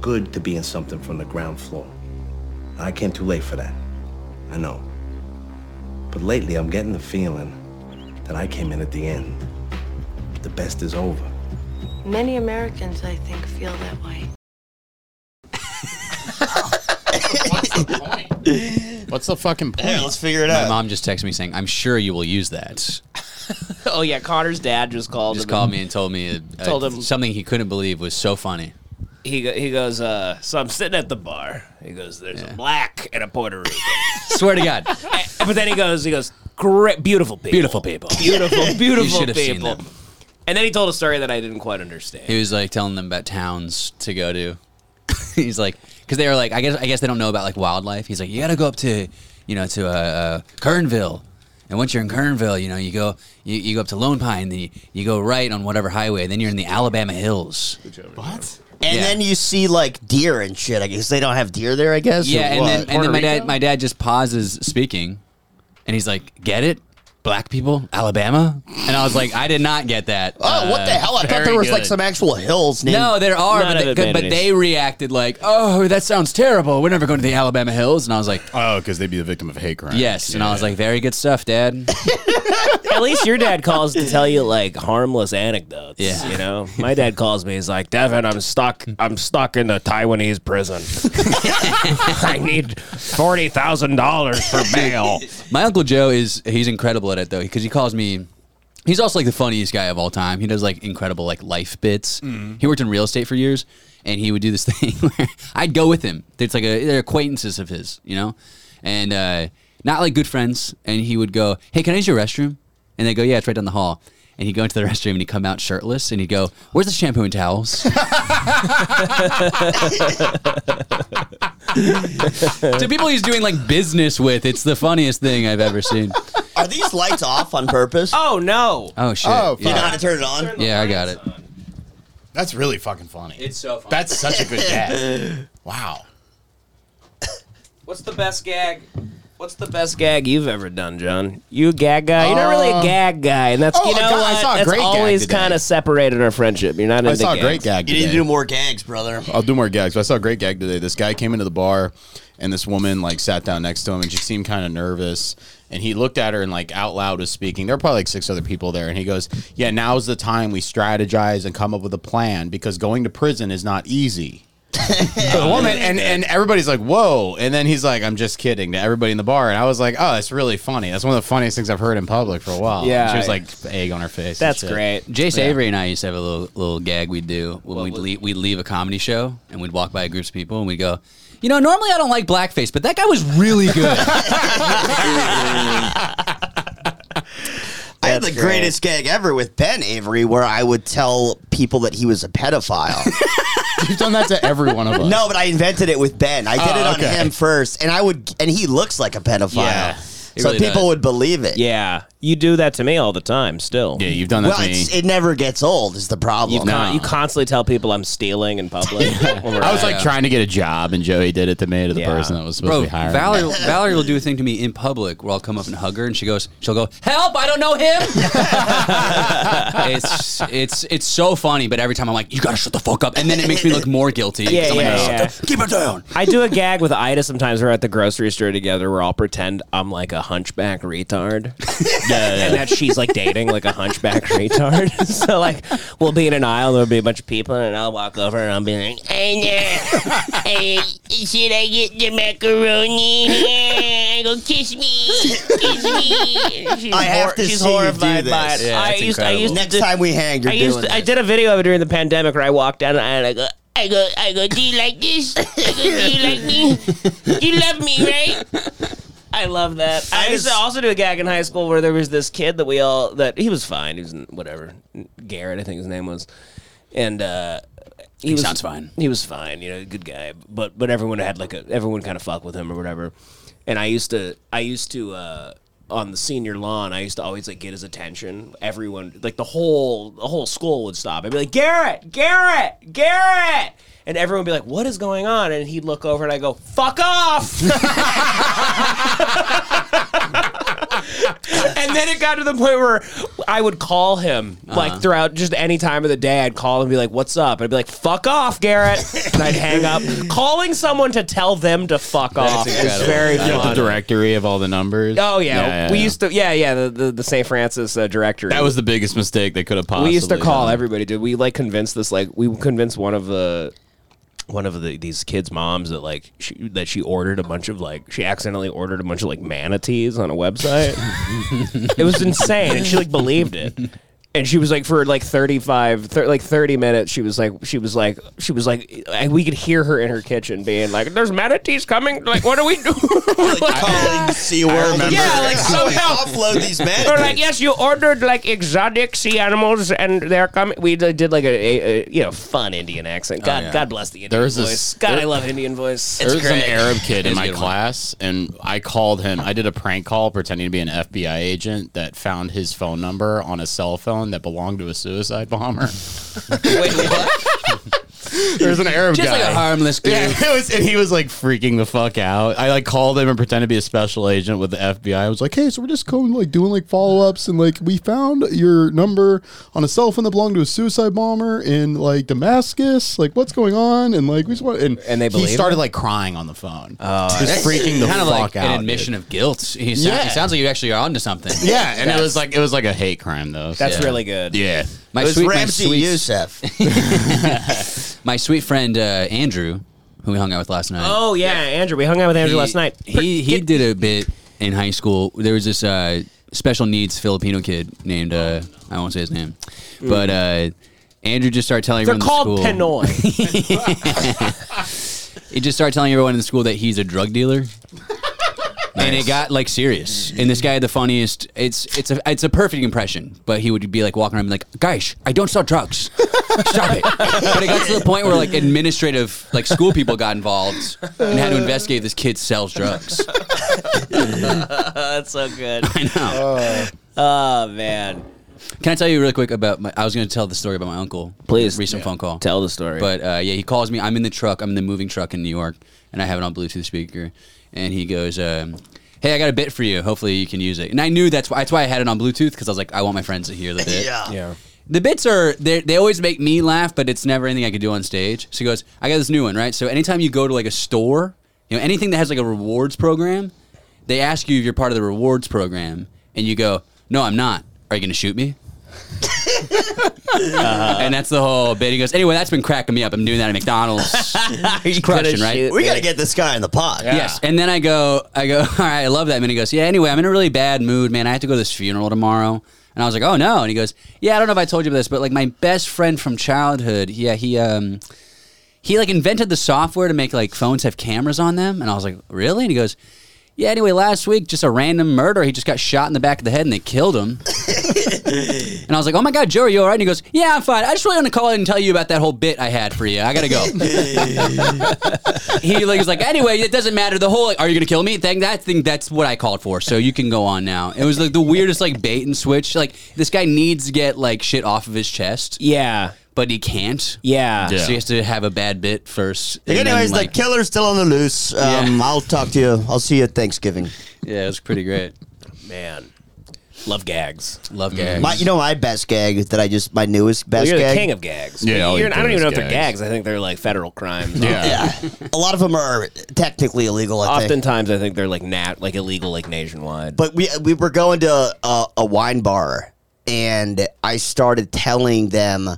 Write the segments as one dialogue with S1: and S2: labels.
S1: good to be in something from the ground floor. I came too late for that. I know. But lately, I'm getting the feeling that I came in at the end. The best is over.
S2: Many Americans, I think, feel that way.
S3: What's the fucking point?
S4: Yeah, let's figure it
S5: My
S4: out.
S5: mom just texted me saying, "I'm sure you will use that."
S6: Oh yeah, Connor's dad just called.
S5: Just
S6: him.
S5: called me and told me uh,
S6: Told
S5: uh,
S6: him-
S5: something he couldn't believe was so funny.
S6: He go, he goes. Uh, so I'm sitting at the bar. He goes. There's a black and a Puerto Rican.
S5: Swear to God,
S6: but then he goes. He goes. Great, beautiful people.
S5: beautiful people.
S6: beautiful,
S5: You
S6: beautiful
S5: should have seen
S6: people.
S5: them.
S6: And then he told a story that I didn't quite understand.
S5: He was like telling them about towns to go to. He's like, because they were like, I guess, I guess they don't know about like wildlife. He's like, you got to go up to, you know, to uh, uh, Kernville, and once you're in Kernville, you know, you go, you, you go up to Lone Pine, then you, you go right on whatever highway, then you're in the Alabama hills.
S3: What?
S4: and
S5: Yeah.
S4: then you see like deer and shit. I guess they don't have deer there. I guess. or
S5: Yeah, and
S4: what?
S5: then and then my
S3: Puerto
S5: dad
S3: Rico?
S5: my dad just pauses speaking, and he's like, "Get it, black people, Alabama," and I was like, "I did not get that." Uh,
S4: oh, what the hell? I thought there was like some actual hills. Named-
S5: No, there are,
S6: None
S5: but
S6: of
S5: they,
S6: it made
S5: but
S6: any
S5: they reacted like, "Oh, that sounds terrible. We're never going to the Alabama hills." And I was like,
S3: Oh, because they'd be the victim of hate crime.
S5: "Yes," and I was like, "Very good stuff, Dad."
S6: At least your dad calls to tell you like harmless anecdotes.
S5: Yeah.
S6: You know? My dad calls me, he's like, Devin, I'm stuck I'm stuck in the Taiwanese prison. I need forty thousand dollars for bail.
S5: my uncle Joe is he's incredible at it though because he calls me. He's also like the funniest guy of all time. He does like incredible like life bits. He worked in real estate for years, and he would do this thing where I'd go with him. It's like a, they're acquaintances of his, you know, and uh, not like good friends. And he would go, "Hey, can I use your restroom?" And they go, "Yeah, it's right down the hall." And he'd go into the restroom and he'd come out shirtless and he'd go, "Where's the shampoo and towels?" to people he's doing like business with, it's the funniest thing I've ever seen.
S4: are these lights off on purpose?
S6: Oh no.
S5: Oh shit!
S3: Oh,
S4: You know
S5: yeah.
S4: how to turn it on?
S5: Yeah, I got it.
S3: That's really fucking funny.
S5: It's so funny.
S3: That's such a good dad. Wow.
S6: What's the best gag? What's the best gag you've ever done, John? You a gag guy? You're not really a
S3: Uh,
S6: gag guy, and that's
S3: oh,
S6: you
S3: I
S6: know
S3: got- I
S6: what?
S3: saw a
S6: that's
S3: great gag
S6: always
S3: today.
S6: kind of separated our friendship. You're not
S3: I
S6: into
S3: saw a great
S6: gags.
S3: gag.
S4: You need to
S3: today.
S4: do more gags, brother.
S3: I'll do more gags. But I saw a great gag today. This guy came into the bar, and this woman like sat down next to him, and she seemed kind of nervous. And he looked at her and like out loud was speaking. There were probably like six other people there, and he goes, "Yeah, now's the time we strategize and come up with a plan because going to prison is not easy." the woman and, and everybody's like, "Whoa!" And then he's like, "I'm just kidding" to everybody in the bar, and I was like, "Oh, it's really funny. That's one of the funniest things I've heard in public for a while."
S6: Yeah.
S3: And she was like, egg on her face. and
S6: That's
S3: shit.
S6: great.
S5: Jace Avery and I used to have a little little gag we'd do when we'd leave, we'd leave a comedy show and we'd walk by groups of people and we'd go, you know, normally I don't like blackface, but that guy was really good.
S4: I had the
S6: That's great.
S4: greatest gag ever with Ben Avery where I would tell people that he was a pedophile.
S3: You've done that to every one of us.
S4: no, but I invented it with Ben. I did
S3: Oh,
S4: it on
S3: okay.
S4: him first, and I would, and he looks like a pedophile.
S3: Yeah,
S5: he
S4: so
S5: really
S4: people
S5: does.
S4: would believe it.
S6: Yeah, you do that to me all the time. Still,
S3: Yeah, you've done that
S4: Well,
S3: to me.
S4: it's, it never gets old. Is the
S6: You,
S4: problem?
S6: con- you constantly tell people I'm stealing in public. When we're
S3: I was
S6: out.
S3: like trying to get a job, and Joey did it to me to the
S6: Yeah.
S3: person that was supposed
S5: Bro,
S3: to be hiring.
S5: Valerie, Valerie will do a thing to me in public where I'll come up and hug her and she goes, she'll go, help, I don't know him. it's it's it's so funny, but every time I'm like, you gotta shut the fuck up, and then it makes me look more guilty. 'cause
S6: Yeah,
S5: I'm like,
S6: yeah,
S5: "Shut
S6: yeah.
S5: the- Keep it down.
S6: I do a gag with Ida sometimes. We're at the grocery store together where I'll pretend I'm like a hunchback retard. And that she's like dating like a hunchback retard. so, like, we'll be in an aisle, there'll be a bunch of people, and I'll walk over and I'll be like,
S7: And uh, uh, should I get the macaroni? Yeah, Go kiss me, kiss me. She's
S4: I have
S7: hor-
S4: to
S7: she's
S4: see you do
S7: horrified by
S4: this.
S7: it.
S5: Yeah,
S6: I
S5: that's
S6: used, I used to
S4: Next
S6: do,
S4: time we hang, you're
S6: I,
S4: doing
S6: used to, I
S4: this.
S6: did a video of it during the pandemic where I walked down and I go,
S7: I go, I go. Do you like this? I go, do you like me? You love me, right?
S6: I love that. I, used to also do a gag in high school where there was this kid that we all that he was fine. He was in- whatever Garrett, I think his name was, and uh, he, was
S5: sounds fine.
S6: He was fine, you know, good guy. But but everyone had like a everyone kind of fucked with him or whatever. And I used to I used to uh, on the senior lawn. I used to always like get his attention. Everyone like the whole the whole school would stop. I'd be like Garrett, Garrett, Garrett. And everyone would be like, "What is going on?" And he'd look over, and I go, "Fuck off!" and and then it got to the point where I would call him like throughout just any time of the day. I'd call him and be like, "What's up?" I'd be like, "Fuck off, Garrett," and I'd hang up. Calling someone to tell them to fuck off is
S3: incredible.
S6: very
S3: You got the
S6: fun.
S3: directory of all the numbers.
S6: Oh yeah. we
S3: yeah.
S6: used to. Yeah, yeah. The the, the St. Francis uh, directory.
S3: That was the biggest mistake they could have possibly.
S6: we used to call
S3: done.
S6: everybody. Did we like convince this? Like we convinced one of the one of the these kids' moms that like she, that she ordered a bunch of like she accidentally ordered a bunch of like manatees on a website. it was insane, and she like believed it. And she was like for like 35 thir- like 30 minutes she was like she was like she was like and we could hear her in her kitchen being like there's manatees coming like what do we do
S4: calling SeaWorld.
S3: remember-
S4: Yeah,
S6: Yeah,
S4: like
S6: like,
S4: how we
S6: somehow-
S4: offload these men.
S6: They're like, yes, you ordered like exotic sea animals, and they're coming. We d- did like a, a, a you know fun Indian accent. God,
S3: Oh, yeah.
S6: God bless the Indian
S3: There's this-
S6: voice. God, I
S3: there-
S6: love Indian voice.
S3: There was an
S4: great.
S3: Arab kid in
S5: It's a
S3: my
S5: good one.
S3: class, and I called him. I did a prank call pretending to be an FBI agent that found his phone number on a cell phone that belonged to a suicide bomber.
S5: Wait, what?
S3: There's an Arab
S5: Just
S3: guy.
S5: like a harmless dude.
S3: Yeah, it was, and he was like freaking the fuck out. I like called him and pretended to be a special agent with the FBI. I was like, "Hey, so we're just going like doing like follow ups, and like we found your number on a cell phone that belonged to a suicide bomber in like Damascus. Like, what's going on? And like we just want and
S6: And they
S3: he
S6: believe
S3: started like crying on the phone, oh, just freaking the
S5: kind of
S3: fuck
S5: like
S3: out.
S5: an admission
S3: dude.
S5: of guilt. He sounds,
S3: Yeah.
S5: he sounds like you actually are onto something.
S3: yeah, and it was like it was like a hate crime though. so-
S6: That's really good.
S3: yeah.
S5: My
S4: It was
S5: sweet, my
S4: Ramsey
S5: sweet,
S4: Youssef.
S5: my sweet friend uh, Andrew, who we hung out with last night.
S6: Oh yeah, Andrew. We hung out with Andrew
S5: he-
S6: last night.
S5: He he did a bit in high school. There was this uh, special needs Filipino kid named uh, I won't say his name, but uh, Andrew just started telling
S6: Mm. They're
S5: everyone in
S6: called
S5: the school.
S6: Pinoy.
S5: He just started telling everyone in the school that he's a drug dealer. And it got like serious. And this guy had the funniest. It's it's a it's a perfect impression. But he would be like walking around and be like, "Guys, I don't sell drugs. Stop it." But it got to the point where like administrative, like school people got involved and had to investigate if this kid sells drugs.
S6: That's so good.
S5: I know.
S6: Oh man.
S5: Can I tell you really quick about my? I was going to tell the story about my uncle.
S6: Please.
S5: recent phone call.
S6: Tell the story.
S5: But uh, yeah, he calls me. I'm in the truck. I'm in the moving truck in New York, and I have it on Bluetooth speaker. And he goes, um, "Hey, I got a bit for you. Hopefully, you can use it." And I knew that's why. That's why I had it on Bluetooth because I was like, I want my friends to hear the bit.
S4: Yeah.
S6: yeah.
S5: The bits are they they always make me laugh, but it's never anything I could do on stage. So he goes, I got this new one, right? So anytime you go to like a store, you know, anything that has like a rewards program, they ask you if you're part of the rewards program, and you go, No, I'm not. Are you gonna shoot me? And that's the whole bit. He goes, Anyway, that's been cracking me up. I'm doing that at McDonald's.
S6: He's
S5: crushing, right?
S4: We got to get this guy in the pod.
S5: Yes. And then I go, I go, all right, I love that. And he goes, yeah, anyway, I'm in a really bad mood, man. I have to go to this funeral tomorrow. And I was like, oh no. And he goes, yeah, I don't know if I told you this, but like my best friend from childhood, yeah, he, um, he like invented the software to make like phones have cameras on them. And I was like, really? And he goes, yeah, anyway, last week, just a random murder. He just got shot in the back of the head and they killed him. and I was like, oh my God, Joe, are you all right? And he goes, yeah, I'm fine. I just really want to call in and tell you about that whole bit I had for you. I got to go he like was like, anyway, it doesn't matter. The whole like, are you gonna kill me thing. That thing that's what I called for. So you can go on now. It was like the weirdest like bait and switch. Like this guy needs to get like shit off of his chest,
S6: Yeah.
S5: but he can't.
S6: Yeah.
S3: Yeah.
S5: So he has to have a bad bit first.
S4: Like,
S5: and then,
S4: anyways,
S5: like-
S4: the killer's still on the loose. Um,
S5: Yeah.
S4: I'll talk to you. I'll see you at Thanksgiving.
S5: yeah, it was pretty great.
S6: Man. Love gags.
S5: Love gags.
S4: My, Mm. you know my best gag that I just my newest best
S6: You're
S4: gag.
S6: the king of gags.
S3: Yeah, all
S6: You're-
S3: you
S6: I
S3: do
S6: don't even
S3: is
S6: know if they're
S3: gags.
S6: gags. I think they're like federal crimes.
S3: Yeah.
S4: a lot of them are technically illegal. I think.
S6: Oftentimes, I think they're like nat, like illegal, like nationwide.
S4: but we we were going to a, a wine bar, and I started telling them.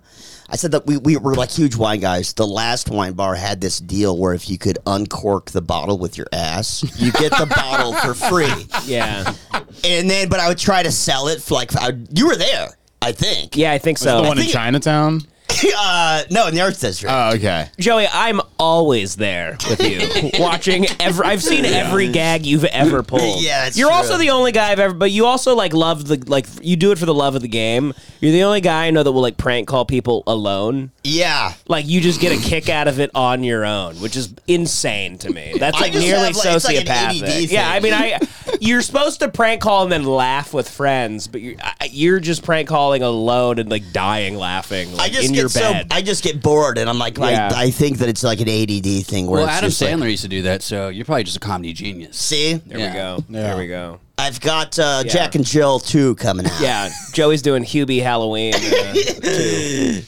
S4: I said that we, we were like huge wine guys. The last wine bar had this deal where if you could uncork the bottle with your ass, you get the bottle for free.
S6: yeah,
S4: And then, but I would try to sell it for like I, you were there, I think.
S6: yeah, I think
S3: The
S6: so.
S3: one in Chinatown.
S4: uh, no, in the arts district.
S3: Oh, okay.
S6: Joey, I'm always there with you, watching every. I've seen every gag you've ever pulled.
S4: Yeah, that's
S6: you're
S4: true.
S6: also the only guy I've ever. But you also like love the like you do it for the love of the game. You're the only guy I know that will like prank call people alone.
S4: yeah.
S6: Like you just get a kick out of it on your own, which is insane to me. That's
S4: I
S6: like
S4: just
S6: nearly
S4: have, like- it's like an
S6: sociopathic.
S4: ADD
S6: yeah, I
S4: thing.
S6: mean, I you're supposed to prank call and then laugh with friends, but you're I- you're just prank calling alone and like dying laughing
S4: I
S6: like,
S4: just
S6: in
S4: get
S6: your
S4: so
S6: bed.
S4: I just get bored, and I'm like, like,
S6: Yeah.
S4: I think that it's like an ADD thing where
S5: well,
S4: it's
S5: Adam
S4: just like-
S5: Sandler used to do that, so you're probably just a comedy genius.
S4: see,
S6: there
S5: Yeah.
S6: we go. There we go.
S4: I've got uh, Jack and Jill too coming out.
S6: Yeah, Joey's doing Hubie Halloween. Uh,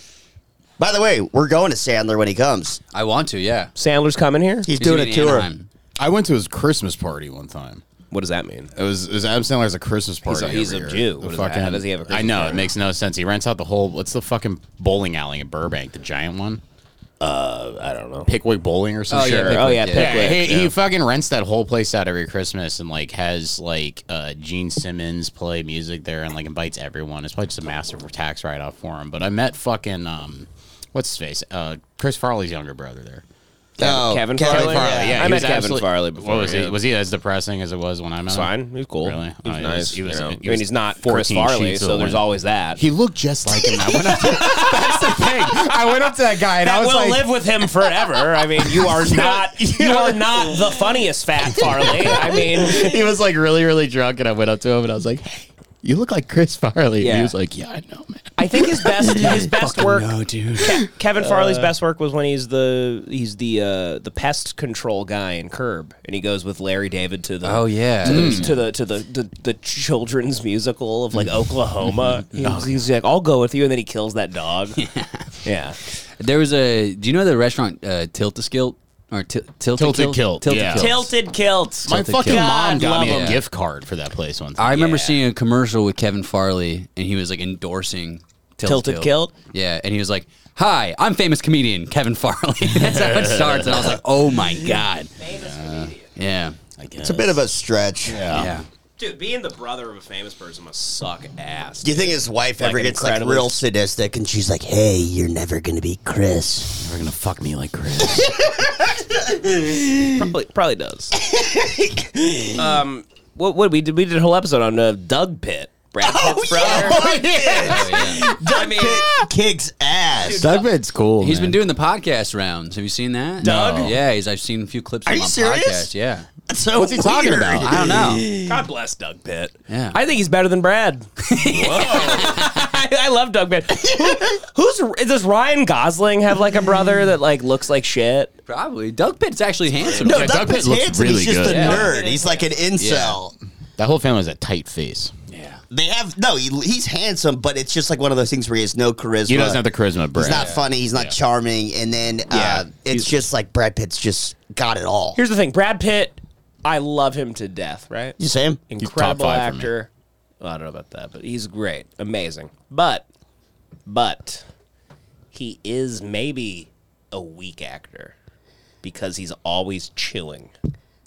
S4: By the way, we're going to Sandler when he comes.
S5: I want to, yeah.
S6: Sandler's coming here.
S4: He's,
S5: He's
S4: doing
S5: gonna
S4: a
S5: be in
S4: tour.
S5: Anaheim.
S3: I went to his Christmas party one time.
S6: What does that mean?
S3: It was, it was Adam Sandler's a Christmas party.
S6: a- he's
S3: every
S6: a
S3: year.
S6: Jew.
S3: The
S6: What is that? How does he have a
S3: I
S6: Christmas
S3: know
S6: party?
S3: it makes no sense. He rents out the whole. What's the fucking bowling alley in Burbank? The giant one,
S6: I don't know.
S3: Pickwick Bowling or something.
S5: Sure.
S6: Oh
S5: Yeah.
S6: yeah, Pickwick.
S3: Yeah, he,
S6: yeah.
S3: he fucking rents that whole place out every Christmas and like has like uh, Gene Simmons play music there and like invites everyone. It's probably just a massive tax write off for him. But I met fucking um, what's his face, uh, Chris Farley's younger brother there.
S4: Oh,
S6: Kevin
S3: Farley,
S6: Farley? Yeah.
S3: yeah,
S6: I
S3: he
S6: met
S3: was
S6: Kevin
S3: absolute-
S6: Farley before,
S3: What was
S6: yeah.
S3: he? Was he as depressing as it was when I met
S6: He's
S3: him?
S6: fine. He's cool.
S3: Really?
S6: He's
S3: Oh, he was-
S6: nice.
S3: he was-
S6: you know.
S3: he
S6: I mean,
S3: was
S6: he's not Chris
S3: 14
S6: Farley,
S3: sheets
S6: so
S3: away.
S6: there's always that.
S3: He looked just like him. I went up to, that's the thing. I went up to that guy and I
S6: that
S3: was
S6: will
S3: like,
S6: live with him forever. I mean, you are not you are not the funniest fat Farley. I mean,
S3: he was like really, really drunk, and I went up to him and I was like, "Hey, you look like Chris Farley." And
S6: Yeah.
S3: he was like, "Yeah, I know, man."
S6: I think his best his best work
S5: No, dude.
S6: Kevin
S5: Uh,
S6: Farley's best work was when he's the he's the uh, the pest control guy in Curb, and he goes with Larry David to the
S5: Oh, yeah.
S6: to the to the, to the, the, the children's musical of like Oklahoma. He's, he's like, I'll go with you, and then he kills that dog. Yeah,
S5: There was a. Do you know the restaurant uh, Tilt a Skilt or til- Tilt
S3: Tilted Kilt, yeah.
S6: tilted kilts.
S3: My
S5: Tilted
S3: fucking
S5: Kilt.
S3: mom got
S6: God,
S3: me a
S5: love 'em.
S3: gift card for that place once.
S5: I remember seeing a commercial with Kevin Farley, and he was like endorsing Tilt
S6: Tilted Kilt?
S5: Yeah, and he was like, "Hi, I'm famous comedian Kevin Farley." That's how it starts, and I was like, "Oh my god." Famous comedian. Yeah.
S4: It's a bit of a stretch.
S3: Yeah.
S5: Yeah.
S6: Dude, being the brother of a famous person must suck ass.
S4: Do you think his wife ever
S6: Like
S4: gets
S6: incredible-
S4: like real sadistic and she's like, "Hey, you're never gonna be Chris."
S3: You're gonna fuck me like Chris.
S6: Probably, probably does. um, what would we did? We did a whole episode on uh, Doug Pitt, Brad Pitt's brother.
S5: Oh, yeah.
S4: Doug Pitt kicks ass.
S3: Doug Pitt's cool.
S5: He's been doing the podcast rounds. Have you seen that?
S6: Doug? No.
S5: Yeah, he's. I've seen a few clips.
S4: Are
S5: of
S4: you
S5: him on
S4: serious?
S5: Podcast. Yeah.
S4: That's so
S3: What's he talking
S4: weird.
S3: about?
S5: I don't know.
S6: God bless Doug Pitt.
S5: Yeah.
S6: I think he's better than Brad. I, I love Doug Pitt. Who, who's does Ryan Gosling have like a brother that like looks like shit?
S5: Probably. Doug Pitt's actually handsome.
S4: No,
S3: Yeah,
S4: Doug,
S3: Doug Pitt
S4: Pitt's
S3: looks
S4: handsome.
S3: really
S4: He's just
S3: good.
S4: a
S3: Yeah.
S4: nerd. He's like an incel.
S3: that whole family has a tight face.
S5: Yeah.
S4: They have no. He, he's handsome, but it's just like one of those things where he has no charisma.
S3: He doesn't have the charisma, of Brad.
S4: He's not funny. He's not charming. And then uh, it's just like Brad Pitt's just got it all.
S6: Here's the thing, Brad Pitt. I love him to death. Right?
S4: you see him?
S3: top
S6: Incredible
S3: five for me.
S6: actor. Well, I don't know about that, but he's great, amazing. But, but he is maybe a weak actor because he's always chewing.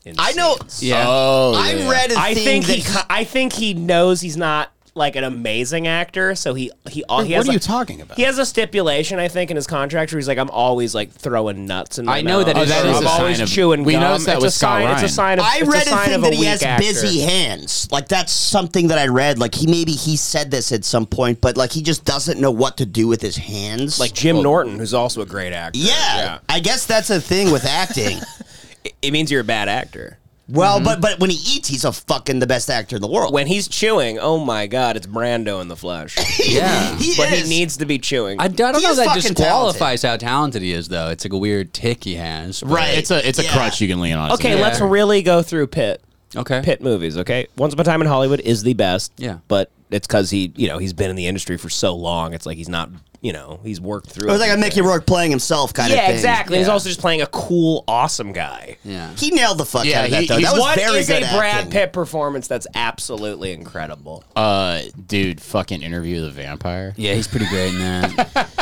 S6: in
S4: I know.
S6: scenes.
S5: Yeah.
S3: Oh,
S4: I read a
S6: I
S4: thing
S6: think
S4: that
S6: he. ki- I think he knows he's not like an amazing actor, so he he. all he
S3: what
S6: has
S3: are
S6: a-
S3: you talking about?
S6: He has a stipulation, I think, in his contract where he's like, "I'm always like throwing nuts." In my
S5: I know
S6: mouth.
S5: that
S3: Oh, is- that is
S6: I'm
S3: a
S6: always
S3: sign of-
S6: chewing.
S3: we
S6: gum.
S3: noticed that
S6: it's
S3: with
S6: a
S3: Scott
S6: sign, It's
S3: Ryan.
S6: a sign of.
S4: I
S6: it's
S4: read
S6: a
S4: a,
S6: sign
S4: thing
S6: of a
S4: that he
S6: weak
S4: has
S6: actor.
S4: busy hands. Like that's something that I read. Like he maybe he said this at some point, but like he just doesn't know what to do with his hands.
S6: Like Jim Norton, who's also a great actor.
S4: yeah, I guess that's a thing with acting.
S6: It- It means you're a bad actor.
S4: well, but but when he eats, he's a fucking the best actor in the world.
S6: Mm-hmm. When he's chewing, oh my god, it's Brando in the flesh.
S5: Yeah.
S4: he
S6: but
S4: is.
S6: he needs to be chewing.
S5: I, I don't
S4: He
S5: know
S4: is
S5: if that
S4: fucking
S5: disqualifies how talented he is, though. It's like a weird tick he has. but-
S4: right.
S3: It's a it's a
S4: Yeah.
S3: crutch you can lean on.
S6: okay,
S5: Yeah.
S6: let's really go through Pitt.
S5: Okay.
S6: Pitt movies, okay? Once Upon a Time in Hollywood is the best.
S5: Yeah.
S6: But it's because he, you know, he's been in the industry for so long. It's like he's not, you know, he's worked through
S4: It was like a
S6: everything.
S4: Mickey Rourke playing himself kind of
S6: Yeah,
S4: thing.
S6: exactly. He's
S5: Yeah.
S6: also just playing a cool, awesome guy.
S5: Yeah.
S4: He nailed the fuck
S3: Yeah,
S4: out of that
S3: he-
S4: though.
S3: he's-
S4: That was
S6: What
S4: very
S6: is
S4: good
S6: a Brad
S4: acting.
S6: Pitt performance that's absolutely incredible?
S3: Uh, dude, fucking interview the vampire.
S5: Yeah, he's pretty great in that.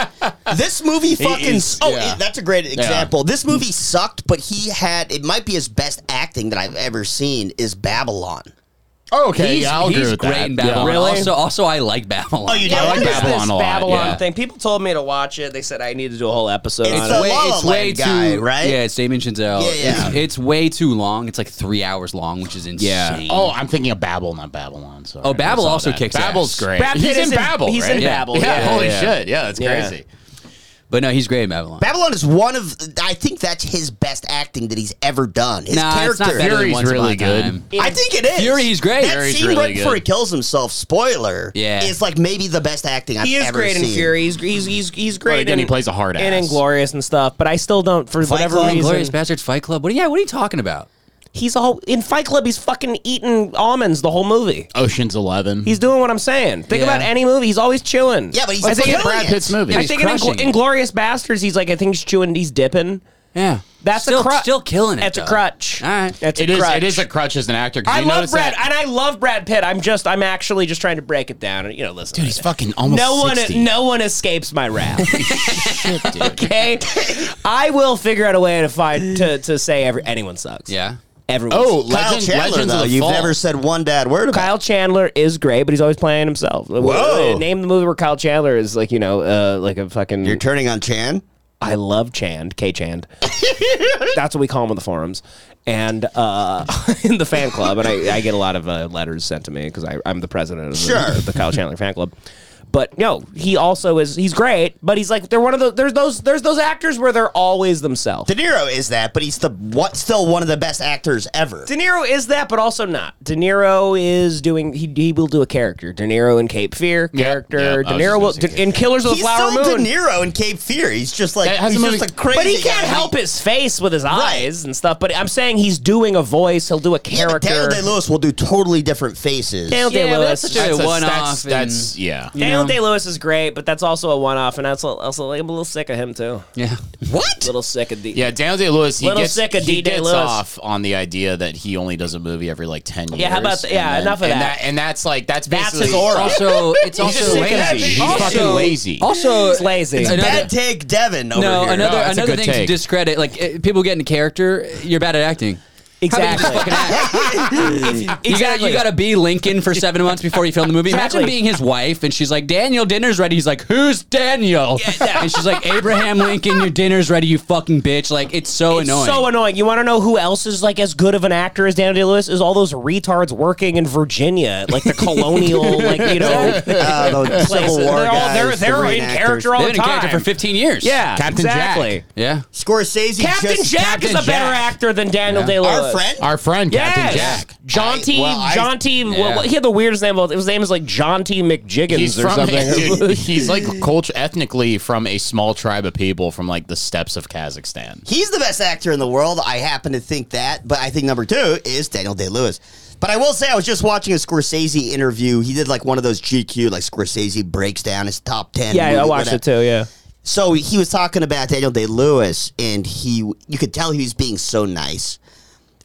S4: This movie fucking.
S3: is-
S4: oh,
S3: yeah.
S4: it- that's a great example. This movie sucked, but he had. It might be his best acting that I've ever seen. Is Babylon?
S3: Oh, okay,
S5: he's he's great in Babylon.
S6: Really?
S5: Also, also, I like Babylon.
S4: Oh, you do?
S6: Yeah,
S4: I like
S6: what is
S3: Babylon
S6: this
S3: a lot,
S6: Babylon
S5: yeah.
S6: thing. People told me to watch it. They said I need to do a whole episode
S4: It's
S6: on
S4: the
S6: it.
S5: Way-
S4: La La
S5: it's way
S4: Land guy,
S5: too,
S4: right?
S5: Yeah, it's Damien Chazelle.
S4: Yeah, yeah.
S5: It's, it's way too long. It's like three hours long, which is insane.
S6: Yeah.
S3: Oh, I'm thinking of Babel, not Babylon. Sorry.
S5: Oh, Babel
S3: I saw
S5: also
S3: that.
S5: kicks
S3: Babel's
S5: ass.
S3: great.
S6: Brad Pitt
S3: he's
S6: is
S3: in
S6: in-
S3: Babel.
S6: he's
S3: right?
S6: in
S5: Yeah.
S6: Babel.
S3: Yeah,
S6: Yeah,
S3: holy
S5: yeah.
S3: shit. Yeah, that's
S6: Yeah.
S3: crazy.
S5: But no, he's great in Babylon.
S4: Babylon is one of. I think that's his best acting that he's ever done. His
S5: nah,
S4: character.
S5: it's not better than
S3: Fury's
S5: Once
S3: really
S5: Upon a
S3: good.
S5: Time.
S4: I think it is.
S5: Fury, he's great.
S4: That
S5: Fury's
S4: scene
S3: really
S4: right before
S3: good.
S4: he kills himself. Spoiler.
S5: Yeah.
S4: Is like maybe the best acting I've
S6: He is
S4: ever
S6: great in
S4: seen.
S6: Fury. He's he's he's, he's great.
S3: But again,
S6: in,
S3: he plays a hard
S6: and
S3: ass.
S6: Inglorious and stuff. But I still don't for whatever
S4: Club?
S6: reason.
S5: Glorious Bastards Fight Club. What? Are, yeah, what are you talking about?
S6: He's all in Fight Club. He's fucking eating almonds the whole movie.
S3: Ocean's Eleven.
S6: He's doing what I'm saying. Think
S5: Yeah.
S6: about any movie. He's always chewing.
S4: Yeah, but he's
S6: I think
S4: killing
S6: in Brad
S4: it.
S6: Pitt's
S3: movie.
S6: I
S5: he's
S6: think in
S5: crushing
S6: Ingl-
S5: it.
S6: Inglorious Bastards, he's like, I think he's chewing, he's dipping.
S5: Yeah,
S6: That's
S5: still,
S6: a crutch.
S5: Still killing it.
S6: That's a
S5: though.
S6: crutch.
S5: All right.
S6: That's
S3: it
S6: a
S3: is.
S6: crutch.
S3: It is a crutch as an actor. 'cause
S6: I
S3: you
S6: love
S3: notice
S6: Brad,
S3: that-
S6: and I love Brad Pitt. I'm just, I'm actually just trying to break it down. You know, listen,
S3: Dude, he's fucking almost
S6: no one,
S3: 60.
S6: no one escapes my wrath.
S3: Shit, dude.
S6: Okay, I will figure out a way to find to, to say every, anyone sucks.
S5: Yeah.
S6: everyone.
S3: Oh,
S6: sucks.
S4: Kyle
S3: Legend,
S4: Chandler,
S3: Legends
S4: though,
S3: of the
S4: you've
S3: Fall.
S4: never said one bad word about.
S6: Kyle Chandler is great, but he's always playing himself.
S4: Whoa.
S6: Name the movie where Kyle Chandler is like, you know, uh, like a fucking.
S4: You're turning on Chan.
S6: I love Chand, K Chand. That's what we call him on the forums and uh, in the fan club. And I, I get a lot of uh, letters sent to me because I'm the president of the,
S4: Sure.
S6: the Kyle Chandler fan club. But no, he also is. He's great, but he's like they're one of the there's those there's those actors where they're always themselves.
S4: De Niro is that, but he's the what? Still one of the best actors ever.
S6: De Niro is that, but also not. De Niro is doing. He, he will do a character. De Niro in Cape Fear character.
S3: yeah, I was
S6: De
S3: just
S6: Niro
S3: gonna
S6: will
S3: say
S6: De-
S3: Cape
S6: in Killers of the
S4: he's
S6: Flower
S4: still
S6: Moon.
S4: De Niro in Cape Fear. He's just like
S3: Has
S4: he's
S3: the
S4: just
S3: movie-
S4: a crazy.
S6: But he can't
S4: guy.
S6: help his face with his
S4: Right.
S6: eyes and stuff. But I'm saying he's doing a voice. He'll do a
S4: Yeah, but
S6: character.
S4: Daniel Day Lewis will do totally different faces.
S6: Daniel
S5: Yeah, but
S6: Day-Lewis.
S5: that's such
S3: That's,
S5: a
S3: a-
S5: one
S3: that's,
S5: off.
S3: that's yeah.
S6: Daniel Day Lewis is great, but that's also a one off, and that's also like, I'm a little sick of him too.
S5: Yeah.
S6: A
S4: What?
S6: little sick of the
S3: Yeah, Daniel Day Lewis. He
S6: Little
S3: gets,
S6: sick of
S3: he
S6: D. Day
S3: gets
S6: Lewis.
S3: off on the idea that he only does a movie every like ten years.
S6: Yeah, how about th- yeah,
S3: and
S6: enough of
S3: and
S6: that.
S3: And that's like that's
S6: That's
S3: basically
S6: his aura.
S5: Also, it's
S3: He's just
S5: also
S3: lazy. He's
S5: Also-
S3: fucking lazy.
S5: Also,
S6: He's lazy. It's
S5: another-
S4: Bad take, Devin. Over
S5: No,
S4: here.
S5: another
S3: No, that's a
S5: another
S3: good
S5: thing to
S3: take.
S5: discredit. Like eh, people get into character, you're bad at acting.
S6: Exactly.
S5: You got you got to be Lincoln for seven months before you film the movie.
S6: Exactly.
S5: Imagine being his wife and she's like, "Daniel, dinner's ready." He's like, "Who's Daniel?" And she's like, "Abraham Lincoln, your dinner's ready, you fucking bitch." Like it's so
S6: It's
S5: annoying.
S6: So annoying. You want to know who else is like as good of an actor as Daniel Day Lewis? Is all those retards working in Virginia, like the colonial, like you know,
S4: Uh, the
S6: places.
S4: Civil War
S6: they're all
S4: guys,
S6: they're,
S4: the
S6: they're in
S4: reenactors.
S6: character all
S5: They've
S6: the
S5: been in
S6: time.
S5: character for 15 years.
S6: yeah,
S3: Captain Jack.
S6: exactly.
S5: Yeah.
S4: Scorsese.
S6: Captain
S4: just,
S6: Jack
S5: Captain
S6: is a better
S5: Jack.
S6: actor than Daniel Day Lewis.
S4: Our friend.
S3: Our friend
S6: Yes.
S3: Captain Jack.
S6: Jaunty,
S4: I- well, I-
S6: Jaunty,
S5: Yeah.
S6: well, well, he had the weirdest name. Of all, his name is like Jaunty McJiggins
S3: He's
S6: or
S3: from
S6: something.
S3: dude, he's like culture ethnically from a small tribe of people from like the steppes of Kazakhstan.
S4: He's the best actor in the world. I happen to think that, but I think number two is Daniel Day Lewis. But I will say, I was just watching a Scorsese interview. He did like one of those GQ, like Scorsese breaks down his top ten.
S6: yeah, I
S4: movie-
S6: watched it
S4: whatever.
S6: too. Yeah,
S4: So he was talking about Daniel Day Lewis, and he, you could tell he was being so nice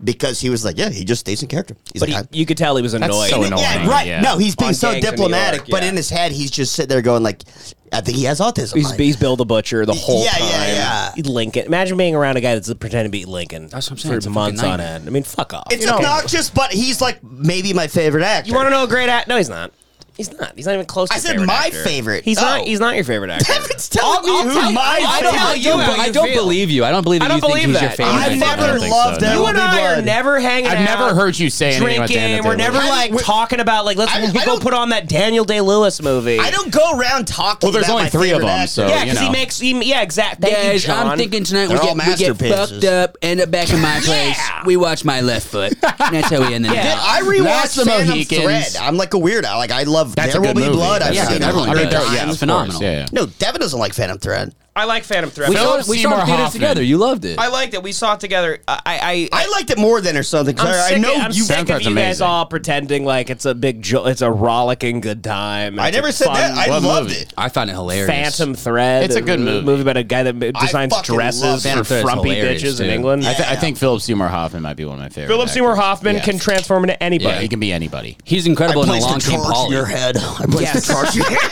S4: because he was like, yeah, he just stays in character. He's like,
S6: but he,
S4: "I'm-
S6: you could tell he was annoyed.
S3: so annoying.
S4: Yeah, right.
S3: yeah.
S4: No, he's being
S6: On
S4: so
S6: Gangs of New
S4: diplomatic,
S6: York,
S4: but
S6: yeah.
S4: in his head, he's just sitting there going like, I think he has autism.
S6: He's,
S4: Like,
S6: he's Bill the Butcher the whole
S4: Yeah,
S6: time.
S4: yeah, yeah.
S6: Lincoln. Imagine being around a guy that's pretending to be Lincoln
S5: That's what I'm saying. It's
S6: for
S5: a
S6: months
S5: fucking
S6: on
S5: nightmare.
S6: end. I mean, fuck off.
S4: it's
S6: You know?
S4: obnoxious, but he's like maybe my favorite actor.
S6: You want to know a great act? No, he's not. He's not. He's not even close. to
S4: I
S6: your
S4: said
S6: favorite
S4: my
S6: actor.
S4: favorite.
S6: He's
S4: Oh.
S6: not. He's not your favorite actor.
S4: Devin's telling me who
S5: tell you-
S4: my
S5: I don't,
S4: favorite
S5: I
S6: you
S5: don't,
S6: how
S5: I
S6: you
S5: don't
S6: feel.
S5: believe you. I don't believe that
S6: I don't
S5: you think
S6: believe
S5: he's your
S6: that.
S5: favorite.
S6: I've
S5: actor.
S4: never
S5: I don't think so,
S4: loved
S3: no.
S4: him.
S6: you and
S4: Will Be
S6: I are
S4: Blood.
S6: never hanging
S3: I've
S6: out.
S3: never heard you say anything about Daniel
S6: drinking.
S3: Day
S6: We're never
S3: Lewis.
S6: like
S4: I-
S6: talking about like let's
S4: I-
S6: we
S4: I
S6: go
S4: don't-
S6: put on that Daniel Day Lewis movie.
S4: I don't go around talking.
S3: Well, there's
S4: about
S3: only
S4: my
S3: three of
S4: favorite
S3: them,
S4: actor.
S3: so
S6: Yeah, because
S3: you
S6: he
S3: know.
S6: makes. He, yeah, exact. Thank you,
S5: Guys,
S6: John.
S5: I'm thinking tonight we
S4: They're
S5: get,
S4: all
S5: we get
S4: masterpieces.
S5: fucked up, end up back in my place. We watch my left foot. And that's how we end the night.
S4: I
S3: That's
S4: rewatched
S3: the
S4: the Phantom
S3: Mohicans.
S4: Thread. I'm like a weirdo. Like I love
S3: That's a
S4: There Will
S3: good
S4: Be
S3: movie.
S4: Blood. I've
S3: That's
S5: Yeah,
S3: a
S4: seen
S3: good
S4: a
S5: everyone
S3: movie.
S4: hundred
S5: does.
S4: times.
S5: Yeah, it's phenomenal.
S3: Yeah, yeah.
S4: No, Devin doesn't like Phantom Thread.
S6: I like Phantom Thread.
S5: We
S6: I
S5: saw,
S3: Philip
S5: it- we
S3: Seymour
S5: saw it in theaters
S3: Hoffman.
S5: together. You loved it.
S6: I liked it. We saw it together. I I,
S4: I liked it more than or something. 'cause
S6: I'm
S4: I, I
S6: sick
S4: know
S6: of, I'm
S4: you.
S6: sick of you
S3: Soundtrack's
S6: guys
S3: amazing.
S6: all pretending like it's a big, jo- it's a rollicking good time.
S4: I
S6: It's
S4: never
S6: a
S4: said
S6: fun
S4: that. I
S3: What
S4: loved
S3: movie?
S4: it.
S5: I found it hilarious.
S6: Phantom Thread.
S3: It's a good movie.
S6: Movie about a guy that
S4: I
S6: designs
S4: fucking love
S6: dresses for
S5: Phantom Thread's
S6: frumpy
S5: hilarious,
S6: bitches in
S5: dude.
S6: England.
S3: I, th- I
S4: Yeah.
S3: think Philip Seymour Hoffman might be one of my favorite.
S6: Philip Seymour
S3: actors.
S6: Hoffman
S3: Yeah.
S6: can transform into
S3: Yeah, he
S6: anybody.
S3: can be anybody.
S5: He's incredible in the
S4: Placed
S5: long
S4: a
S5: game
S4: charge in
S5: Polly.
S4: your head. I placed
S6: Yes.
S4: a charge in your head.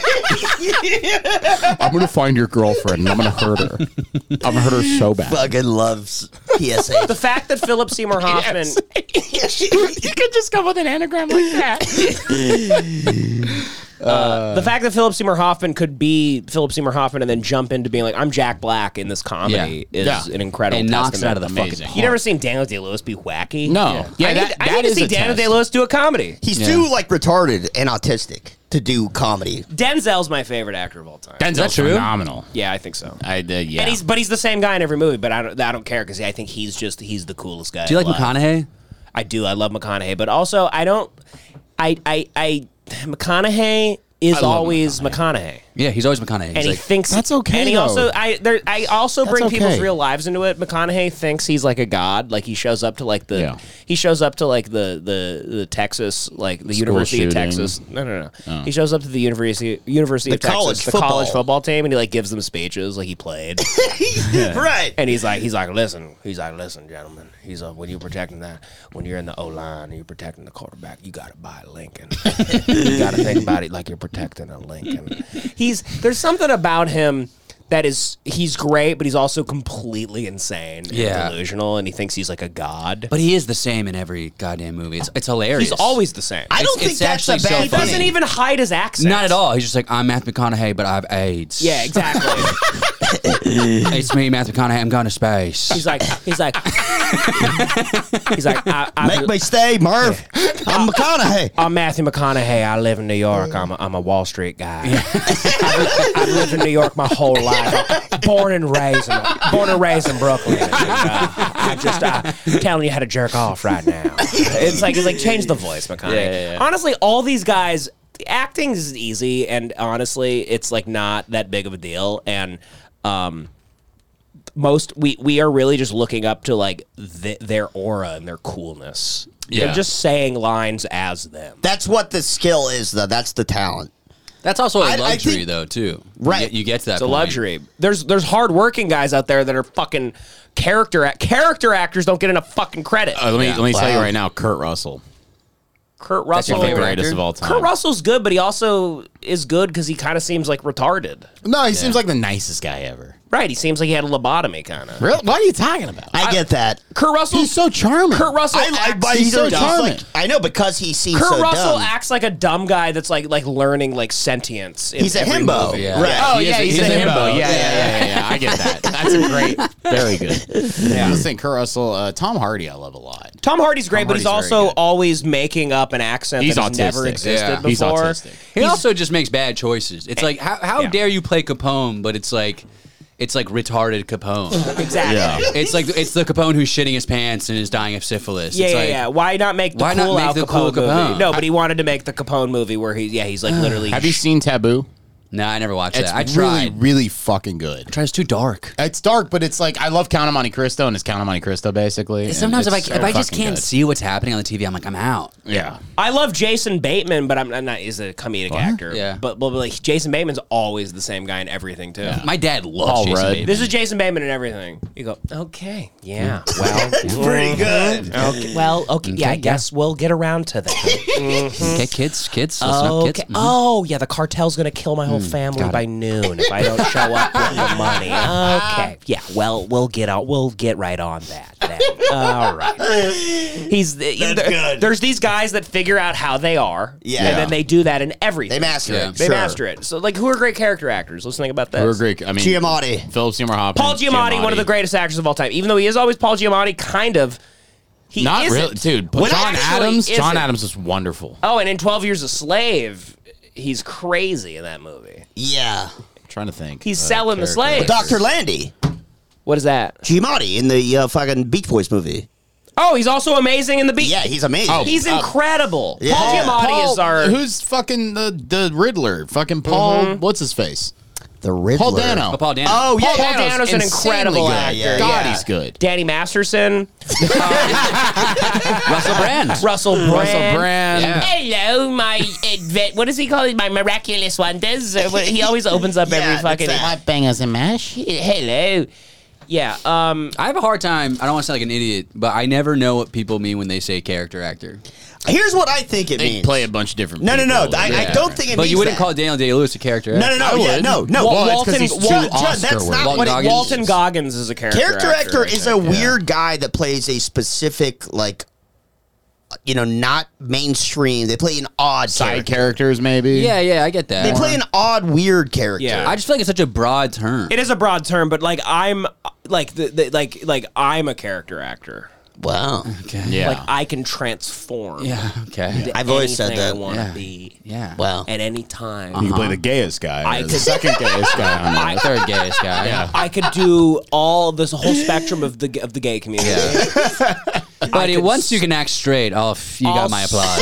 S3: I'm gonna find your girlfriend and I'm gonna hurt her. I'm gonna hurt her so bad.
S4: Fucking loves PSA.
S6: The fact that Philip Seymour Hoffman
S3: you could just come with an anagram like that.
S6: Uh, the fact that Philip Seymour Hoffman could be Philip Seymour Hoffman and then jump into being like, I'm Jack Black in this comedy is
S3: Yeah.
S6: an incredible
S5: And knocks it
S6: testament.
S5: out of the
S3: Amazing.
S5: fucking
S6: You
S5: park.
S6: never seen Daniel Day Lewis be wacky?
S3: No. Yeah,
S6: I
S3: that-
S6: need, I
S3: that
S6: need to
S3: is
S6: see
S3: a
S6: Daniel
S3: test.
S6: Day Lewis do a comedy.
S4: He's too like retarded and autistic to do comedy.
S6: Denzel's my favorite actor of all time.
S3: Denzel's
S5: true?
S3: phenomenal.
S6: yeah, I think so.
S3: I did. yeah.
S6: And he's but he's the same guy in every movie. But I don't I don't care because I think he's just he's the coolest guy.
S5: Do you like
S6: alive.
S5: McConaughey?
S6: I do. I love McConaughey, but also I don't. I I I McConaughey is
S3: love
S6: always McConaughey.
S5: Yeah, he's always McConaughey. He's
S6: and he
S5: like,
S6: thinks
S3: "That's okay,
S6: And he also,
S3: though."
S6: I there, I also bring people's
S3: okay.
S6: real lives into it. McConaughey thinks he's like a god. Like he shows up to like the
S3: Yeah.
S6: he shows up to like the the the Texas like the University of
S3: shooting. Oh.
S6: Texas. No, no, no. He shows up to the University University of Texas,
S4: college
S6: the
S4: football.
S6: college football team, and he like gives them speeches like he played.
S4: Right.
S6: And he's like, he's like, listen, he's like, listen, gentlemen. He's like, when you're protecting that, when you're in the O line, and you're protecting the quarterback, you gotta buy a Lincoln. you gotta think about it like you're protecting a Lincoln. He's there's something about him that is he's great, but he's also completely insane, and
S5: Yeah.
S6: delusional, and he thinks he's like a god.
S5: but he is the same in every goddamn movie. It's, it's hilarious.
S6: he's always the same.
S4: I don't
S5: It's-
S4: think
S5: it's
S4: that's a
S5: actually so
S4: bad
S6: he doesn't
S4: thing.
S6: even hide his accent.
S5: not at all. He's just like I'm Matthew McConaughey, but I have AIDS.
S6: Yeah, exactly.
S5: it's me, Matthew McConaughey. I'm going to space.
S6: he's like, he's like, he's like, I, I,
S4: Make me stay, Murph. I'm McConaughey.
S6: I'm Matthew McConaughey. I live in New York. I'm a, I'm a Wall Street guy. I've, I've lived in New York my whole life. Born and raised, in, born and raised in Brooklyn. And, uh, I just uh, telling you how to jerk off right now. It's like it's like change the voice, McConaughey. Honestly, all these guys. Acting is easy, and honestly, it's like not that big of a deal. And um, most we we are really just looking up to like th- their aura and their coolness.
S5: Yeah.
S6: They're just saying lines as them.
S4: That's what the skill is, though. That's the talent.
S5: That's also a
S4: I- I
S5: luxury,
S4: think-
S5: though, too.
S4: Right.
S5: You get, you get to that.
S6: It's a luxury. There's there's hardworking guys out there that are fucking character act- character actors don't get enough fucking credit.
S3: Uh, let me let me tell you
S4: Wow.
S3: right now, Kurt Russell,
S5: your
S6: Kurt Russell,
S3: the
S5: favorite
S3: greatest
S5: actor?
S3: of all time.
S6: Kurt Russell's good, but he also is good because he kind of seems like retarded.
S3: No, he seems like the nicest guy ever.
S6: Right? He seems like he had a lobotomy kind of.
S3: Really? What are you talking about?
S4: I, get that.
S6: Kurt Russell.
S3: He's so charming.
S6: Kurt Russell.
S4: I, I,
S6: acts-
S4: but
S3: he's
S4: he's
S3: so
S4: so dumb.
S3: charming.
S4: Like, I know because he seems
S6: Kurt
S4: so
S6: Russell
S4: dumb.
S6: acts like a dumb guy that's like like learning like sentience. in
S4: he's a
S6: every
S4: himbo.
S6: movie.
S5: Yeah.
S4: Right.
S3: Oh
S6: He is
S3: yeah,
S6: a-
S3: he's,
S6: he's
S3: a
S6: a
S3: himbo.
S6: himbo.
S3: Yeah, yeah, yeah, yeah, yeah. I get that. That's a great, very good. Yeah, I was thinking Kurt Russell, uh, Tom Hardy, I love a lot.
S6: Tom Hardy's great, but he's
S3: Hardy's very
S6: also
S3: good.
S6: always making up an accent
S3: He's
S6: that has never
S3: autistic.
S6: existed
S5: Yeah.
S6: before.
S3: He's Eh, autistic.
S5: He also just makes bad choices. It's like how, how
S6: Yeah.
S5: dare you play Capone, but it's like it's like retarded Capone.
S6: Exactly.
S5: it's like it's the Capone who's shitting his pants and is dying of syphilis.
S6: Yeah,
S5: it's
S6: yeah,
S5: like,
S6: yeah. Why not make the
S5: why not
S6: cool
S5: make
S6: Al
S5: the
S6: Capone,
S5: cool Capone?
S6: movie? No, but he wanted to make the Capone movie where he, yeah, he's like literally.
S3: Have you seen Taboo?
S5: No, I never watched
S3: It's
S5: that. I
S3: really,
S5: tried.
S3: really fucking good.
S5: Try, it's too dark.
S3: It's dark, but it's like I love Count of Monte Cristo, and it's Count of Monte Cristo basically. and
S5: Sometimes if
S3: it's
S5: I
S3: so
S5: if I just
S3: fucking
S5: can't
S3: good.
S5: see what's happening on the TV, I'm like I'm out.
S3: yeah,
S6: I love Jason Bateman, but I'm, I'm not. He's a comedic actor.
S5: Yeah.
S6: But, but, but, like Jason Bateman's always the same guy in everything too.
S5: My dad loves
S3: Paul
S5: Jason
S3: Rudd.
S5: Bateman.
S6: This is Jason Bateman in everything. You go, okay, yeah. Well,
S4: Pretty good.
S6: okay, well, okay, yeah. I
S5: Okay, yeah.
S6: guess we'll get around to that.
S5: okay, kids, kids, listen up, kids.
S6: okay.
S5: Mhm.
S6: Oh, yeah. The cartel's gonna kill my whole family by noon if I don't show up with the money. Okay. Yeah. Well, we'll get on. We'll get right on that. Then. All right. He's the, there-
S4: good.
S6: there's these guys that figure out how they are,
S4: Yeah.
S6: and then they do that in everything.
S4: They master
S5: Yeah.
S4: it.
S6: They
S4: sure.
S6: master it. So, like, who are great character actors? Let's think about that.
S3: we're great. I mean,
S4: Giamatti.
S3: Philip Seymour Hoffman,
S6: Paul Giamatti, one of the greatest actors of all time. Even though he is always Paul Giamatti, kind of. He
S3: Not
S6: isn't.
S3: really, dude. But
S6: When
S3: John
S6: actually
S3: Adams. John
S6: isn't.
S3: Adams is wonderful.
S6: Oh, and in Twelve Years a Slave, he's crazy in that movie.
S4: Yeah.
S3: I'm trying to think. Uh,
S6: He's selling the slaves.
S4: Dr. Landy.
S6: What is that?
S4: Giamatti in the uh, fucking Beach Boys movie.
S6: Oh, he's also amazing in the beat.
S4: Yeah, he's amazing.
S3: Oh.
S6: he's
S3: uh,
S6: incredible.
S4: yeah.
S6: Paul Giamatti
S3: Paul-
S6: is our. Mm-hmm.
S3: who's fucking the the Riddler? Fucking Paul. What's his face?
S4: the Riddler.
S3: Paul Dano.
S5: Oh, Paul Dano.
S4: Oh, yeah.
S6: Paul Dano's an
S3: insanely
S6: incredible
S3: good.
S6: actor,
S4: Yeah,
S3: God,
S4: yeah.
S3: he's good.
S6: Danny Masterson,
S5: Russell Brand.
S6: Russell Brand.
S3: Russell Brand.
S5: Yeah.
S7: Hello, my advent. What does he call it? My miraculous wonders. Uh, what- He always opens up
S4: Yeah,
S7: every fucking.
S4: that's that.
S3: bangers and mash.
S7: Hello.
S6: Yeah. Um.
S5: I have a hard time. I don't want to sound like an idiot, but I never know what people mean when they say character actor.
S4: Here's what I think it
S3: They
S4: means.
S3: play a bunch of different.
S4: no, no, no.
S3: people.
S4: I,
S3: Yeah.
S4: I don't think it
S5: But
S4: means
S5: you wouldn't
S4: that.
S5: call Daniel Day Lewis a character
S4: No,
S5: actor.
S4: no, no. yeah,
S3: would.
S4: no, no.
S6: Wal-
S3: Well, it's 'cause
S6: Walton,
S3: he's too
S6: Wal-
S4: Judd, that's
S3: Oscar-worthy.
S4: not
S5: Walton
S4: what it
S5: Goggins.
S6: Walton Goggins is a character.
S4: character actor is
S6: I
S4: a
S6: think.
S4: weird guy that plays a specific like you know not mainstream they play an odd
S3: side
S4: character.
S3: characters maybe.
S5: Yeah, yeah, I get that.
S4: they play an odd weird character
S6: Yeah.
S5: I just feel like it's such a broad term.
S6: It is a broad term, but like I'm, like the, the like like I'm a character actor.
S4: wow
S5: okay.
S3: Yeah.
S6: Like I can transform.
S5: Yeah. Okay.
S6: into
S4: Oh. I've always said
S6: anything I
S4: that.
S6: want to
S5: Yeah.
S6: be.
S5: Yeah.
S4: wow
S6: At any time.
S3: You can play the gayest guy.
S6: uh-huh. I
S3: or the
S6: could-
S3: second gayest guy on
S5: I'm the third gayest guy.
S3: Yeah.
S6: I could do all this whole spectrum of the of the gay community.
S5: Buddy, once you can act straight, oh, f- you got my applause.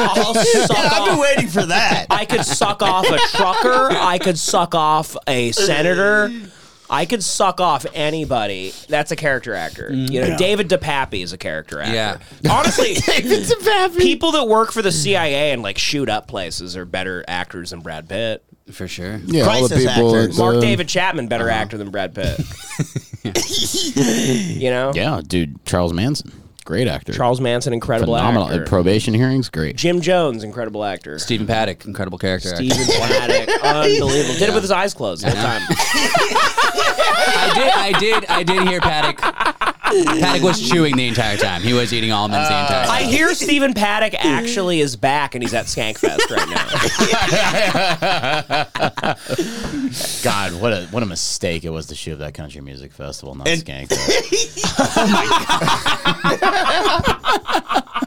S6: I'll suck
S4: I've been
S6: off.
S4: waiting for that.
S6: I could suck off a trucker. I could suck off a senator. I could suck off anybody. That's a character actor.
S5: Mm-hmm.
S6: You know, David DePappy is a character actor. Yeah. Honestly, people that work for the CIA and like shoot up places are better actors than Brad Pitt.
S5: For sure.
S8: Yeah, all the
S4: Crisis
S8: people.
S4: actors.
S8: uh,
S6: Mark
S3: um,
S6: David Chapman better
S5: uh-huh.
S6: actor than Brad Pitt. you know,
S3: Yeah, dude, Charles Manson, great actor.
S6: Charles Manson, incredible
S3: Phenomenal.
S6: actor.
S3: Probation hearings, great.
S6: Jim Jones, incredible actor.
S5: Stephen Paddock, incredible character. actor.
S6: Steven Paddock, unbelievable. Did it with his eyes closed the whole time.
S5: I did, I did, I did hear Paddock. Paddock was chewing the entire time. He was eating almonds
S4: Uh,
S5: the entire
S6: I
S5: time.
S6: hear Stephen Paddock actually is back and he's at Skankfest right now.
S3: God, what a what a mistake it was to shoot that country music festival, not Skank.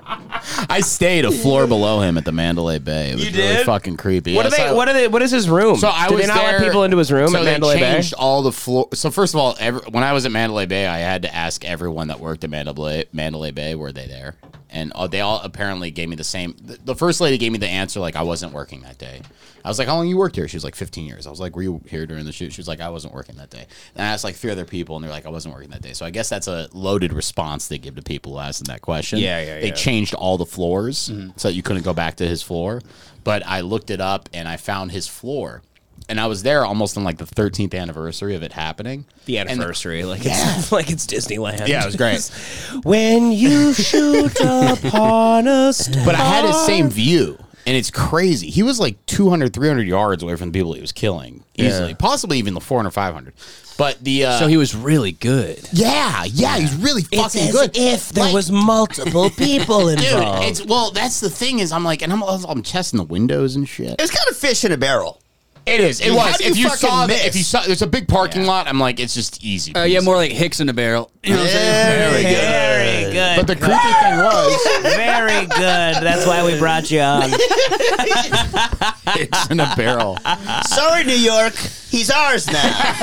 S6: Oh
S3: I stayed a floor below him at the Mandalay Bay. It was
S6: You
S3: really
S6: did?
S3: fucking creepy.
S6: What are
S3: Yes,
S6: they?
S3: I-
S6: What are they? What is his room?
S3: So I
S6: Did
S3: was
S6: they not
S3: there,
S6: let people into his room
S3: so
S6: at
S3: they
S6: Mandalay Bay?
S3: changed all the floor. So first of all, every, when I was at Mandalay Bay, I had to ask everyone that worked at Mandalay Mandalay Bay were they there, and uh, they all apparently gave me the same. The, the first lady gave me the answer like I wasn't working that day. I was like, "How long you worked here?" She was like, "15 years." I was like, "Were you here during the shoot?" She was like, "I wasn't working that day." And I asked like three other people, and they're like, "I wasn't working that day." So I guess that's a loaded response they give to people asking that question.
S6: Yeah, yeah,
S3: They
S6: yeah. Mm-hmm.
S3: changed all the floors so that you couldn't go back to his floor. But I looked it up and I found his floor. And I was there almost on like the 13th anniversary of it happening.
S6: The
S3: And-
S6: anniversary, like it's like it's Disneyland.
S3: yeah, it was great.
S6: when you shoot upon a star.
S3: but I had his same view. And it's crazy. He was like 200, 300 yards away from the people he was killing easily, possibly even the 400, 500. But the. Uh,
S5: So he was really good.
S3: yeah, yeah, he's really fucking good.
S6: if there
S3: Like-
S6: was multiple people
S3: Dude,
S6: involved.
S3: it's well. That's the thing is, I'm like, and I'm, I'm testing the windows and shit.
S4: It's kind of fish in a barrel.
S3: It is. It
S4: How
S3: was.
S4: do you
S3: If you
S4: fucking
S3: saw
S4: miss?
S3: that, if you saw, there's a big parking lot. I'm like, it's just easy.
S5: Uh, yeah,
S3: peasy.
S5: more like Hicks in a barrel. You know what I'm saying?
S4: Very
S6: very good.
S3: But the creepy thing was,
S6: very good. That's why we brought you on.
S3: it's in a barrel.
S4: Sorry, New York. He's ours now.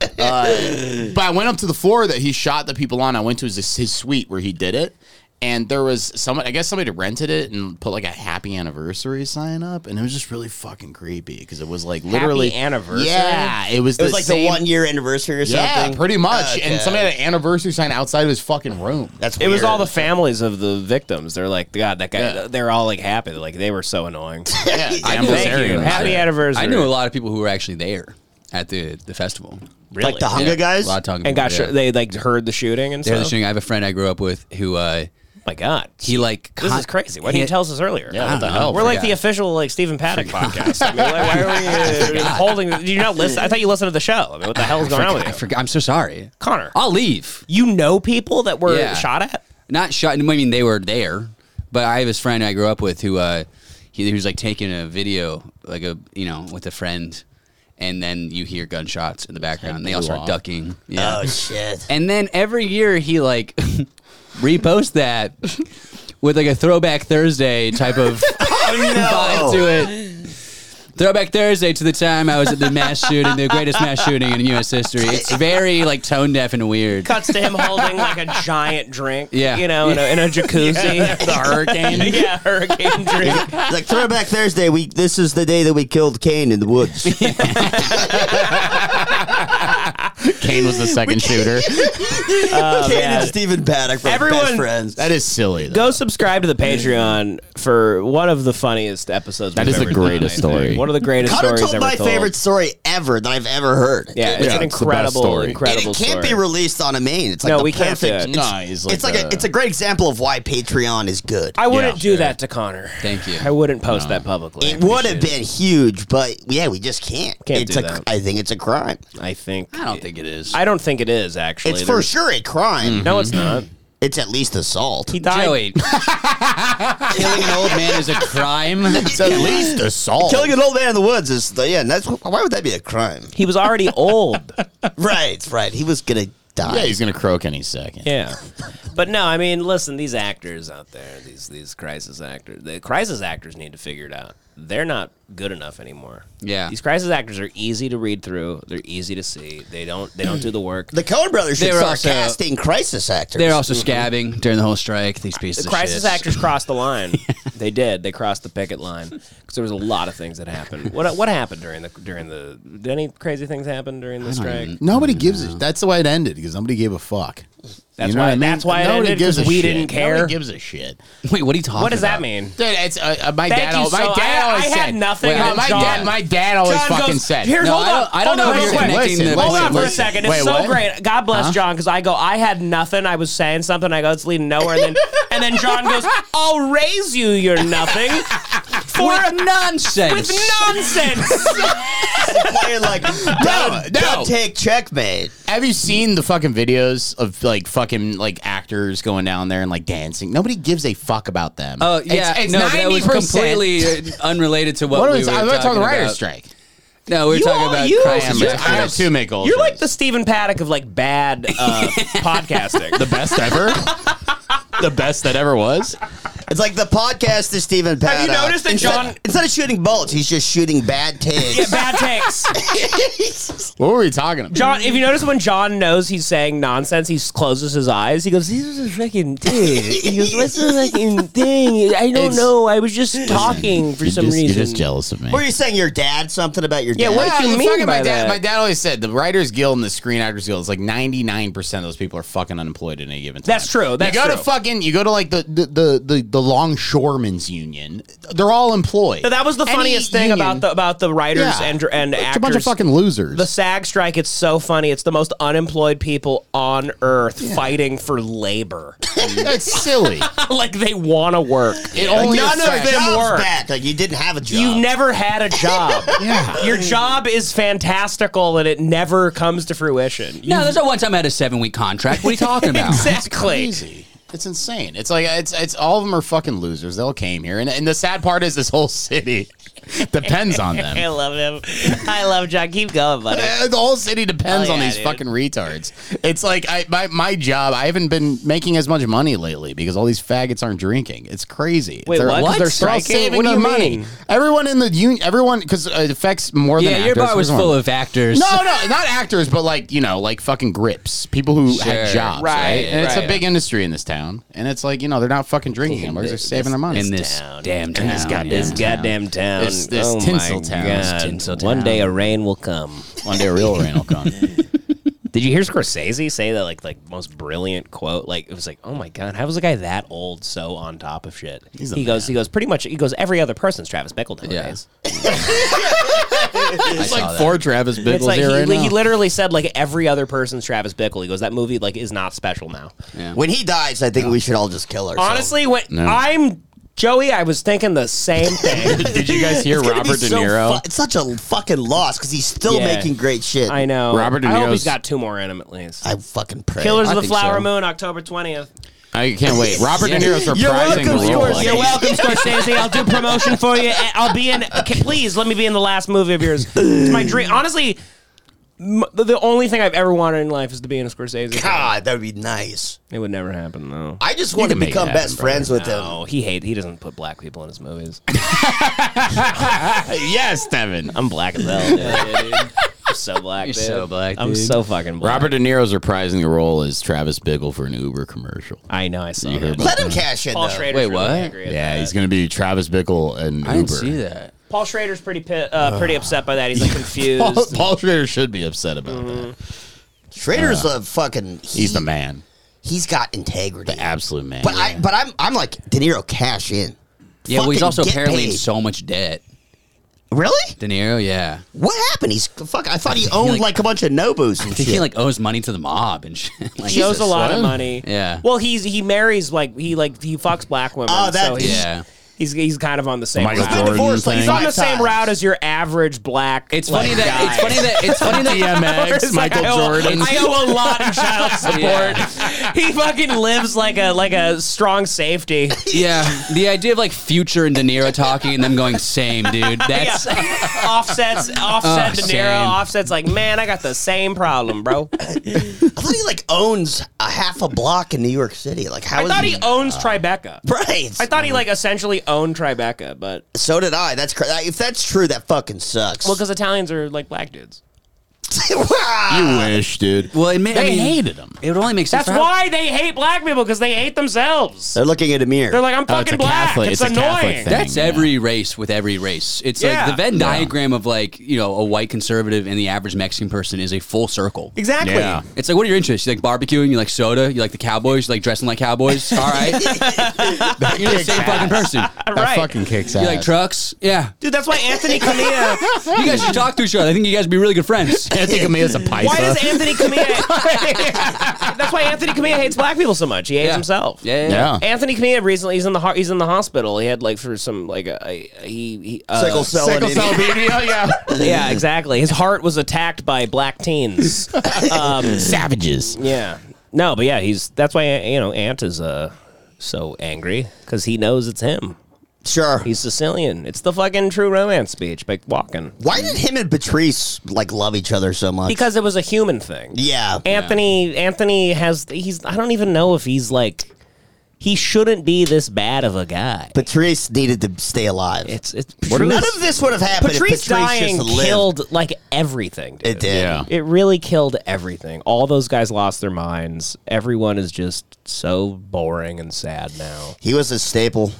S3: But I went up to the floor that he shot the people on. I went to his his suite where he did it, and there was someone. I guess somebody rented it and put like a happy anniversary sign up, and it was just really fucking creepy because it was like literally
S6: anniversary?
S3: Yeah, Ah, it was.
S4: It was like the
S3: same-
S4: one year anniversary or
S3: Yeah,
S4: something.
S3: pretty much. And somebody had an anniversary sign outside of his fucking room.
S4: That's
S6: It was
S4: weird.
S6: all the families of the victims. They're like, God, that guy.
S3: Yeah.
S6: They're all like happy. Like they were so annoying.
S3: yeah, damn
S6: Thank
S3: Lazarian
S6: you.
S3: was
S6: Happy
S3: there.
S6: anniversary.
S5: I knew a lot of people who were actually there at the, the festival.
S6: Really?
S4: like the Hunger Guys.
S5: A lot of talking
S6: and
S5: people,
S6: got
S5: yeah.
S6: sh- they like heard the shooting and
S5: They're the
S6: stuff.
S5: shooting. I have a friend I grew up with who uh,
S6: My God,
S5: he like
S6: this
S5: con-
S6: is crazy. Why didn't you
S5: he-
S6: tell us this earlier?
S3: Yeah, what the hell?
S6: We're like the
S5: Yeah.
S6: official like Stephen Paddock podcast. I mean, why, why are we uh, holding? Do you not listen? I thought you listened to the show. I mean, what the hell is going on
S5: I
S6: with you,
S5: forgot. I'm so sorry.
S6: Connor?
S5: I'll leave.
S6: You know people that were
S5: Yeah.
S6: shot at.
S5: Not shot. I mean, they were there, but I have this friend I grew up with who uh, he, he was like taking a video, like a you know, with a friend, and then you hear gunshots in the background. and they all
S3: blew
S5: start
S3: off.
S5: ducking. Yeah.
S4: Oh shit.
S5: And then every year he like reposts that with like a throwback Thursday type of vibe
S4: Oh.
S5: to it. Throwback Thursday to the time I was at the mass shooting, the greatest mass shooting in U.S. history. It's very like tone deaf and weird.
S6: Cuts to him holding like a giant drink.
S5: Yeah.
S6: you know, in a, in a jacuzzi.
S3: the hurricane.
S6: yeah, hurricane drink.
S4: like Throwback Thursday. We this is the day that we killed Cain in the woods.
S3: Kane was the second shooter.
S6: Oh,
S4: Cain and Stephen Paddock were
S6: Everyone-
S4: best friends.
S3: That is silly. Though.
S6: Go subscribe to the Patreon for one of the funniest episodes.
S3: That
S6: we've
S3: is the
S6: ever done,
S3: greatest
S6: I think.
S3: story.
S6: One of the greatest
S4: Connor
S6: stories
S4: told
S6: ever
S4: my
S6: told.
S4: favorite story ever that I've ever heard.
S6: Yeah, it's
S3: Yeah,
S6: an
S3: it's the best
S6: incredible,
S3: story.
S4: And
S6: incredible
S4: it can't
S6: story.
S4: be released on a main. It's like
S6: No,
S4: the
S6: we can't
S4: perfect,
S6: do it.
S4: It's,
S3: No, he's
S4: it's like,
S3: like
S4: a,
S3: the-
S4: it's a great example of why Patreon is good.
S6: I wouldn't
S3: Yeah,
S6: do
S3: sure.
S6: that to Connor.
S5: Thank you.
S6: I wouldn't post that publicly. I
S4: it would have
S6: appreciate
S4: been huge, but yeah, we just can't.
S6: Can't
S4: it's
S6: do
S4: a,
S6: that.
S4: I think it's a crime.
S6: it. I think.
S5: I don't think it is.
S6: I don't think it is actually.
S4: It's for
S6: There's-
S4: sure a crime.
S6: No, it's not.
S4: It's at least assault.
S6: He died.
S5: Joey, killing an old man is a crime.
S4: It's at least
S3: assault.
S4: killing an old man in the woods is the, yeah. and That's why would that be a crime?
S6: He was already old.
S4: right, right. He was gonna die.
S3: Yeah, he's gonna croak any second.
S6: yeah. But no, I mean, listen, these actors out there, these these crisis actors, the crisis actors need to figure it out. They're not good enough anymore.
S5: Yeah.
S6: these crisis actors are easy to read through. They're easy to see. They don't they don't do the work.
S4: The Coen Brothers should
S5: They were
S4: start
S5: also-
S4: casting crisis actors.
S5: They're also scabbing during the whole strike. These pieces
S6: the
S5: of
S6: crisis
S5: shit.
S6: actors crossed the line. They did. They crossed the picket line because there was a lot of things that happened. What what happened during the during the? Did any crazy things happen during the strike?
S3: Nobody gives a. That's why it ended because nobody gave a fuck.
S6: That's
S3: what
S6: why- that's why it
S3: Nobody
S6: ended,
S3: gives a
S6: 'cause we
S3: shit.
S6: didn't care.
S3: Nobody gives a shit.
S5: Wait, what are you talking?
S6: What does that
S5: about?
S6: mean?
S3: Dude, it's uh, uh, my
S6: Thank
S3: dad.
S6: you
S3: al- my
S6: so-
S3: dad
S6: I-
S3: always
S6: I
S3: said
S6: had nothing
S3: Wait,
S6: and
S3: my
S6: John-
S3: dad. My dad
S5: Oh,
S3: always
S6: John
S3: fucking
S6: goes,
S3: said.
S6: Here's,
S5: No,
S6: hold
S5: I
S6: on.
S5: don't- I don't
S6: hold
S5: know if
S6: on real
S5: you're
S6: quick.
S5: connecting the-
S6: Hold on
S5: listen,
S6: for a
S5: listen.
S6: second. It's
S3: Wait,
S6: so
S3: what?
S6: great. God bless John because I go, I had nothing. I was saying something. I go, it's leading nowhere. And then, and then John goes, I'll raise you your nothing for
S5: With nonsense.
S6: with nonsense.
S4: playing like no,
S3: no.
S4: take checkmate.
S3: Have you seen the fucking videos of like fucking like actors going down there and like dancing? Nobody gives a fuck about them.
S5: Oh yeah,
S3: it's, it's
S5: no, that was
S3: 90%.
S5: completely uh, unrelated to what,
S3: What
S5: we
S3: was
S5: were
S3: I
S5: talking
S3: was talking about the writer's
S5: about.
S3: strike.
S5: No, we were
S6: You
S5: talking
S6: are-
S5: about
S6: you-
S5: crisis
S6: you're-
S3: I have
S5: actors.
S3: two make goals.
S6: You're like the Stephen Paddock of like bad uh, podcasting.
S3: the best ever. the best that ever was.
S4: It's like the podcast is Stephen Paddock.
S6: you noticed that
S4: instead,
S6: John-
S4: Instead of shooting bullets, he's just shooting bad
S6: Yeah,
S4: takes.
S6: bad takes.
S3: What were we talking about?
S6: John, if you notice when John knows he's saying nonsense, he s- closes his eyes. He goes, "This is a fucking thing." He goes, "What's the fucking thing? I don't
S3: It's-
S6: know. I was just talking for
S3: you're
S6: some
S3: just,
S6: reason."
S3: You're just jealous of me.
S4: Were you saying your dad something about your dad?
S6: what do you
S3: the
S6: mean
S3: fucking-
S6: by
S3: my dad,
S6: that?
S3: My dad always said the Writers Guild and the Screen Actors Guild is like ninety nine percent of those people are fucking unemployed at any given time.
S6: That's true, that's
S3: you go to
S6: true.
S3: fucking you go to like the the the the, the longshoremen's union. They're all employed.
S6: But that was the
S3: Any
S6: funniest thing
S3: union-
S6: about the about the writers
S3: Yeah.
S6: and and
S3: It's
S6: actors.
S3: a bunch of fucking losers.
S6: the SAG strike. It's so funny. It's the most unemployed people on earth fighting for labor.
S3: That's silly.
S6: like they want to work.
S3: It only
S4: None of
S3: affects-
S4: them
S6: work.
S4: Back. Like you didn't have a job.
S6: You never had a job. yeah. Your job is fantastical and it never comes to fruition. You-
S5: No, there's not one time I had a seven week contract. What are you talking about?
S6: exactly.
S3: crazy. It's insane. It's like it's it's all of them are fucking losers. They all came here, and and the sad part is this whole city depends on them.
S6: I love him. I love John. Keep going, buddy.
S3: Uh, the whole city depends
S6: Oh,
S3: on
S6: yeah,
S3: these
S6: dude.
S3: fucking retards. It's like I my, my job. I haven't been making as much money lately because all these faggots aren't drinking. It's crazy.
S6: Wait,
S3: they're,
S6: what? 'Cause they're
S3: They're all
S6: striking?
S3: saving
S6: What do
S3: their
S6: you
S3: money.
S6: mean?
S3: Everyone in the union. Everyone because it affects more
S5: yeah,
S3: than
S5: your
S3: actors.
S5: bar was
S3: Everyone-
S5: full of actors.
S3: No, no, not actors, but like you know, like fucking grips, people who had
S5: Sure.
S3: jobs, right?
S6: Right,
S3: And it's a
S6: right.
S3: big industry in this town, and it's like you know they're not fucking drinking anymore; they're saving their money.
S5: in this damn town.
S6: this
S5: yeah.
S6: goddamn town.
S3: This- this
S6: oh
S3: Tinseltown.
S6: My
S3: This
S6: God.
S5: Tinseltown.
S6: One day a rain will come.
S3: one day a real rain will come.
S6: Did you hear Scorsese say that like like most brilliant quote? Like it was like, oh my god, how was a guy that old so on top of shit?
S3: the
S6: he goes, he goes, pretty much, he goes, every other person's Travis Bickle nowadays.
S3: it's like four Travis Bickles
S6: It's like he,
S3: here right
S6: li-
S3: now.
S6: he literally said like every other person's Travis Bickle. He goes, that movie like is not special now.
S4: When he dies, I think we should all just kill ourselves.
S6: Honestly, when I'm Joey, I was thinking the same thing.
S3: Did you guys hear
S4: It's gonna be
S3: Robert De
S4: so
S3: Niro?
S4: fu- it's such a fucking loss because he's still
S6: Yeah.
S4: making great shit.
S6: I know.
S3: Robert De
S6: I hope
S3: Niro's-
S6: he's got two more in him at least.
S4: I fucking pray.
S6: Killers
S3: I
S6: of the
S3: think
S6: Flower
S3: so.
S6: Moon, October twentieth.
S3: I can't wait. Robert De Niro's reprising
S4: You're welcome,
S3: the role.
S4: Scorsese.
S6: You're welcome, Scorsese. I'll do promotion for you. I'll be in. Can, please let me be in the last movie of yours. It's my dream. Honestly, m- the only thing I've ever wanted in life is to be in a Scorsese. film.
S4: God, that would be nice.
S6: It would never happen though.
S4: I just want to
S3: can make it
S4: become
S3: happen,
S4: best friends with him.
S6: No, he hate. He doesn't put black people in his movies.
S3: yes, Devin.
S6: I'm black as hell. Dude. I'm so black.
S5: You're
S6: dude.
S5: so black,
S6: I'm
S5: dude.
S6: so fucking black.
S3: Robert De Niro's reprising the role as Travis Bickle for an Uber commercial.
S6: I know. I saw
S3: You hear
S6: that.
S3: about-
S4: Let him cash in.
S6: Paul
S4: though.
S6: Schrader's
S5: Wait,
S6: really
S5: what?
S6: angry at
S3: Yeah,
S6: that.
S3: he's going to be Travis Bickle and Uber.
S5: I didn't see that.
S6: Paul Schrader's pretty pi- uh, pretty upset by that. He's like confused.
S3: Paul, Paul Schrader should be upset about that.
S4: Schrader's a fucking.
S3: He's the
S4: he-
S3: man,
S4: He's got integrity.
S3: the absolute man.
S4: But I, but I'm, I'm like De Niro cash in.
S5: Yeah, well, he's
S4: Fucking
S5: also
S4: get
S5: apparently in
S4: paid.
S5: so much debt.
S4: really.
S5: De Niro, yeah.
S4: What happened? He's fuck. I thought he owned
S5: like-
S4: like, a bunch of Nobus and
S5: I think he
S4: shit.
S5: like owes money to the mob and shit. Like,
S6: He owes a lot of
S3: son.
S6: money.
S5: Yeah.
S6: Well, he's he marries like he like he fucks black women.
S4: Oh, that-
S6: so he's,
S5: yeah.
S6: he's he's kind of on the same.
S3: Michael
S6: route.
S4: been
S3: Jordan
S4: divorced, like,
S3: thing.
S6: He's on the
S4: Five
S6: same
S4: times.
S6: route as your average black.
S5: It's funny
S6: like,
S5: that
S6: guy.
S5: it's funny that it's funny that
S3: DMX,
S6: It's like,
S3: Michael
S6: I owe-
S3: Jordan.
S6: I owe a lot in child support. He fucking lives like a like a strong safety.
S5: Yeah, the idea of like Future and De Niro talking and them going same, dude. That's
S6: Yeah. offsets offset
S5: Oh,
S6: De Niro.
S5: same.
S6: Offsets like man, I got the same problem, bro.
S4: I thought he like owns a a half a block in New York City. Like how
S6: I
S4: is
S6: thought he owns Tribeca.
S4: right?
S6: I thought he like essentially owned Tribeca, but
S4: so did I. That's cra- if that's true, that fucking sucks.
S6: well, because Italians are like black dudes.
S3: You wish, dude.
S5: Well, it may, I
S3: They
S5: mean,
S3: hated him.
S5: It would only make sense.
S6: That's why they hate black people because they hate themselves.
S4: They're looking at a mirror.
S6: They're like, I'm
S3: Uh, Oh, it's
S6: fucking
S3: a
S6: black.
S3: Catholic-
S6: It's,
S3: it's a Catholic
S6: annoying.
S3: thing.
S5: That's
S3: yeah.
S5: every race with every race. It's
S6: Yeah.
S5: like the Venn
S6: Yeah.
S5: diagram of like you know a white conservative and the average Mexican person is a full circle.
S6: Exactly.
S3: Yeah.
S5: It's like what are your interests? You like barbecuing? You like soda? You like the Cowboys? You like dressing like Cowboys? All right, you're the same fucking person.
S3: That
S6: Right.
S3: fucking kicks ass.
S5: You like trucks? Yeah.
S6: Dude, that's why Anthony Camilla.
S5: You guys should talk to each other. I think you guys would be really good friends.
S3: I think of me as a pipe.
S6: why does Anthony Camilla? that's why Anthony Camilla hates black people so much. He hates
S5: Yeah.
S6: himself.
S5: Yeah. yeah, yeah.
S3: Yeah.
S6: Anthony Camilla recently he's in the ho- he's in the hospital. He had like for some like a, a- he, he uh,
S4: sickle cell
S3: Sickle cell
S4: anemia.
S3: anemia, yeah.
S6: Yeah, exactly. His heart was attacked by black teens. um,
S3: Savages.
S6: yeah. No, but yeah, he's that's why you know Ant is uh so angry because he knows it's him.
S4: Sure.
S6: He's Sicilian. It's the fucking true romance speech by Walken.
S4: Why did him and Patrice like love each other so much?
S6: Because it was a human thing.
S4: yeah,
S6: Anthony Anthony has he's I don't even know if he's like he shouldn't be this bad of a guy.
S4: Patrice needed to stay alive.
S6: it's it's
S4: None
S6: Patrice,
S4: of this would have happened. if
S6: Patrice,
S4: Patrice
S6: dying
S4: just lived.
S6: killed like everything. Dude.
S4: It did.
S3: Yeah.
S6: It really killed everything. All those guys lost their minds. Everyone is just so boring and sad now.
S4: He was a staple.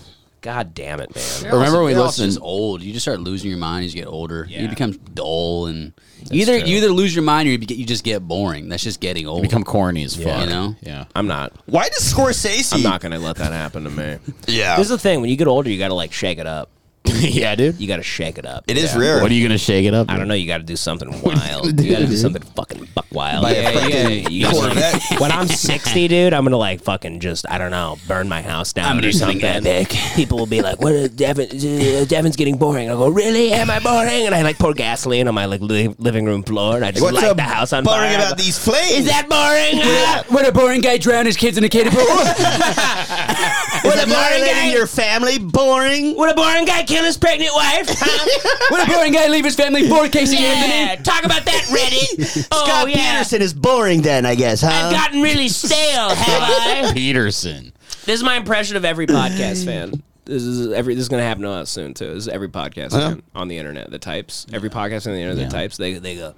S6: God damn it, man.
S3: Remember when we
S5: You're also
S3: listened?
S5: just old. You just start losing your mind as you get older.
S6: Yeah.
S5: You become dull and either you either lose your mind or you, be, you just get boring. That's just getting old.
S3: Become corny as fuck.
S5: Yeah. You know?
S3: Yeah.
S6: I'm not.
S4: Why does Scorsese?
S6: I'm not gonna let that happen to me.
S4: Yeah,
S6: This is the thing. When you get older, you gotta like shake it up.
S3: yeah, dude.
S6: You gotta shake it up.
S4: it is rare.
S3: What are you gonna shake it up?
S6: I don't know. You got to do something wild. you got to do something fucking buck wild.
S4: Buy a fucking
S6: You gotta-
S4: Corvette.
S6: when I'm 60, dude, I'm gonna like fucking just I don't know, burn my house down or something. People will be like, "What? Is Devin, uh, Devin's getting boring." I go, "Really? Am I boring?" And I like pour gasoline on my like li- living room floor, and I just
S4: What's
S6: light
S4: up?
S6: the house on
S4: boring
S6: fire. I
S4: about
S6: go,
S4: these flames?
S6: Is that boring? Ah,
S5: when a boring guy drowned his kids in a kiddie pool.
S4: Is that
S6: a boring
S4: violating
S6: guy?
S4: your family? Boring.
S6: Would a boring guy kill his pregnant wife? Huh?
S5: when a boring guy leave his family for Casey
S7: Yeah, talk about that Reddit. oh,
S4: Scott
S7: yeah.
S4: Peterson is boring. Then I guess, huh?
S7: I've gotten really stale, have I?
S3: Peterson.
S6: This is my impression of every podcast fan. This is every. This is gonna happen to us soon too. This is every podcast fan on the internet that types. Every podcast on the internet that types. They they go.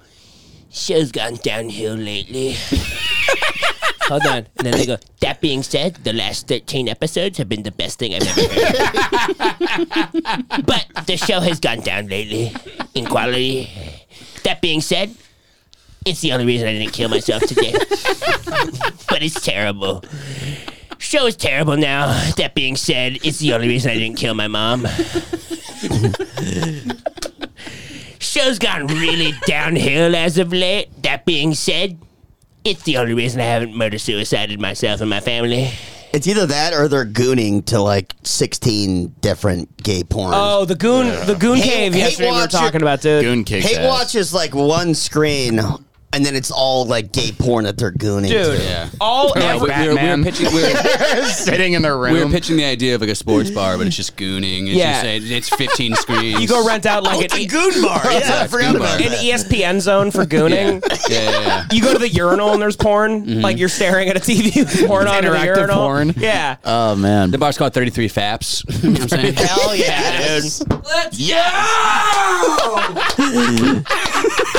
S7: Show's gone downhill lately.
S6: Hold on.
S7: And then they go, that being said, the last 13 episodes have been the best thing I've ever heard. but the show has gone down lately in quality. That being said, it's the only reason I didn't kill myself today. but it's terrible. Show is terrible now. That being said, it's the only reason I didn't kill my mom. Show's gone really downhill as of late. That being said, it's the only reason I haven't murder suicided myself and my family.
S4: It's either that or they're gooning to like sixteen different gay porn.
S6: Oh, the goon. The goon
S4: Hate-
S6: cave.
S4: hate
S6: yesterday we were
S4: watch it.
S6: talking about dude.
S3: Goon kicks
S4: Hate
S3: ass.
S4: Watch is like one screen, and then it's all like gay porn that they're gooning.
S6: Dude,
S4: to.
S6: all
S5: Yeah, we,
S6: every,
S5: we were, we were pitching. We were,
S3: Sitting in their room.
S5: we were pitching the idea of like a sports bar, but it's just gooning. It's
S6: Yeah.
S5: just, it's 15 screens.
S6: you go rent out like
S4: It's
S6: an,
S4: Oh,
S6: E-
S4: a goon bar. Yeah, I forgot
S5: goon
S4: about
S5: bar.
S6: an E
S4: that.
S6: ESPN zone for
S5: Yeah,
S6: gooning.
S5: yeah, yeah, yeah.
S6: You go to the urinal and there's porn.
S5: Mm-hmm.
S6: Like you're staring at a TV with porn on in the
S3: interactive
S6: urinal.
S3: porn.
S6: Yeah.
S5: Uh.
S3: Oh man.
S5: The bar's called 33 Faps. You know what I'm saying?
S6: Hell yeah, dude.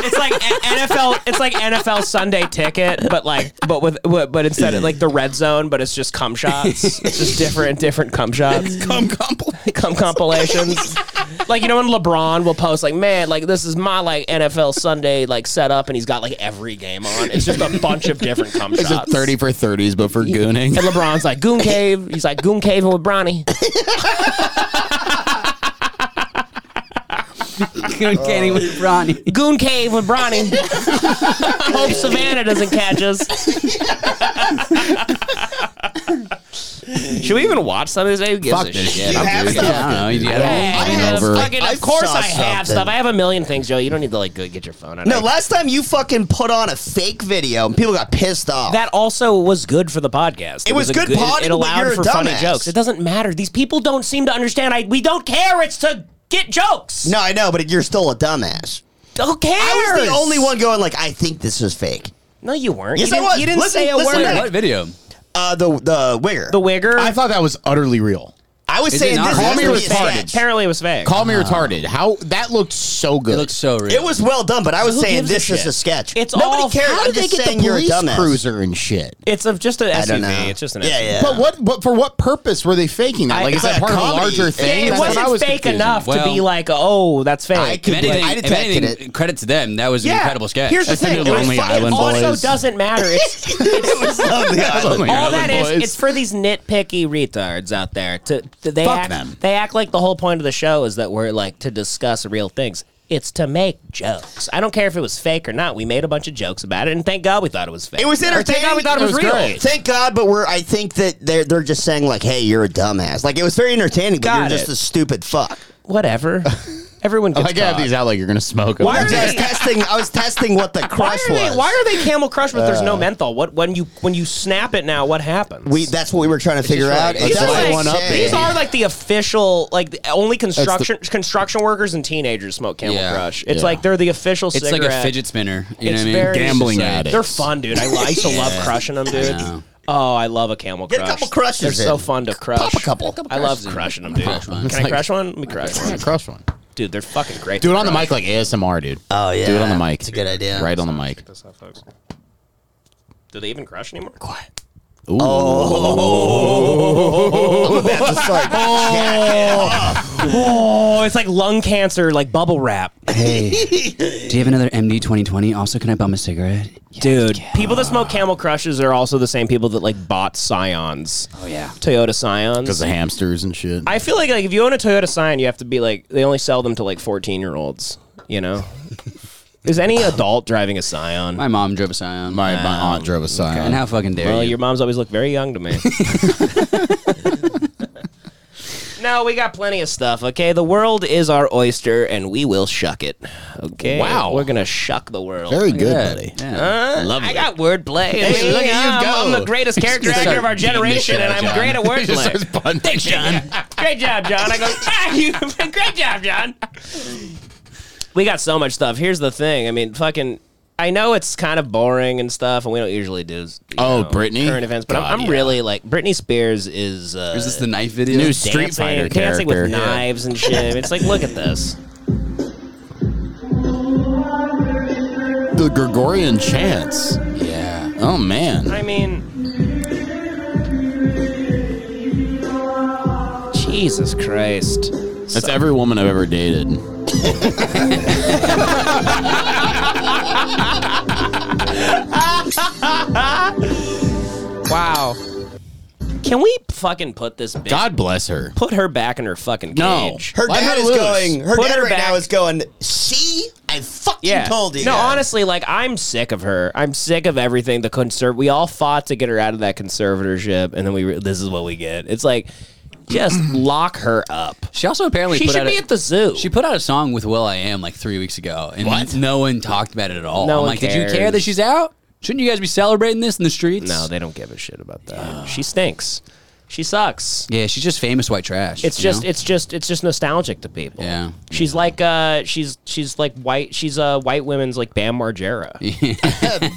S6: It's like a- NFL. It's like NFL Sunday Ticket, but like, but with, but, but instead of like the red zone, but it's just cum shots. It's just different, different cum shots,
S3: Come compl-
S6: cum compilations. Like you know when LeBron will post like, man, like this is my like NFL Sunday like setup, and he's got like every game on. It's just a bunch of different cum
S3: It's a
S6: shots.
S3: thirty for thirties, but for gooning.
S6: And LeBron's like Goon Cave. He's like Goon Cave with Bronny.
S5: Can't even with Ronnie.
S6: Goon Cave with Bronny. Hope Savannah doesn't catch us. Should we even watch some of this? Who gives
S3: Fuck
S6: a
S3: this
S6: shit?
S3: shit.
S4: You
S3: I'm
S4: have
S3: good.
S4: stuff?
S5: I don't know. You do you
S6: Yeah,
S5: have
S4: I
S5: a-
S4: have
S3: over.
S6: fucking-
S4: I
S6: of course
S4: saw
S6: I have
S4: something.
S6: stuff. I have a million things, Joe. You don't need to like go get your phone out.
S4: No,
S6: I-
S4: last time you fucking put on a fake video and people got pissed off.
S6: that also was good for the podcast. It,
S4: was
S6: a
S4: good pod,
S6: It
S4: but
S6: allowed
S4: you're a
S6: for funny
S4: dumbass.
S6: jokes. It doesn't matter. These people don't seem to understand. I we don't care. It's to get jokes.
S4: no, I know, but you're still a dumbass.
S6: who cares?
S4: I was the only one going like, I think this is fake.
S7: No, you weren't.
S4: Yes, I
S7: you didn't,
S4: was.
S7: You didn't
S4: Listen-
S7: say a
S4: listen
S7: word.
S4: to
S5: Wait,
S4: Hey.
S5: what video?
S4: Uh, the the wigger.
S7: The wigger.
S3: I thought that was utterly real.
S4: I was
S5: Is it
S4: saying
S5: not
S4: this
S5: real?
S4: has to
S3: Call me
S4: be a
S3: retarded.
S4: sketch.
S7: Apparently, it was fake.
S3: Call me retarded. How that looked so good.
S5: It looks so real.
S4: It was well done, but I was
S7: Who
S4: saying
S7: gives a
S4: this is
S7: shit?
S4: a sketch.
S7: It's
S4: Nobody
S7: all-
S4: cares.
S3: How
S4: I'm
S3: did they
S4: just
S3: get
S4: saying
S3: the
S4: you're a
S3: police
S4: dumbass.
S3: cruiser and shit?
S7: it's of just an
S4: I don't
S7: SUV.
S4: know.
S7: It's just an
S4: yeah,
S7: SUV.
S4: yeah.
S3: But what? But for what purpose were they faking that?
S7: I-
S3: Like,
S7: it's
S3: is that part
S4: like a
S3: of a
S4: comedy.
S3: larger
S4: Yeah,
S3: thing?
S7: It
S3: That's what
S7: wasn't
S3: I was
S7: fake
S3: confused.
S7: enough to
S5: Well-
S7: be like, oh, that's fake.
S4: I
S5: If
S4: could-
S5: anything,
S4: I
S5: if
S4: detected
S5: anything, credit to them. That was an
S7: Yeah.
S5: incredible sketch.
S7: Here's the
S3: That's the
S7: thing.
S3: new
S7: It
S3: Lonely
S7: fucking
S3: Island
S7: also
S3: Boys.
S7: doesn't matter. It's,
S4: it was lovely.
S3: Lonely
S7: all that
S3: Island
S7: is,
S3: Boys.
S7: it's for these nitpicky retards out there. To, to- they
S3: Fuck
S7: act,
S3: them.
S7: They act like the whole point of the show is that we're like to discuss real things. It's to make jokes. I don't care if it was fake or not. We made a bunch of jokes about it, and thank God we thought it was fake.
S4: It was
S7: Or
S4: entertaining.
S7: thank God we thought it was, real.
S3: great.
S4: Thank God, but we're. I think that they're they're just saying like, "Hey, you're a dumbass." Like it was very entertaining, but you're
S7: Got
S4: just
S7: it.
S4: a stupid fuck.
S7: Whatever. Everyone
S3: I
S7: gets
S3: like to have
S7: caught.
S3: Oh these out like you're gonna smoke. them.
S7: Why
S4: I
S7: are
S4: was
S7: they-
S4: testing. I was testing what the
S7: Why
S4: crush
S7: are, they,
S4: was.
S7: why are they Camel Crush but there's no menthol? What when you when you snap it now? What happens?
S4: we? That's what we were trying to figure
S3: just
S4: out.
S3: like-
S4: It's
S3: These
S4: just
S3: are
S4: like
S3: one up,
S4: saying-
S7: These are like the official, like the only construction construction workers and teenagers smoke Camel
S5: Yeah.
S7: Crush. It's
S3: Yeah.
S7: like they're the official.
S5: It's
S7: cigarette.
S5: like a fidget spinner. You know what I mean?
S7: very-
S3: Gambling
S7: it's just
S3: addicts.
S7: They're fun, dude. I, lo- I used to love crushing them, dude.
S5: know.
S7: Oh, I love a Camel Crush.
S4: Get a couple crushes
S7: They're so
S4: in.
S7: fun to crush.
S4: Pop a couple.
S7: I love crushing them, dude.
S5: Crush one.
S7: Can I crush one? Let me crush one,
S3: Crush one.
S7: dude. They're fucking great.
S3: Do
S7: to
S3: it on the
S7: crush.
S3: mic like ASMR, dude.
S4: Oh, yeah.
S3: Do it on the mic.
S4: It's a good idea.
S3: Right on the mic.
S7: Do they even crush anymore?
S3: Ooh.
S4: That's a start.
S7: Oh, it's like lung cancer, like bubble wrap,
S5: Hey, do you have another MD 2020? Also, can I bum a cigarette?
S7: dude. People that smoke Camel Crushes are also the same people that like bought Scions,
S5: Oh yeah.
S7: Toyota Scions.
S3: Because the hamsters and shit.
S7: I feel like like if you own a Toyota Scion, you have to be like they only sell them to like fourteen year olds. You know, is any adult driving a Scion?
S5: My mom drove a Scion.
S3: my, my
S5: Wow.
S3: aunt drove a Scion.
S5: And how fucking dare
S7: well,
S5: you?
S7: Oh, your mom's always looked very young to me. no, we got plenty of stuff. Okay, the world is our oyster, and we will shuck it. Okay,
S3: Wow.
S7: we're gonna shuck the world.
S3: Very good,
S5: Yeah,
S3: buddy.
S5: yeah.
S7: Huh? I got wordplay. Hey,
S3: look at you
S7: I'm,
S3: go.
S7: I'm the greatest character
S5: Just
S7: actor of our
S5: start beating the
S7: generation,
S5: shit
S7: and
S5: out of
S7: I'm
S5: John.
S7: great at
S3: He just
S7: wordplay.
S3: starts punching.
S7: John. Great job, John. I go, ah, you, great job, John. We got so much stuff. Here's the thing. I mean, fucking. I know it's kind of boring and stuff, and we don't usually do. you
S3: Oh,
S7: know,
S3: Britney?
S7: current events, but
S3: God,
S7: I'm, I'm
S3: yeah.
S7: really like Britney Spears is. Uh,
S5: Is this the knife video?
S3: New Street
S7: dancing-
S3: Fighter
S7: dancing with
S3: character. Yeah.
S7: knives and shit. It's like, look at this.
S3: The Gregorian chants.
S5: Yeah.
S3: Oh, man.
S7: I mean, Jesus Christ.
S3: That's every woman I've ever dated.
S7: Wow. Can we fucking put this bitch?
S3: God bless her.
S7: Put her back in her fucking
S3: No.
S7: cage.
S4: Her
S3: Let
S4: dad
S3: her
S4: is
S3: loose.
S4: going. Her
S7: Put
S4: dad
S7: her
S4: right
S7: back.
S4: now is going. See, I fucking
S7: Yeah.
S4: told you.
S7: No,
S4: guys."
S7: honestly, like I'm sick of her. I'm sick of everything. The conserv. We all fought to get her out of that conservatorship, and then we. Re- this is what we get. It's like, just lock her up.
S5: She also apparently
S7: She
S5: put
S7: should
S5: out
S7: be
S5: a,
S7: at the zoo.
S5: She put out a song with Will I Am like three weeks ago, and no one talked about it at all.
S7: No
S5: I'm
S7: one
S5: like, did you care that
S7: cares.
S5: she's out? Shouldn't you guys be celebrating this in the streets?
S7: no, they don't give a shit about that. She stinks. She sucks.
S5: yeah, she's just famous white trash.
S7: It's
S5: you
S7: just
S5: know?
S7: it's just it's just nostalgic to people.
S5: Yeah.
S7: She's like uh she's she's like white she's uh white women's like Bam Margera.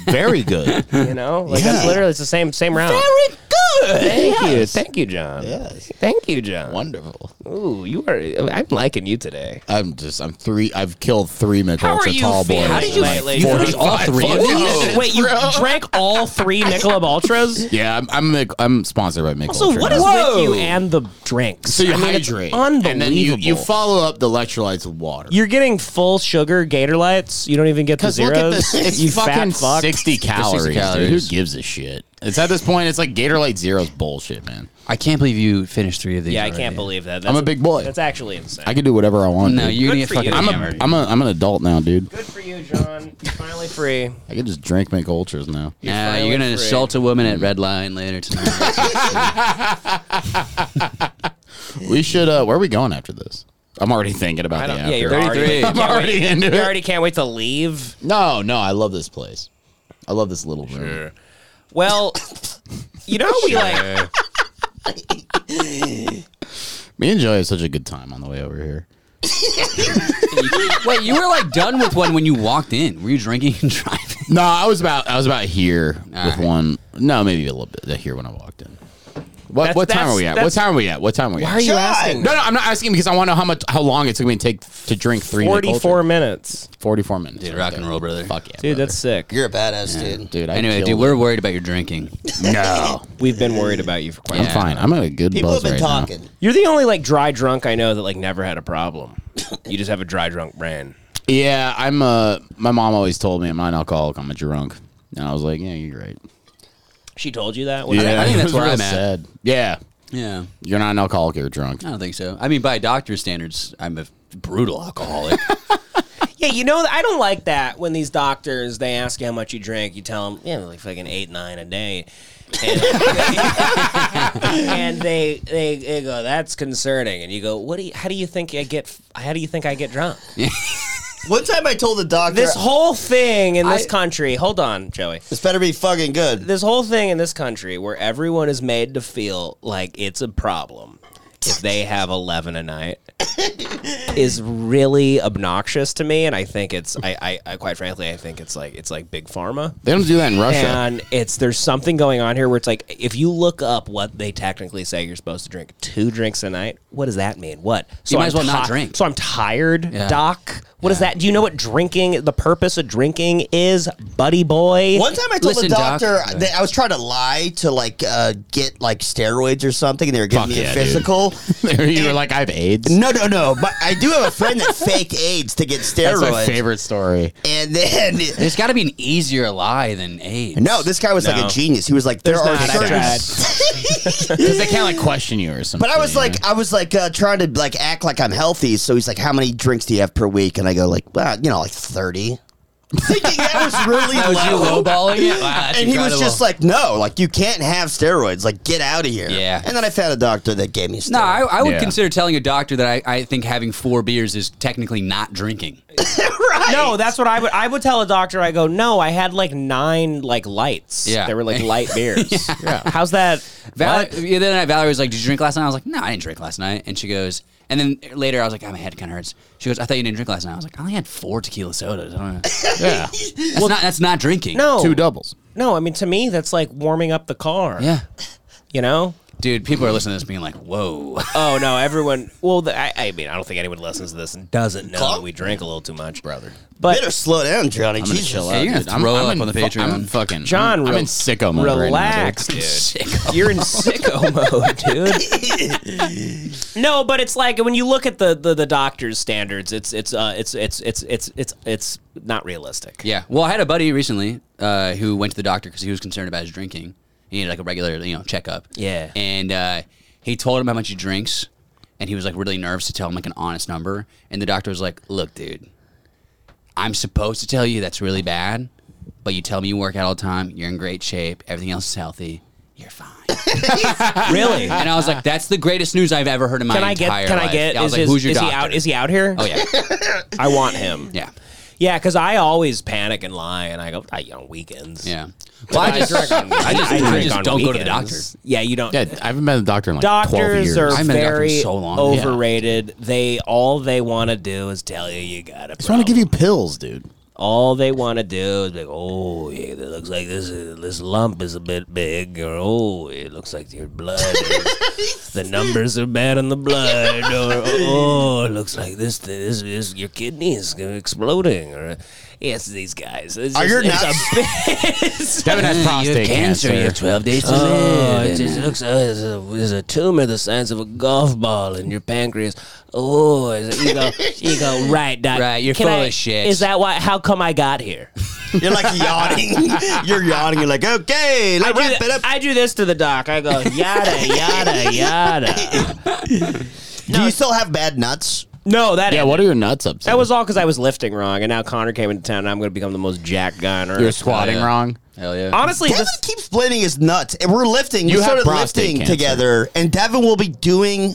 S3: Very good.
S7: You know? Like that's literally it's the same same round.
S3: good.
S7: Thank you. Thank you, John.
S3: Yes.
S7: Thank you, John.
S3: Wonderful.
S7: Ooh, you are I'm liking you today.
S3: I'm just, I'm three, I've killed three
S7: How are
S3: Michelin
S7: you
S3: tall boys.
S7: feeling How did you
S3: in, like,
S7: feel?
S5: You finished all
S3: 45
S5: three of
S3: fucking
S5: these?
S3: minutes,
S7: Wait, you
S3: Oh, bro.
S7: drank all three Michelob Ultras?
S3: Yeah, I'm I'm, Mic- I'm sponsored by Michelob.
S7: So what is
S5: Whoa.
S7: with you and the drinks?
S3: so you
S7: I mean, it's
S3: hydrate,
S7: Unbelievable.
S3: and then you, you follow up the electrolytes with water.
S7: You're getting full sugar Gator Lights. You don't even get the
S3: Because
S7: zeros.
S3: look at this, it's
S7: you
S3: fucking
S7: fat fuck.
S3: sixty calories. dude.
S5: calories.
S3: Who gives a shit? It's at this point, it's like Gatorade Zero's bullshit, man.
S5: I can't believe you finished three of these.
S7: Yeah, I
S5: already.
S7: can't believe that. That's
S3: I'm a big boy.
S7: That's actually insane.
S3: I can do whatever I want.
S5: No,
S3: dude.
S5: you're gonna
S7: Good
S5: get fucking
S7: for you.
S3: I'm a,
S5: hammered.
S3: I'm a I'm an adult now, dude.
S7: Good for you, John. Finally free.
S3: I can just drink Mick Ultras now.
S5: Nah, you're gonna
S7: free. Mm.
S5: assault a woman at Red Line later tonight.
S3: We should. uh Where are we going after this? I'm already thinking about the
S7: don't-
S3: after.
S7: yeah, you're
S5: Thirty-three.
S3: I'm already into
S7: You
S3: it.
S7: already can't wait to leave.
S3: No, no, I love this place. I love this little room.
S7: Well, you know we like.
S3: Me and Joey had such a good time on the way over here.
S5: Wait, you were like done with one when you walked in. Were you drinking and driving?
S3: no, I was about I was about here with
S5: right.
S3: one. No, maybe a little bit here when I walked in. What
S6: That's-
S3: what time are we at?
S6: that's-
S3: What time are we at? What time are we at?
S6: Why are you
S4: John!
S6: asking?
S3: No, no, I'm not asking because I want to know how much how long it took me to take to drink three. Nick Ultras.
S6: Forty-four minutes,
S3: 44 minutes.
S5: Dude, rock and roll, brother.
S3: Fuck yeah.
S6: dude.
S3: brother.
S6: That's sick.
S4: You're a badass, dude.
S3: dude. I
S5: Anyway,
S3: killed
S5: dude,
S3: it.
S5: we're worried about your drinking.
S3: no.
S6: We've been worried about you for quite. a
S3: I'm
S6: while.
S3: fine. I'm at a good
S4: People
S3: buzz
S4: have
S3: right
S4: been
S3: now.
S4: talking.
S6: You're the only like dry drunk I know that like never had a problem. you just have a dry drunk brain.
S3: Yeah, I'm. Uh, my mom always told me I'm not an alcoholic. I'm a drunk, and I was like, yeah, you're right.
S6: She told you that.
S3: Yeah,
S5: I think
S3: it
S5: that's
S3: was
S5: where
S3: real
S5: I'm at.
S3: sad. Yeah,
S5: Yeah.
S3: you're not an alcoholic. You're drunk.
S5: I don't think so. I mean, by doctor's standards, I'm a brutal alcoholic.
S6: Yeah, you know, I don't like that when these doctors they ask you how much you drink, you tell them, yeah, like fucking eight, nine a day, and, and they, they they go, that's concerning, and you go, what do you, how do you think I get, how do you think I get drunk?
S4: One time I told the doctor
S6: This whole thing in this
S5: I-
S6: country, hold on, Joey.
S4: this better be fucking good.
S6: This whole thing in this country where everyone is made to feel like it's a problem if they have 11 a night is really obnoxious to me and i think it's I, I i quite frankly i think it's like it's like big pharma
S3: They don't do that in Russia.
S6: and it's there's something going on here where it's like if you look up what they technically say you're supposed to drink two drinks a night, what does that mean? What? So
S5: might as well
S6: ti-
S5: not drink.
S6: So I'm tired,
S5: Yeah.
S6: Doc. What is that? Do you know what drinking? The purpose of drinking is, buddy boy.
S4: One time I told
S5: Listen,
S4: the
S5: doc.
S4: doctor that I was trying to lie to like uh, get like steroids or something, and they were giving
S3: Fuck
S4: me
S3: yeah,
S4: a
S3: dude.
S4: physical.
S3: you were like, I have AIDS.
S4: No, no, no. But I do have a friend that faked AIDS to get
S3: That's my
S4: steroids,
S3: favorite story.
S4: and then.
S5: There's got to be an easier lie than AIDS.
S4: No, this guy was like
S6: No.
S4: a genius. He was like, there
S6: There's
S4: are
S6: not. I tried.
S4: certain.
S3: Because they can't like question you or something.
S4: but I was like, I was like uh, trying to like act like I'm healthy. So he's like, how many drinks do you have per week? And I go like, well, you know, like thirty. Thinking that was really
S5: Was you
S4: low.
S5: lowballing it? Wow, that's
S4: and he was
S5: incredible.
S4: just like, "No, like you can't have steroids. Like get out of here."
S5: Yeah.
S4: And then I found a doctor that gave me steroids.
S5: No, I, I would
S3: Yeah.
S5: consider telling a doctor that I, I think having four beers is technically not drinking.
S4: right?
S6: No, that's what I would. I would tell a doctor. I go, no, I had like nine like lights.
S5: Yeah.
S6: they were like light beers. How's that?
S5: Val-
S6: What?
S5: yeah, the other night, Valerie was like, "Did you drink last night?" I was like, "No, I didn't drink last night." And she goes, and then later I was like, "Oh, my head kind of hurts." She goes, "I thought you didn't drink last night." I was like, "I only had four tequila sodas." I don't know. That's
S3: yeah,
S5: not that's not drinking.
S7: Oh.
S6: No,
S3: two doubles.
S6: No, I mean to me that's like warming up the car.
S5: Yeah,
S6: you know.
S5: dude, people are listening to this being like, "Whoa."
S6: Oh no, everyone. Well, the, I, I mean, I don't think anyone listens to this and doesn't know that we drink a little too much, brother. But
S4: Better slow down, Johnny.
S3: I'm gonna
S4: Jesus.
S3: chill
S5: Yeah,
S3: out.
S5: you're gonna
S3: dude. I'm-
S5: throw
S3: I'm,
S5: up
S3: in
S5: on the
S3: fu-
S5: Patreon.
S3: I'm fucking
S6: John,
S3: I'm,
S6: re-
S3: in sicko mode
S6: relax,
S3: right now. dude.
S6: dude. You're in sicko mode, dude. no, but it's like when you look at the, the, the doctor's standards, it's it's uh it's it's it's it's it's it's not realistic.
S5: Yeah. Well, I had a buddy recently uh, who went to the doctor because he was concerned about his drinking. He needed like a regular, you know, checkup.
S6: Yeah.
S5: And uh, he told him how much he drinks, and he was like really nervous to tell him like an honest number. And the doctor was like, "Look, dude, I'm supposed to tell you that's really bad, but you tell me you work out all the time. You're in great shape. Everything else is healthy. You're fine."
S6: Really?
S5: and I was like, "That's the greatest news I've ever heard in my
S6: Can I get?
S5: entire
S6: Can
S5: life."
S6: I get?
S5: Yeah, I was
S6: is
S5: like,
S6: his-
S5: "Who's your
S6: is
S5: doctor?"
S6: he out? Is he out here?
S5: oh yeah,
S6: I want him.
S5: yeah,
S6: Yeah, because I always panic and lie, and I go, I on weekends.
S5: yeah.
S6: Well, I just,
S5: I just- I just don't go to the doctor.
S6: Yeah, you don't.
S3: Yeah, I haven't been to the doctor in like twelve
S6: Doctors
S3: years.
S6: are
S5: I've been a doctor
S6: very
S5: so long. Yeah.
S6: overrated. They all they want to do is tell you you got a
S3: just want
S6: problem.
S3: to give you pills, dude.
S6: all they want to do is be like, oh, yeah, it looks like this this lump is a bit big, or oh, it looks like your blood. is- the numbers are bad on the blood, or oh, it looks like this this, this your kidney is exploding, or yes, these guys. It's
S4: Are
S6: just-
S4: your
S6: it's
S4: nuts-
S6: a big-
S3: Devin has prostate cancer.
S5: You have 12 days to
S6: Oh,
S5: live.
S6: it just looks uh, there's a, there's a tumor the size of a golf ball in your pancreas. Oh, is it, you go, you go, right, doc.
S5: Right, you're
S6: Can
S5: full
S6: I-
S5: of shit.
S6: Is that why? How come I got here?
S4: You're like yawning. you're yawning. You're like, okay,
S6: I
S4: let's
S6: do,
S4: wrap
S6: th-
S4: it up.
S6: I do this to the doc. I go yada yada yada.
S4: do you still have bad nuts?
S6: No, that
S3: Yeah,
S6: ended.
S3: what are your nuts up to?
S6: that was all because I was lifting wrong, and now Connor came into town, and I'm going to become the most jack guy on earth.
S3: you're squatting
S5: Oh, yeah.
S3: wrong.
S5: Hell yeah.
S6: Honestly,
S4: Devin
S6: this
S4: keeps blaming his nuts, and we're lifting.
S3: You
S4: we
S3: have
S4: started
S3: prostate
S4: lifting
S3: cancer.
S4: together, and Devin will be doing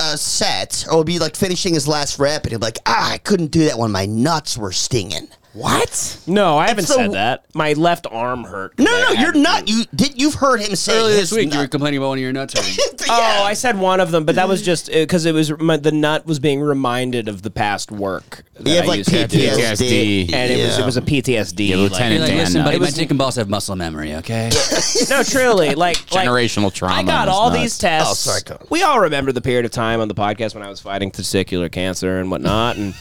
S4: a set, or will be like finishing his last rep, and he'll be like, ah, I couldn't do that when my nuts were stinging. What?
S7: No, I haven't
S4: the-
S7: said that. My left arm hurt.
S4: No, no, you're not. You did. You've heard him say
S5: Earlier this
S4: his
S5: week, you were
S4: nut.
S5: complaining about one of your nuts. hurting.
S7: Oh,
S4: Yeah.
S7: I said one of them, but that was just because it was my, the nut was being reminded of the past work. that
S4: You have
S7: I
S4: like
S7: used to have to
S4: PTSD,
S3: PTSD.
S7: do. and it was
S4: Yeah.
S7: it was a PTSD.
S5: You're
S3: Lieutenant
S5: like,
S3: Dan
S5: listen,
S3: nut.
S5: buddy,
S3: It
S5: my
S3: was
S5: dick and balls have muscle memory. Okay.
S7: like- no, truly, like like,
S3: generational trauma.
S7: I got
S3: is
S7: all
S3: nuts.
S7: these tests.
S4: Oh, sorry, go on.
S7: We all remember the period of time on the podcast when I was fighting testicular cancer and whatnot, and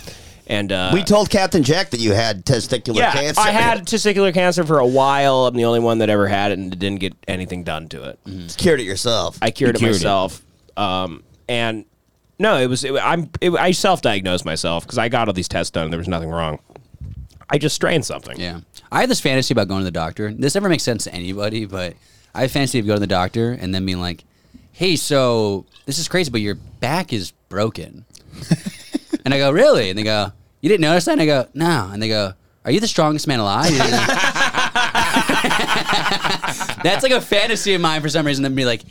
S7: and uh,
S4: We told Captain Jack that you had testicular
S7: yeah,
S4: cancer.
S7: I had testicular cancer for a while. I'm the only one that ever had it and didn't get anything done to it.
S4: cured it yourself.
S7: I cured,
S3: cured
S7: it
S3: it.
S7: myself. Um, and no, it was it, I'm it, I self-diagnosed myself because I got all these tests done. and There was nothing wrong. I just strained something.
S5: Yeah. I had this fantasy about going to the doctor. This never makes sense to anybody, but I had a fantasy of going to the doctor and then being like, hey, so this is crazy, but your back is broken. and I go, really? And they go, you didn't notice that? And I go, no. And they go, are you the strongest man alive? That's like a fantasy of mine for some reason. Then be like,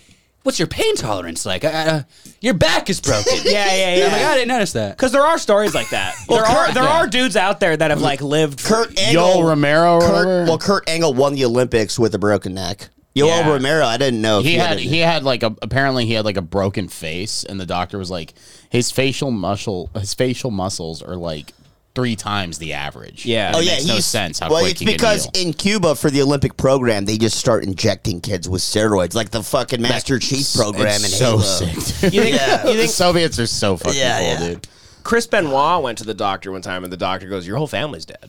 S5: what's your pain tolerance like? I, I, uh, your back is broken.
S7: Yeah, yeah,
S5: I'm like,
S7: yeah.
S5: I didn't notice that.
S7: Because there are stories like that. there are
S4: Kurt-
S7: there are dudes out there that have like lived.
S4: Kurt Angle.
S3: Yo Romero. or whatever?
S4: Kurt, well, Kurt Angle won the Olympics with a broken neck. Yo
S7: Yeah.
S4: Romero, I didn't know if
S3: he had
S4: a-
S3: he had like a apparently he had like a broken face, and the doctor was like his facial muscle his facial muscles are like three times the average.
S7: Yeah.
S3: And
S7: Oh,
S3: it
S7: yeah,
S3: makes no
S4: he's-
S3: sense how
S4: well,
S3: quick
S4: it's
S3: he can
S4: because
S3: heal.
S4: in Cuba for the Olympic program, they just start injecting kids with steroids, like the fucking Master Chief program.
S3: It's
S4: in
S3: so
S4: Halo.
S3: sick. Dude.
S7: You think,
S4: Yeah.
S7: you
S3: the
S7: think
S3: Soviets are so fucking
S4: Yeah,
S3: cool,
S4: yeah.
S3: dude.
S7: Chris Benoit went to the doctor one time, and the doctor goes, "Your whole family's dead."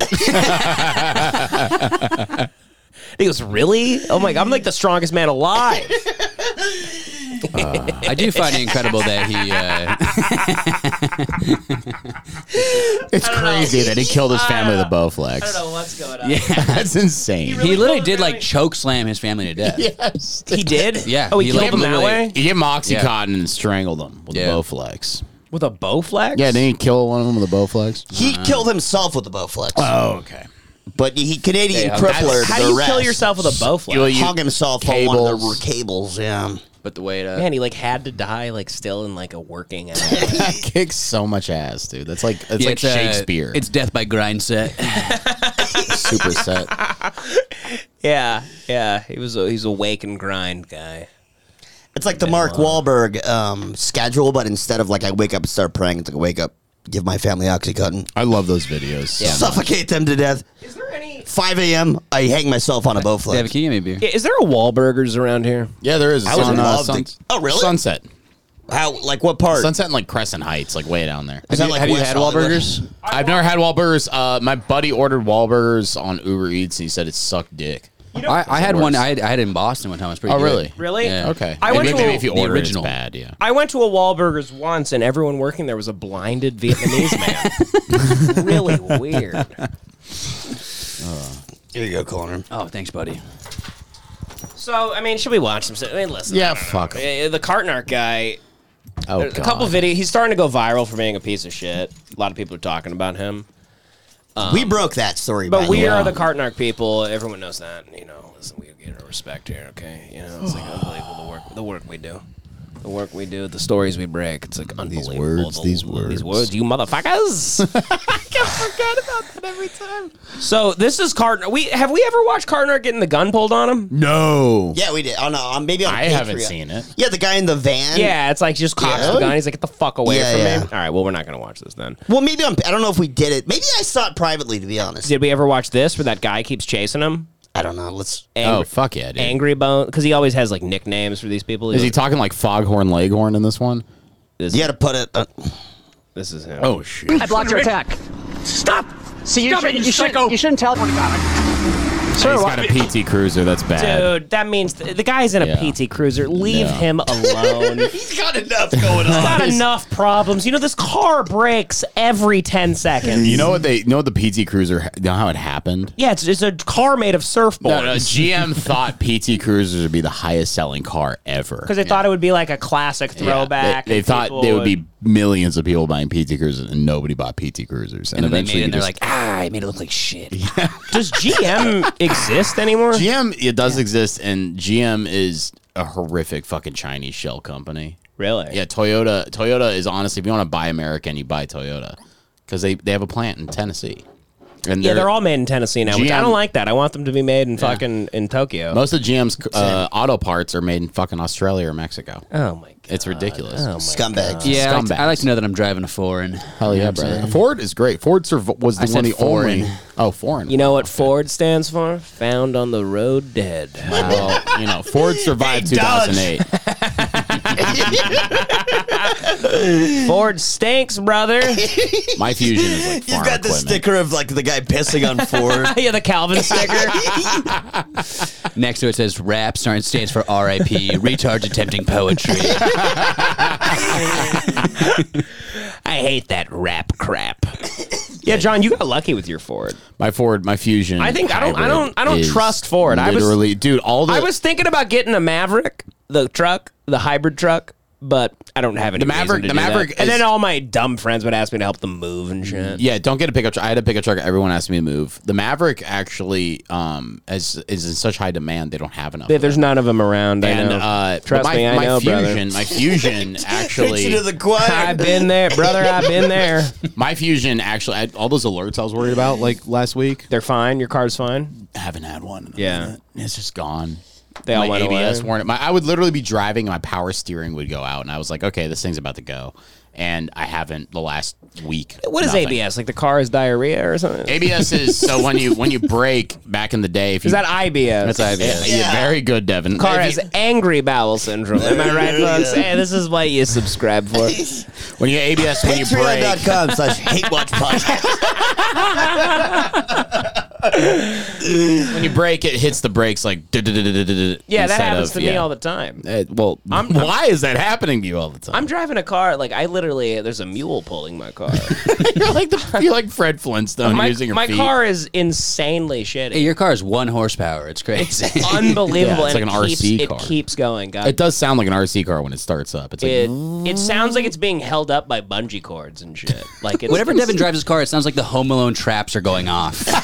S7: he goes, "Really? Oh my god! I'm like the strongest man alive."
S5: I do find it incredible that he. Uh,
S3: It's crazy that he killed his family with a Bowflex.
S7: what's going on.
S5: yeah.
S3: That's insane.
S5: he literally
S7: killed
S5: did
S7: his
S5: like
S7: family?
S5: choke slam his family to death.
S3: yes.
S7: He did.
S5: Yeah,
S7: Oh, he,
S5: he,
S7: killed
S5: like,
S7: him that
S5: literally-
S7: way
S3: He gave him Oxycontin and strangled him with
S5: Yeah.
S3: a Bowflex.
S7: with a bow flex.
S3: Yeah, didn't he kill one of them with a Bowflex?
S4: He killed himself with a Bowflex,
S3: Oh, okay.
S4: but he Canadian
S5: Yeah,
S4: crippler.
S7: How
S4: the
S7: do you kill
S4: rest.
S7: yourself with a bow flex?
S3: You-
S4: Hung himself on one of the
S3: Cables.
S4: cables. Yeah.
S5: But the way to
S7: Man, he like had to die like still in like a working. Out.
S3: That kicks so much ass, dude. That's like it's
S5: Yeah,
S3: like
S5: uh,
S3: Shakespeare.
S5: it's death by grind set.
S3: super set.
S7: yeah, yeah. He was a, he's a wake and grind guy.
S4: It's like the Mark Wahlberg um, schedule, but instead of like I wake up and start praying, it's like I wake up, give my family oxycontin,
S3: I love those videos. Yeah.
S4: suffocate them to death.
S7: Is there any?
S4: 5 a.m. I hang myself on a Bowflex.
S5: David, can you give me a beer?
S7: Yeah, is there a Wahlburgers around here?
S3: Yeah, there is. It's
S4: I was
S3: on, uh,
S4: loved
S3: sun-
S4: it. Oh, really?
S3: Sunset.
S4: How? Like what part?
S3: Sunset and like Crescent Heights, like way down there.
S4: Is that like
S5: Have you
S4: West
S5: had
S4: Hollywood?
S5: Wahlburgers?
S3: I've never had Wahlburgers. Uh, my buddy ordered Wahlburgers on Uber Eats and he said it sucked dick.
S5: I, I had one. I had, I had it in Boston one time. It was pretty.
S3: Oh,
S5: good.
S3: really?
S7: Really?
S5: Yeah.
S3: Okay.
S7: I went
S3: maybe,
S7: to
S3: maybe
S7: a-
S3: if you
S5: the
S3: order it, it's
S5: original.
S3: bad. Yeah.
S7: I went to a Wahlburgers once, and everyone working there was a blinded Vietnamese man. really weird.
S4: Here you go, Connor.
S5: Oh, thanks, buddy.
S7: So, I mean, should we watch some? I mean, listen.
S3: Yeah,
S7: I don't know.
S3: fuck 'em.
S7: Uh, The Cartnark guy.
S3: Oh,
S7: a couple
S3: God.
S7: video. He's starting to go viral for being a piece of shit. A lot of people are talking about him.
S4: we broke that story, by
S7: But
S4: the
S7: we
S4: way.
S7: are the Cartnark people. Everyone knows that. You know, listen, we get our respect here. Okay, you know, it's like unbelievable the work the work we do, the work we do, the stories we break. It's like unbelievable.
S3: words,
S7: the-
S3: these words.
S7: these words, you motherfuckers. I forgot about that every time. So this is Cartnark. We have we ever watched Cartnark getting the gun pulled on him?
S3: No.
S4: Yeah, we did. Oh no, on- maybe on
S3: I haven't
S4: Patreon.
S3: seen it.
S4: Yeah, the guy in the van.
S7: Yeah, it's like he just cocks the
S4: Yeah.
S7: gun. He's like, get the fuck away
S4: Yeah,
S7: from
S4: yeah.
S7: me. All right, well, we're not gonna watch this then.
S4: Well, maybe I'm, I don't know if we did it. Maybe I saw it privately, to be honest.
S7: Did we ever watch this where that guy keeps chasing him?
S4: I don't know. Let's.
S3: Oh,
S7: Angry,
S3: fuck yeah, dude.
S7: Angry Bone, because he always has like nicknames for these people.
S3: Is he
S7: He's like,
S3: talking like Foghorn Leghorn in this one?
S7: this,
S4: You got to put it. Uh,
S7: this is him.
S3: Oh, shit.
S9: I blocked your attack.
S10: Stop!
S9: See, you,
S10: Stop
S9: should,
S10: it,
S9: you,
S10: you
S9: should,
S10: psycho.
S9: you shouldn't tell. Sir,
S3: He's
S9: why-
S3: got a PT Cruiser. That's bad.
S7: Dude, that means th- the guy's in a
S3: Yeah.
S7: PT Cruiser. Leave
S3: No.
S7: him alone. He's
S4: He's got enough going on.
S7: got enough problems. You know, this car breaks every 10 seconds.
S3: You know what they? You know what the PT Cruiser? You know how it happened?
S7: yeah, it's, it's a car made of
S3: No, no,
S7: surfboards.
S3: GM thought PT Cruisers would be the highest selling car ever
S7: Because they thought it would be like a classic
S3: Yeah,
S7: throwback.
S3: They, they
S7: and people
S3: thought there would be millions of people buying PT Cruisers, and nobody bought PT Cruisers. And,
S5: And then they
S3: eventually,
S5: made it. And they're
S3: you
S5: like, ah, I made it look like shit.
S7: Does GM exist anymore?
S3: just- GM. It does exist, and GM is a horrific fucking Chinese shell company.
S7: really?
S3: Yeah, Toyota. Toyota is honestly, if you want to buy American, you buy Toyota because they they have a plant in Tennessee. And
S7: yeah, they're all made in Tennessee now, which I
S3: GM
S7: don't like that. I want them to be made in fucking in Tokyo.
S3: Most of GM's uh, auto parts are made in fucking Australia or Mexico.
S7: oh my god,
S3: It's ridiculous.
S7: Oh my
S4: Scumbags.
S5: Yeah, I like, to,
S3: Scumbags.
S5: I like to know that I'm driving a foreign.
S3: Hell yeah, brother. Ford is great. Ford surv- was the
S5: I
S3: one
S5: said
S3: of the only.
S5: foreign.
S3: Oh, foreign.
S7: You know what Ford stands for? Found on the road dead.
S3: well, you know, Ford survived 2008.
S7: Ford stinks, brother.
S3: My Fusion is like farm
S4: You've got the
S3: equipment.
S4: sticker of like the guy pissing on Ford.
S7: yeah, the Calvin sticker.
S5: Next to it says RAP, starting stands for R.I.P. Retards attempting poetry.
S7: I hate that rap crap. yeah, John, you got lucky with your Ford.
S3: My Ford, my Fusion.
S7: I think- I don't- I
S3: hybrid
S7: don't- I don't
S3: is
S7: trust Ford. I was-
S3: Literally, dude. All the
S7: I was thinking about getting a Maverick, the truck, the hybrid truck, but I don't have any.
S3: The
S7: reason
S3: Maverick-
S7: to
S3: the
S7: do that.
S3: Maverick
S7: and
S3: is-
S7: then all my dumb friends would ask me to help them move and shit.
S3: Yeah, don't get a pickup truck. I had a pickup truck. Everyone asked me to move. The Maverick actually um is is in such high demand they don't have enough.
S7: There-
S3: of them.
S7: There's none of them around. I
S3: and
S7: know.
S3: uh, but
S7: Trust
S3: my,
S7: me, I
S3: my
S7: know,
S3: fusion, my fusion
S4: Preaching
S3: actually,
S4: to the choir.
S7: brother. I've been there, brother. I've been there.
S3: my fusion actually, I, all those alerts I was worried about like last week,
S7: They're fine. Your car's fine.
S3: I haven't had one. in a
S7: Yeah.
S3: minute. it's just gone.
S7: They all
S3: my
S7: went
S3: ABS
S7: away.
S3: weren't. My, I would literally be driving, and my power steering would go out, and I was like, okay, this thing's about to go, and I haven't the last week.
S7: What is
S3: Nothing.
S7: ABS? Like the car is diarrhea or something?
S3: ABS is so when you when you brake back in the day, if you
S7: is that IBS?
S3: That's IBS. Yeah, very good, Devin.
S7: Car
S3: If
S7: has angry bowel syndrome. Am I right, folks? Hey, this is what you subscribe for.
S3: you- when you ABS when you brake.
S4: Patreon.com slash hate watch podcast.
S3: when you break, it hits the brakes like.
S7: Yeah, that happens to me all the time.
S3: time. Uh, well, why is that happening to you all the time?
S7: I'm driving a car like I literally there's a mule pulling my car.
S3: you're like the, you're like Fred Flintstone
S7: my
S3: using your
S7: my
S3: feet.
S7: car is insanely
S5: Hey,
S7: shitty.
S5: your car is one horsepower. It's crazy.
S7: Unbelievable.
S3: Yeah, it's
S7: and
S3: like an
S7: it keeps,
S3: RC
S7: it
S3: car.
S7: keeps going. God.
S3: It
S7: It,
S3: does sound like an RC car when it starts up. It's like
S7: it sounds like it's being held up by bungee cords and shit. Like it's,
S5: Whenever Devin drives his car, it sounds like the Home Alone traps are going off. like,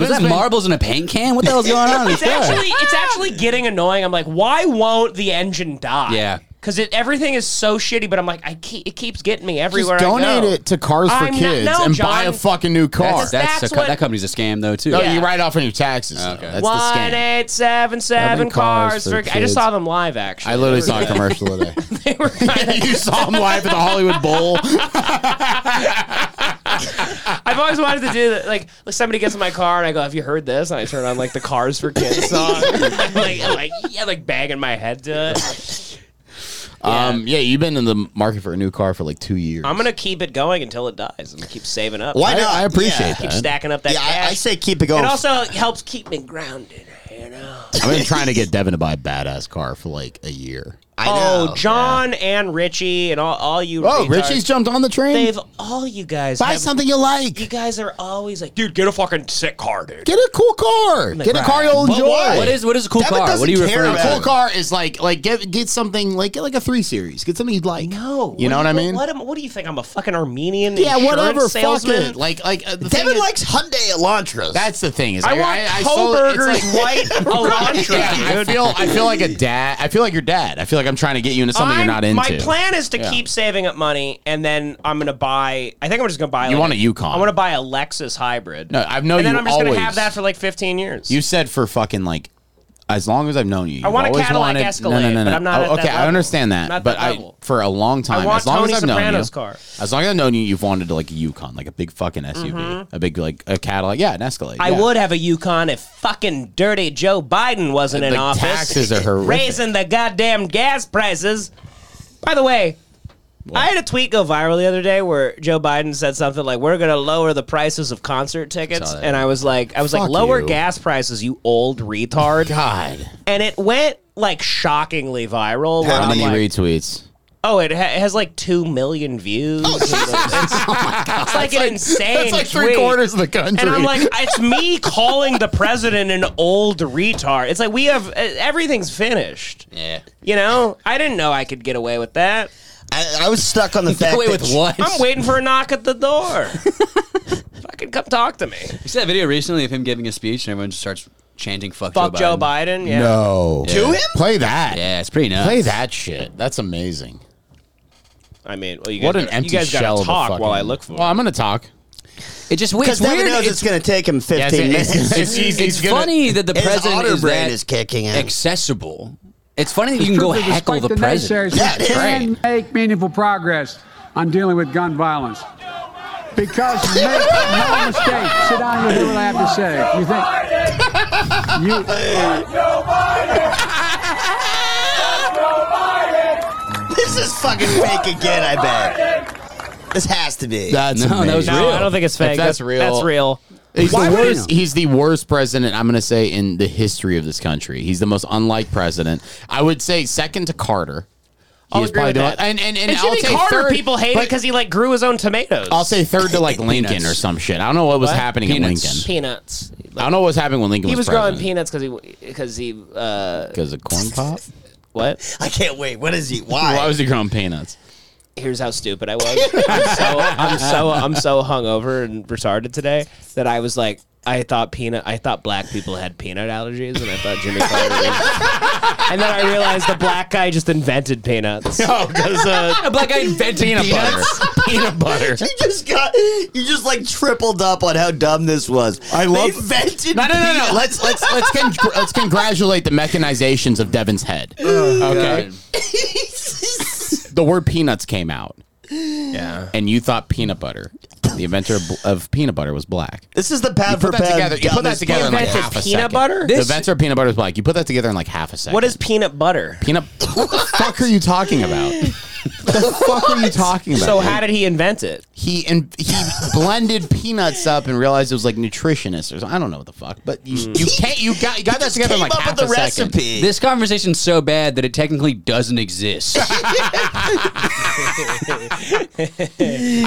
S5: was that marbles in a paint can? What the hell's going on? in this
S7: it's
S5: car?
S7: actually it's actually getting annoying. I'm like, why won't the engine die?
S5: Yeah.
S7: Because it everything is so shitty, but I'm like, I keep, it keeps getting me everywhere.
S3: Just
S7: I
S3: donate
S7: go.
S3: it to Cars for
S7: I'm not-
S3: Kids
S7: no,
S3: and buy a
S7: John.
S3: fucking new car.
S5: That's, that's
S7: That's
S5: a co-
S7: what-
S5: that company's a scam though too.
S3: no,
S7: yeah.
S3: you write off on your taxes. though. That's the
S7: One
S3: scam.
S7: eight seven seven
S3: Seven cars
S7: cars
S3: for
S7: for. I
S3: kids.
S7: just saw them live actually.
S3: I literally saw a commercial today.
S7: they were kinda-
S3: you saw him live at the Hollywood Bowl.
S7: I've always wanted to do that. Like, like somebody gets in my car and I go, "Have you heard this?" And I turn on like the Cars for Kids song. I'm like, I'm like, yeah, like banging my head to it.
S3: Um, yeah, you've been in the market for a new car for like two years.
S7: I'm gonna keep it going until it dies. and keep saving up.
S4: Why
S3: I,
S4: not?
S3: I appreciate
S7: Keep
S3: that.
S7: stacking up that
S4: Yeah, I, I
S7: cash.
S4: say keep it going.
S7: It also helps keep me grounded. You know.
S3: I've been trying to get Devin to buy a badass car for like a year.
S4: I know.
S7: Oh, John and Richie and all, all you.
S3: Oh,
S7: retards,
S3: Richie's jumped on the train.
S7: They've all you guys.
S3: buy
S7: have-
S3: something you
S7: You
S3: like.
S7: guys are always like, dude, get a fucking sick car, dude.
S3: Get a cool car. Get a car you'll enjoy.
S5: What is what is a cool
S4: Devin
S5: car? What are
S4: doesn't
S5: you
S4: care
S5: referring
S3: a cool
S5: to?
S4: about-
S3: car? Is like like get get something like get like a three series. Get something you'd like.
S7: No,
S3: you know what I mean.
S7: What, am- what do you think? I'm a fucking Armenian
S3: yeah,
S7: insurance
S3: whatever.
S7: salesman.
S3: Fuck it. Like like uh, the
S4: Devin
S3: thing is-
S4: likes Hyundai Elantras.
S3: That's the thing is
S7: I
S3: like,
S7: want
S3: sold- it's
S7: Kohlberger's
S3: like-
S7: white Elantra.
S3: Yeah, I feel I feel like a dad. I feel like your dad. I feel like I'm trying to get you into something
S7: I'm-
S3: you're not into.
S7: My plan is to
S3: Yeah.
S7: keep saving up money, and then I'm gonna buy. I think I'm just gonna buy.
S3: You
S7: like
S3: want a Yukon.
S7: I want to buy a Lexus hybrid.
S3: No, I've known
S7: And then
S3: you
S7: I'm just
S3: always-
S7: gonna have that for like 15 years.
S3: You said for fucking like as long as I've known you.
S7: I
S3: you've
S7: want a
S3: always
S7: Cadillac
S3: wanted,
S7: Escalade, but I'm not at
S3: Oh, okay,
S7: that
S3: I
S7: level.
S3: understand that,
S7: Not at
S3: but
S7: that
S3: I
S7: level.
S3: for a long time,
S7: want
S3: as long
S7: Tony
S3: as I've known you,
S7: Soprano's car.
S3: as long as I've known you, you've wanted to like a Yukon, like a big fucking SUV, a big like a Cadillac, yeah, an Escalade.
S7: Mm-hmm. I
S3: yeah.
S7: would have a Yukon if fucking dirty Joe Biden wasn't in
S3: The
S7: office.
S3: taxes are horrific.
S7: Raising the goddamn gas prices. By the way, I had a tweet go viral the other day where Joe Biden said something like, "We're gonna lower the prices of concert tickets,"
S5: Saw that.
S7: and I was like, "I was like,
S3: Fuck
S7: lower
S3: you.
S7: gas prices, you old retard!"
S3: God,
S7: And it went like shockingly viral. where
S3: how
S7: I'm
S3: many
S7: like,
S3: retweets?
S7: Oh, it, ha- it has like two million views.
S3: Oh,
S7: And it's, it's like an insane.
S3: That's like three
S7: tweet.
S3: quarters of the country.
S7: And I'm like, it's me calling the president an old retard. It's like we have uh, everything's finished.
S5: Yeah.
S7: You know, I didn't know I could get away with that.
S4: I, I was stuck on the fact
S5: Wait,
S4: that
S5: with what?
S7: I'm waiting for a knock at the door. Fucking come talk to me.
S5: You see that video recently of him giving a speech and everyone just starts chanting "fuck,
S7: Fuck Joe Biden. Yeah.
S3: no,
S5: To him?
S3: play that,
S5: Yeah, it's pretty nuts.
S3: play that shit. That's amazing.
S7: I mean, well, you guys,
S3: What an
S7: gotta-
S3: empty
S7: you guys
S3: shell
S7: gotta
S3: of a
S7: talk
S3: fucking-
S7: while I look for
S3: Well,
S7: it.
S3: I'm gonna talk.
S5: It just it's
S4: Because Devin
S5: weird.
S4: knows it's, going to take him 15
S3: Yeah, it's-
S4: minutes.
S3: it's- it's- he's- he's
S5: it's
S3: gonna-
S5: funny that the
S4: His
S5: president
S4: honor
S5: is
S4: brain
S5: that
S4: is kicking in.
S5: accessible. It's funny that you can go
S11: Truth is,
S5: heckle the
S11: despite
S5: president.
S11: naysayers,
S4: Yeah, it
S11: we
S4: is.
S11: can make meaningful progress on dealing with gun violence. Because make no mistake, sit down and hear what I have to say. You think you
S4: This is fucking fake again, I bet. This has to be.
S3: That's
S5: No, that was
S3: amazing.
S5: real.
S12: No, I don't think it's
S3: If
S12: fake.
S3: that's real.
S12: That's real.
S3: He's
S5: Why
S3: the
S5: would-
S3: worst. He's the worst president. I'm going to say in the history of this country. He's the most unlike president. I would say second to Carter.
S12: I'll
S3: He's
S12: agree
S3: probably
S12: with
S3: the-
S12: that.
S3: And and and,
S12: And
S3: I'll
S12: Jimmy
S3: say
S12: Carter,
S3: third,
S12: people hate it
S3: but
S12: because he like grew his own tomatoes.
S3: I'll say third to like Lincoln
S5: Peanuts.
S3: or some shit. I don't know what was happening in
S5: Peanuts.
S3: Lincoln.
S6: Peanuts.
S3: I don't know what was happening when Lincoln
S6: He was
S3: was,
S6: growing
S3: president.
S6: peanuts because he because he uh
S3: because of corn pop.
S6: what?
S4: I can't wait. What is he? Why?
S3: Why was he growing peanuts?
S6: Here's how stupid I was. I'm so I'm so I'm so hungover and retarded today that I was like I thought peanut I thought black people had peanut allergies and I thought Jimmy Carter was. And then I realized the black guy just invented peanuts.
S3: Oh, because uh,
S5: A black guy invented
S3: peanut butter. peanut butter.
S4: you just got you just like tripled up on how dumb this was.
S3: I love-
S4: they invented
S3: No, no, no, no. Let's let's let's con- let's congratulate the mechanizations of Devin's head. okay, the word peanuts came out,
S6: Yeah.
S3: and you thought peanut butter. The inventor of, of peanut butter was black.
S4: This is the pad for
S3: Put that
S4: pad.
S3: together. You put that
S4: dumbest
S3: together in like
S4: podcast.
S3: half a
S6: peanut
S3: second.
S6: butter?
S3: The
S5: This-
S3: inventor of peanut butter was black. You put that together in like half a second.
S6: What is peanut butter?
S3: peanut? what the fuck are you talking about? the fuck are you talking about?
S6: So how did he invent it?
S3: he and he blended peanuts up and realized it was like nutritionist or something. I don't know what the fuck, but you you can't you got you got that
S4: Just
S3: together in
S4: came
S3: like
S4: up
S3: half
S4: with the
S3: a second.
S4: recipe.
S5: This conversation's so bad that it technically doesn't exist.
S3: I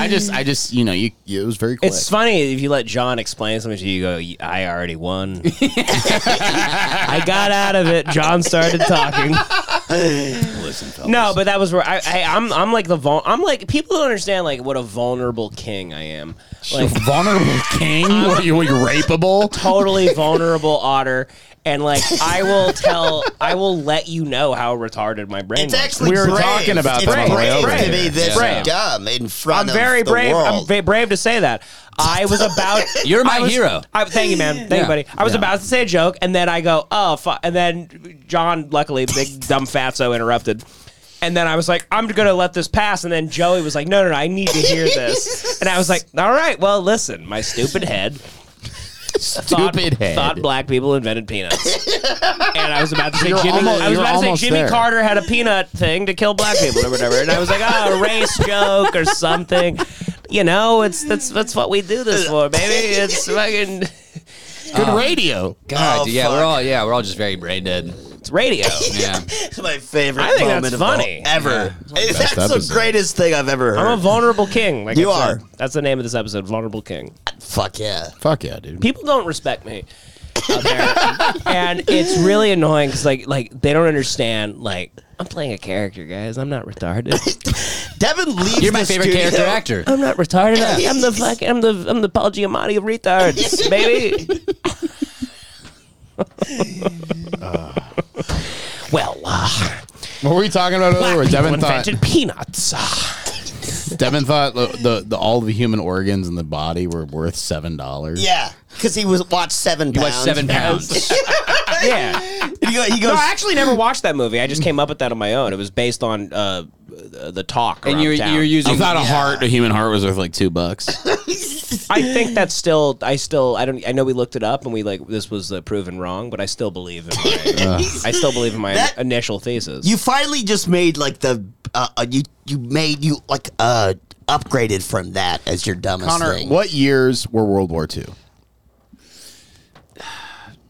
S3: just I just you know you, you it was very quick.
S6: It's funny if you let John explain something to you, you go, "Y- I already won. I got out of it. John started talking. no, but that was where I, I I'm I'm like the vul- I'm like people don't understand like what a vulnerable king I am. Like
S3: vulnerable king. What are you like rapeable?
S6: totally vulnerable otter and like I will tell I will let you know how retarded my brain
S4: It's
S6: was.
S4: actually
S3: We were
S4: brave.
S3: talking about
S4: it's
S3: that on the way
S4: brave
S3: over
S4: to
S3: here.
S4: be this
S3: Yeah.
S4: dumb in
S6: I'm
S4: front of
S6: very
S4: the
S6: brave. I'm
S4: world.
S6: very brave to say that. I was about.
S5: You're my
S6: I was-
S5: hero.
S6: I, thank you, man. Thank
S5: Yeah.
S6: you, buddy. I was
S5: Yeah.
S6: about to say a joke, and then I go, oh, fu-, and then John, luckily, big dumb fatso, interrupted. And then I was like, I'm gonna let this pass. And then Joey was like, No, no, no, I need to hear this. And I was like, All right, well, listen, my stupid head. Thought,
S3: Stupid head.
S6: thought black people invented peanuts, and I was about to say
S3: You're
S6: Jimmy.
S3: almost-
S6: I was
S3: you're
S6: about to
S3: almost
S6: say Jimmy
S3: there.
S6: Carter had a peanut thing to kill black people or whatever, and I was like, oh, a race joke or something. You know, it's that's that's what we do this for, baby. It's fucking Um,
S3: Good radio.
S5: God,
S4: Oh,
S5: yeah,
S4: fuck.
S5: we're all yeah, we're all just very brain dead.
S6: it's radio.
S5: Yeah.
S4: It's my favorite
S6: I think
S4: moment
S6: that's
S4: of all-
S6: funny.
S4: ever. that's
S3: best
S4: the
S3: episode.
S4: greatest thing I've ever heard.
S6: I'm a vulnerable king. Like
S4: You
S6: I said.
S4: are.
S6: That's the name of this episode, vulnerable king.
S4: Fuck yeah.
S3: Fuck yeah, dude.
S6: People don't respect me. out there. and it's really annoying because like like they don't understand like I'm playing a character, guys. I'm not retarded.
S4: Devin leaves.
S5: You're my
S4: the
S5: favorite
S4: studio.
S5: character actor.
S6: I'm not retarded. I, I'm the fuck. I'm the I'm the Paul Giamatti of retards, baby. well, uh,
S3: What were we talking about
S6: black
S3: earlier?
S6: people
S3: Devin thought
S6: invented peanuts. Ah,
S3: Devin thought the, the, the all the human organs in the body were worth seven dollars.
S4: Yeah, because he was watched seven.
S5: You watch
S4: pounds.
S5: seven pounds.
S6: yeah.
S4: And He go- he goes.
S6: No, I actually never watched that movie. I just came up with that on my own. It was based on uh, the talk.
S5: and
S6: around
S5: you're
S6: town.
S5: you're using
S3: I thought a heart, a human heart, was worth like two bucks.
S6: I think that's still. I still. I don't. I know we looked it up and we like this was uh, proven wrong, but I still believe in.
S5: Uh.
S6: My, I still believe in my
S4: That-
S6: initial thesis.
S4: you finally just made like the uh, uh, you you made you like uh upgraded from that as your dumbest
S3: Connor,
S4: thing.
S3: what years were World War II?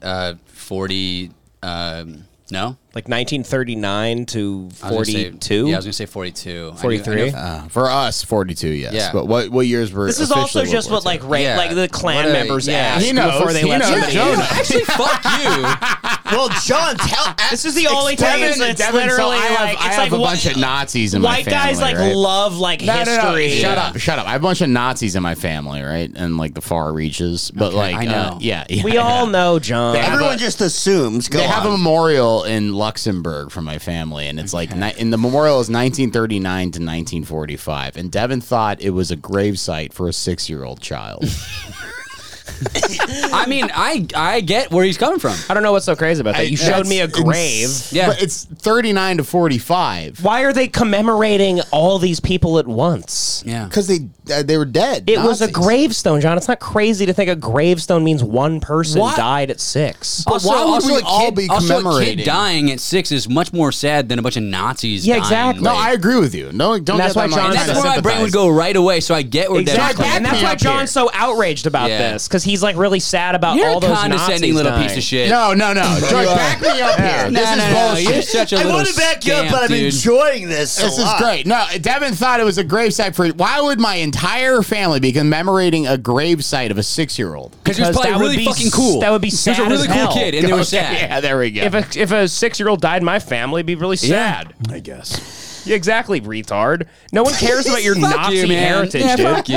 S5: uh, forty um, no?
S6: like 1939 to
S5: I was gonna say-
S6: 42.
S5: Yeah, I was gonna say forty two.
S6: 43?
S3: Uh, for us, forty-two. Yes,
S5: Yeah.
S3: but what what years were?
S6: This is also
S3: officially
S6: just
S3: World
S6: what
S3: War II?
S6: like ra-
S5: Yeah.
S6: like the
S5: What
S6: clan
S5: a-
S6: members
S5: yeah.
S6: asked
S5: He
S3: knows,
S6: before they
S3: he
S6: let
S3: knows.
S6: somebody
S3: Joe
S6: in.
S3: knows.
S5: Actually, fuck you.
S4: well, John, tell
S6: This is the only time
S4: explain
S6: it's,
S4: to
S6: it's
S4: Devin, so
S6: literally
S3: I have,
S6: like
S3: I
S6: it's
S3: have
S6: like
S3: a
S6: whi-
S3: bunch of Nazis in my
S6: white
S3: family.
S6: guys like
S3: right?
S6: love like history.
S3: Shut
S6: Yeah.
S3: up. Shut up. I have a bunch of Nazis in my family, right? And like the far reaches. But like,
S5: I
S3: uh,
S5: know.
S3: yeah, yeah,
S6: We all
S3: yeah.
S6: know John.
S4: Everyone just assumes. Go
S3: They have a
S4: on.
S3: memorial in Luxembourg for my family, and it's like, ni- and the memorial is 1939 to 1945. And Devin thought it was a gravesite for a six year old child.
S5: I mean, I I get where he's coming from.
S6: I don't know what's so crazy about that. You showed
S3: That's
S6: me a grave.
S3: ins-
S5: Yeah.
S3: But it's 39 to 45
S6: Why are they commemorating all these people at once?
S5: Yeah.
S3: because they uh, they were dead.
S6: It was a
S3: Nazis.
S6: gravestone, John. It's not crazy to think a gravestone means one person
S5: What?
S6: died at six.
S5: Also,
S3: why would
S5: also
S3: we
S5: a kid,
S3: all be
S5: also a kid
S3: commemorating?
S5: dying at six is much more sad than a bunch of Nazis.
S6: Yeah,
S5: dying,
S6: exactly.
S3: No,
S5: like-
S3: I agree with you. No, don't.
S6: And that's
S3: get that
S6: why
S3: I'm
S6: John-
S5: and
S3: trying
S5: that's
S3: to
S5: where my brain would
S3: sympathize.
S5: go right away. So I get where
S6: Exactly,
S5: Devin's
S6: and
S5: coming
S6: that's
S5: from.
S6: why
S3: up here.
S6: John's so outraged about
S5: Yeah.
S6: this because he's like really sad about
S5: You're
S6: all
S5: a
S6: those
S5: condescending
S6: Nazis
S5: little
S6: dying.
S5: piece of shit.
S3: No, no, no. George, back me up here.
S5: No,
S3: This is
S5: no, no,
S3: bullshit.
S5: You're such a
S4: I
S5: little
S4: want to back you up,
S5: scamp,
S4: but I'm
S5: dude.
S4: enjoying this.
S3: This
S4: a
S3: is
S4: lot.
S3: great. No, Devin thought it was a gravesite for. Why would my entire family be commemorating a gravesite of a six-year-old?
S5: Because he was
S6: Because
S5: probably
S6: that would
S5: really
S6: be
S5: fucking
S6: s-
S5: cool.
S6: that would be
S5: He was
S6: sad
S5: a really
S6: as
S5: cool
S6: hell.
S5: kid, and they were sad.
S3: Yeah, there we go.
S6: If a, if a six year old died in my family, it'd be really sad.
S13: I guess.
S6: Yeah, Exactly, retard. No one cares about your
S5: Fuck
S6: Nazi
S5: you, man.
S6: heritage,
S5: yeah,
S6: dude.
S5: fuck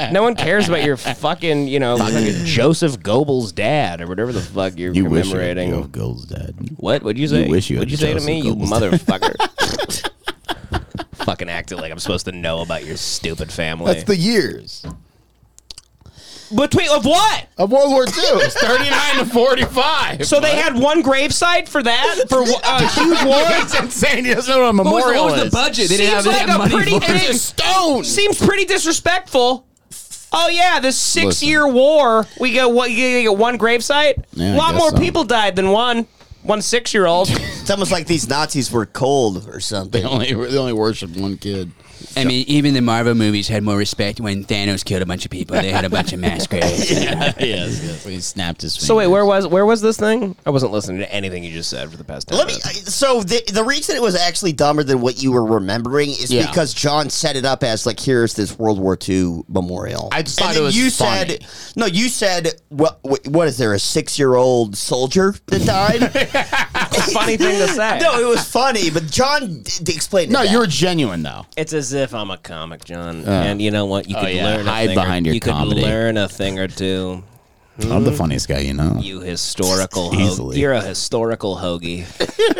S5: you.
S6: No one cares about your fucking, you know, fucking Joseph Goebbels' dad or whatever the fuck you're commemorating.
S3: Gold's dead.
S6: what? What'd you say?
S3: wish you had
S6: What'd you say to
S3: Joseph
S6: me, you
S3: Goebbels'
S6: motherfucker? fucking acting like I'm supposed to know about your stupid family.
S3: That's the years
S6: Between of what?
S3: of World War II. It's Thirty-nine to forty-five.
S6: So they had one gravesite for that for wh- a huge war.
S3: That's insane. He doesn't know what a
S5: What was, the-
S3: memorial
S5: what was the
S3: is.
S5: budget? They didn't have,
S6: Seems
S5: they
S6: like
S5: didn't
S6: a
S5: have money
S6: pretty-
S5: for
S6: it
S5: it.
S6: is- Seems pretty disrespectful. Oh yeah, this six-year war. We got what? You get one gravesite.
S3: Yeah, I
S6: a lot
S3: guess
S6: more
S3: so.
S6: people died than one. One six-year-old.
S4: It's almost like these Nazis were cold or
S3: They
S4: something.
S3: only they only worshipped one kid.
S5: I mean, even the Marvel movies had more respect when Thanos killed a bunch of people. They had a bunch of mass graves.
S3: yes, yes. He snapped his.
S6: so wait, where was where was this thing? I wasn't listening to anything you just said for the past. 10
S4: Let me.
S6: minutes.
S4: So the the reason it was actually dumber than what you were remembering is
S3: Yeah.
S4: because John set it up as like here's this World War II memorial.
S3: I just
S4: And
S3: thought it
S4: then
S3: was
S4: you
S3: funny.
S4: said no. You said what? What, what is there? A six year old soldier that died?
S6: Funny thing to say.
S4: no, it was funny, but John d- d- explained. it
S3: No,
S4: that.
S3: you were genuine though.
S14: It's as if I'm a comic, John. and you know what? You
S3: Oh,
S14: could
S3: yeah.
S14: learn a
S3: Hide
S14: thing
S3: behind
S14: or,
S3: your
S14: You
S3: comedy.
S14: could learn a thing or two.
S3: I'm the funniest guy, you know.
S14: You historical hoagie.
S3: Easily.
S14: You're a historical hoagie.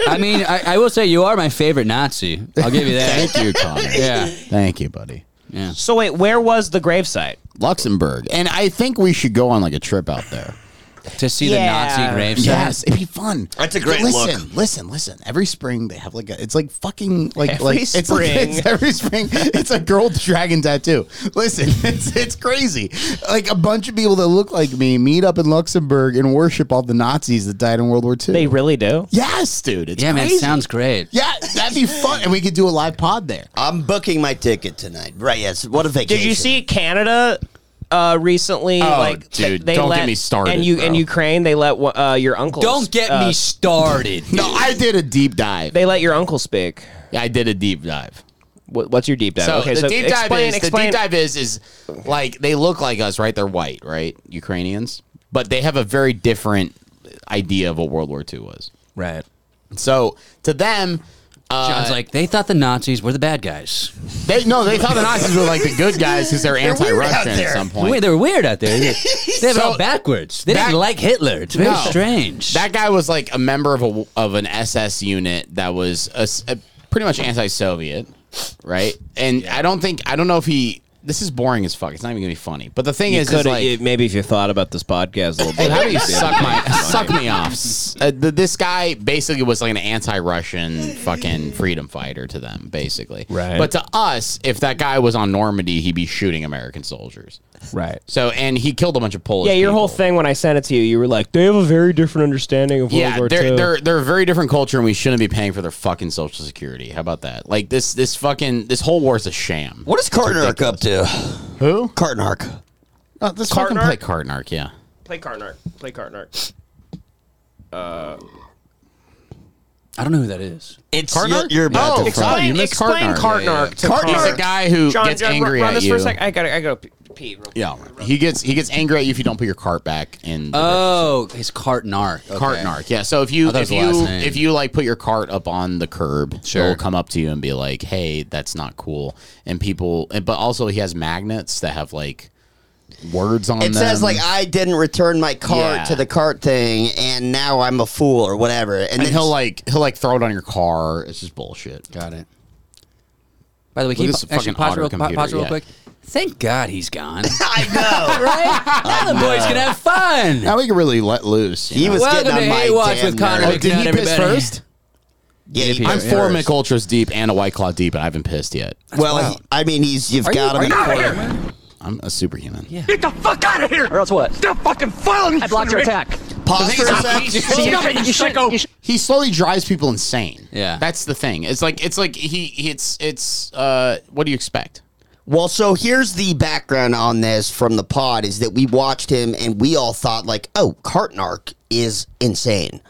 S5: I mean, I, I will say you are my favorite Nazi. I'll give you that.
S3: Thank you, Connor.
S5: Yeah.
S3: Thank you, buddy.
S6: So wait, where was the gravesite?
S3: Luxembourg. And I think we should go on like a trip out there.
S5: To see the
S6: Yeah.
S5: Nazi graves.
S3: Yes, it'd be fun.
S4: That's a great
S3: But listen,
S4: look.
S3: Listen, listen. Every spring they have like a. It's like fucking like
S6: Every
S3: like it's like-
S6: spring.
S3: it's every spring it's a girl with dragon tattoo. Listen, it's it's crazy. Like a bunch of people that look like me meet up in Luxembourg and worship all the Nazis that died in World War II.
S6: They really do.
S3: yes, dude. It's
S5: Yeah, man,
S3: crazy.
S5: sounds great.
S3: Yeah, that'd be fun, and we could do a live pod there.
S4: I'm booking my ticket tonight. Right? Yes. What a vacation.
S6: Did you see Canada uh, recently?
S3: Oh,
S6: like th-
S3: dude,
S6: they
S3: don't
S6: let,
S3: get me started,
S6: And you and
S3: bro.
S6: Ukraine, they let uh, your uncle.
S5: Don't get me
S6: Uh,
S5: started.
S3: No, I did a deep dive.
S6: They let your uncle speak.
S3: I did a deep dive.
S6: What, what's your deep dive?
S3: So
S6: okay,
S3: the
S6: so
S3: deep dive
S6: explain,
S3: is
S6: explain.
S3: the deep dive is is like they look like us, right? They're white, right? Ukrainians, but they have a very different idea of what World War II was.
S14: Right.
S3: So to them,
S5: John's like, they thought the Nazis were the bad guys.
S3: they no, they thought the Nazis were like the good guys because they're anti-Russian at some point.
S5: Wait, they were weird out there. They have it
S3: So-
S5: all backwards. They
S3: That-
S5: didn't like Hitler. It's very
S3: No.
S5: strange.
S3: That guy was like a member of a of an SS unit that was a s- a- pretty much anti-Soviet, right? And I don't think I don't know if he. This is boring as fuck. It's not even gonna be funny. But the thing
S14: You
S3: is, is
S14: could
S3: like,
S14: maybe if you thought about this podcast a little
S3: Dude,
S14: bit.
S3: how do you suck my
S14: Funny.
S3: suck me off? S- Uh, th- this guy basically was like an anti-Russian fucking freedom fighter to them, basically.
S14: Right.
S3: But to us, if that guy was on Normandy, he'd be shooting American soldiers.
S14: Right.
S3: So and he killed a bunch of Polish.
S6: yeah, your whole
S3: people.
S6: thing when I sent it to you, you were like, they have a very different understanding of World
S3: Yeah,
S6: War
S3: they're,
S6: II.
S3: they're they're a very different culture, and we shouldn't be paying for their fucking social security. How about that? Like this this fucking this whole war's a sham.
S4: What is Kartnark up to? Who? Kartnark.
S3: Uh, this fucking
S6: Kartnark?
S3: play Kartnark, yeah.
S6: Play Kartnark. Play Kartnark.
S5: I don't know who that is.
S4: It's
S3: Kartnark?
S4: You're, you're about
S3: Oh,
S4: to
S3: explain-
S4: front.
S3: you missed
S6: explain
S3: Kartnark.
S6: Kartnark to
S3: He's
S6: Kartnark.
S3: a guy who
S6: John,
S3: gets
S6: John,
S3: angry
S6: run,
S3: at
S6: run this
S3: you.
S6: for a sec. I gotta, I gotta
S12: pee. Real quick.
S3: Yeah, he gets he gets angry at you if you don't put your cart back in. The
S5: Oh, his cart narc. Oh, Okay.
S3: Cart narc, yeah. So if you
S5: I thought it
S3: if
S5: was the last
S3: you
S5: name.
S3: if you like put your cart up on the curb,
S5: Sure.
S3: they'll come up to you and be like, "Hey, that's not cool." And people, and, but also he has magnets that have like words on
S4: It
S3: them.
S4: says like I didn't return my cart
S3: Yeah.
S4: to the cart thing, and now I'm a fool or whatever. And,
S3: and
S4: then
S3: he'll like he'll like throw it on your car. It's just bullshit.
S5: Got it. By the
S3: Look
S5: way, can
S3: at
S5: you
S3: this
S5: pa- actually
S3: fucking
S5: pause
S3: otter
S5: real, pa-
S3: computer,
S5: pause real
S3: yeah.
S5: quick? Thank God he's gone.
S4: I know.
S5: right? Now the boys can have fun.
S3: Now we can really let loose. oh, you
S4: He
S3: know?
S4: was
S5: Welcome
S4: getting
S5: to
S4: on my
S5: Hate Watch
S4: damn
S5: with Connor
S4: nerve.
S5: Mc- Not everybody.
S4: Yeah, he
S3: I'm
S4: pissed
S3: four
S4: first.
S3: Mick Ultras deep and a White Claw deep, and I haven't pissed yet.
S4: Well, he- I mean, he's you've
S11: Are you-
S4: got him
S11: are
S4: in
S11: you
S4: a
S11: out
S4: corner.
S11: here, man?
S3: I'm a superhuman. Yeah.
S8: Get the fuck out of here! Or else what? Stop fucking filing! I blocked your attack.
S4: Pause for a sec.
S8: Stop it, you psycho!
S3: He slowly drives people insane.
S5: Yeah.
S3: that's the thing. It's like it's like he he- it's it's uh what do you expect?
S4: Well, so here's the background on this from the pod is that we watched him and we all thought like, oh, Cartnark is insane.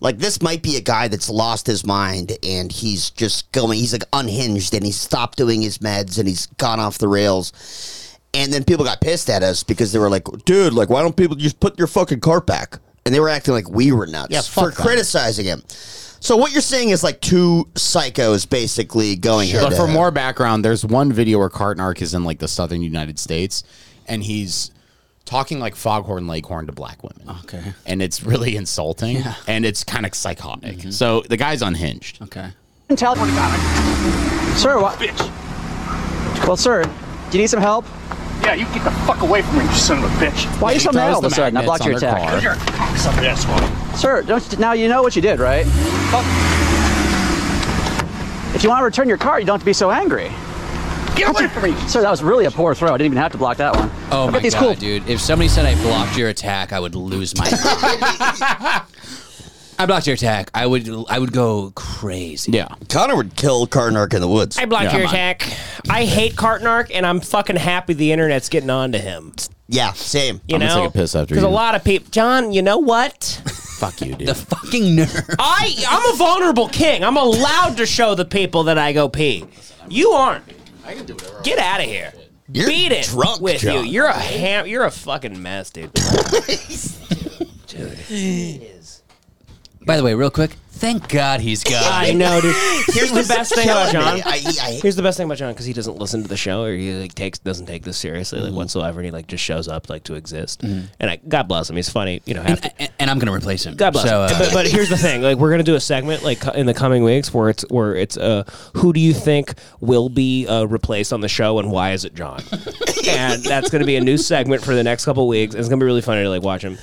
S4: Like this might be a guy that's lost his mind and he's just going, he's like unhinged and he's stopped doing his meds and he's gone off the rails. And then people got pissed at us because they were like, dude, like why don't people just put your fucking cart back? And they were acting like we were nuts
S3: Yeah,
S4: for
S3: fuck them.
S4: criticizing him. So what you're saying is like two psychos basically going here.
S3: But for more background, there's one video where Cartnark is in like the southern United States, and he's talking like foghorn leghorn to black women.
S5: Okay.
S3: and it's really insulting, and it's kind of psychotic. So the guy's unhinged.
S5: Okay.
S8: Tell me Sir, what? Bitch.
S15: Well, sir, do you need some help?
S8: Yeah, you get the fuck away from me, you son of a bitch.
S15: Why are you
S3: He
S15: so
S3: throws
S15: mad all of
S3: the
S15: a sudden? I
S3: magnets
S15: blocked
S3: on
S15: your
S3: their
S15: attack.
S3: car.
S8: You're a cocksucker, that's why.
S15: Sir, don't, now you know what you did, right? If you want to return your car, you don't have to be so angry.
S8: Get away from me!
S15: Sir, that was really a poor throw. I didn't even have to block that one.
S5: Oh
S15: I've
S5: my
S15: got these
S5: god,
S15: cool
S5: dude! If somebody said I blocked your attack, I would lose my. I blocked your attack. I would. I would go crazy.
S3: Yeah,
S4: Connor would kill Carnark in the woods.
S6: I block
S3: Yeah,
S6: your
S3: come on.
S6: attack. I hate Cartnark, and I'm fucking happy the internet's getting on to him.
S4: Yeah, same.
S6: You
S3: I'm gonna
S6: know,
S3: take a piss after
S6: because a
S3: you.
S6: lot of people, John. You know what?
S3: fuck you, dude.
S5: The fucking nerve.
S6: I I'm a vulnerable king. I'm allowed to show the people that I go pee. You aren't. Get out of here.
S4: You're
S6: Beat it
S4: drunk,
S6: with
S4: John.
S6: you. You're a ham. You're a fucking mess, dude.
S5: By the way, real quick. Thank God he's gone.
S6: I know, dude. Here's the best thing about
S4: Killing me.
S6: John.
S4: I, I,
S6: Here's the best thing about John because he doesn't listen to the show or he like takes doesn't take this seriously like whatsoever and he like just shows up like to exist and I God bless him he's funny you know half the
S5: and, and- and I'm gonna replace him.
S6: God bless.
S5: So,
S6: him.
S5: uh,
S6: but, but here's the thing: like we're gonna do a segment like co- in the coming weeks where it's where it's uh, who do you think will be uh, replaced on the show and why is it John? and that's gonna be a new segment for the next couple weeks. It's gonna be really funny to like watch him.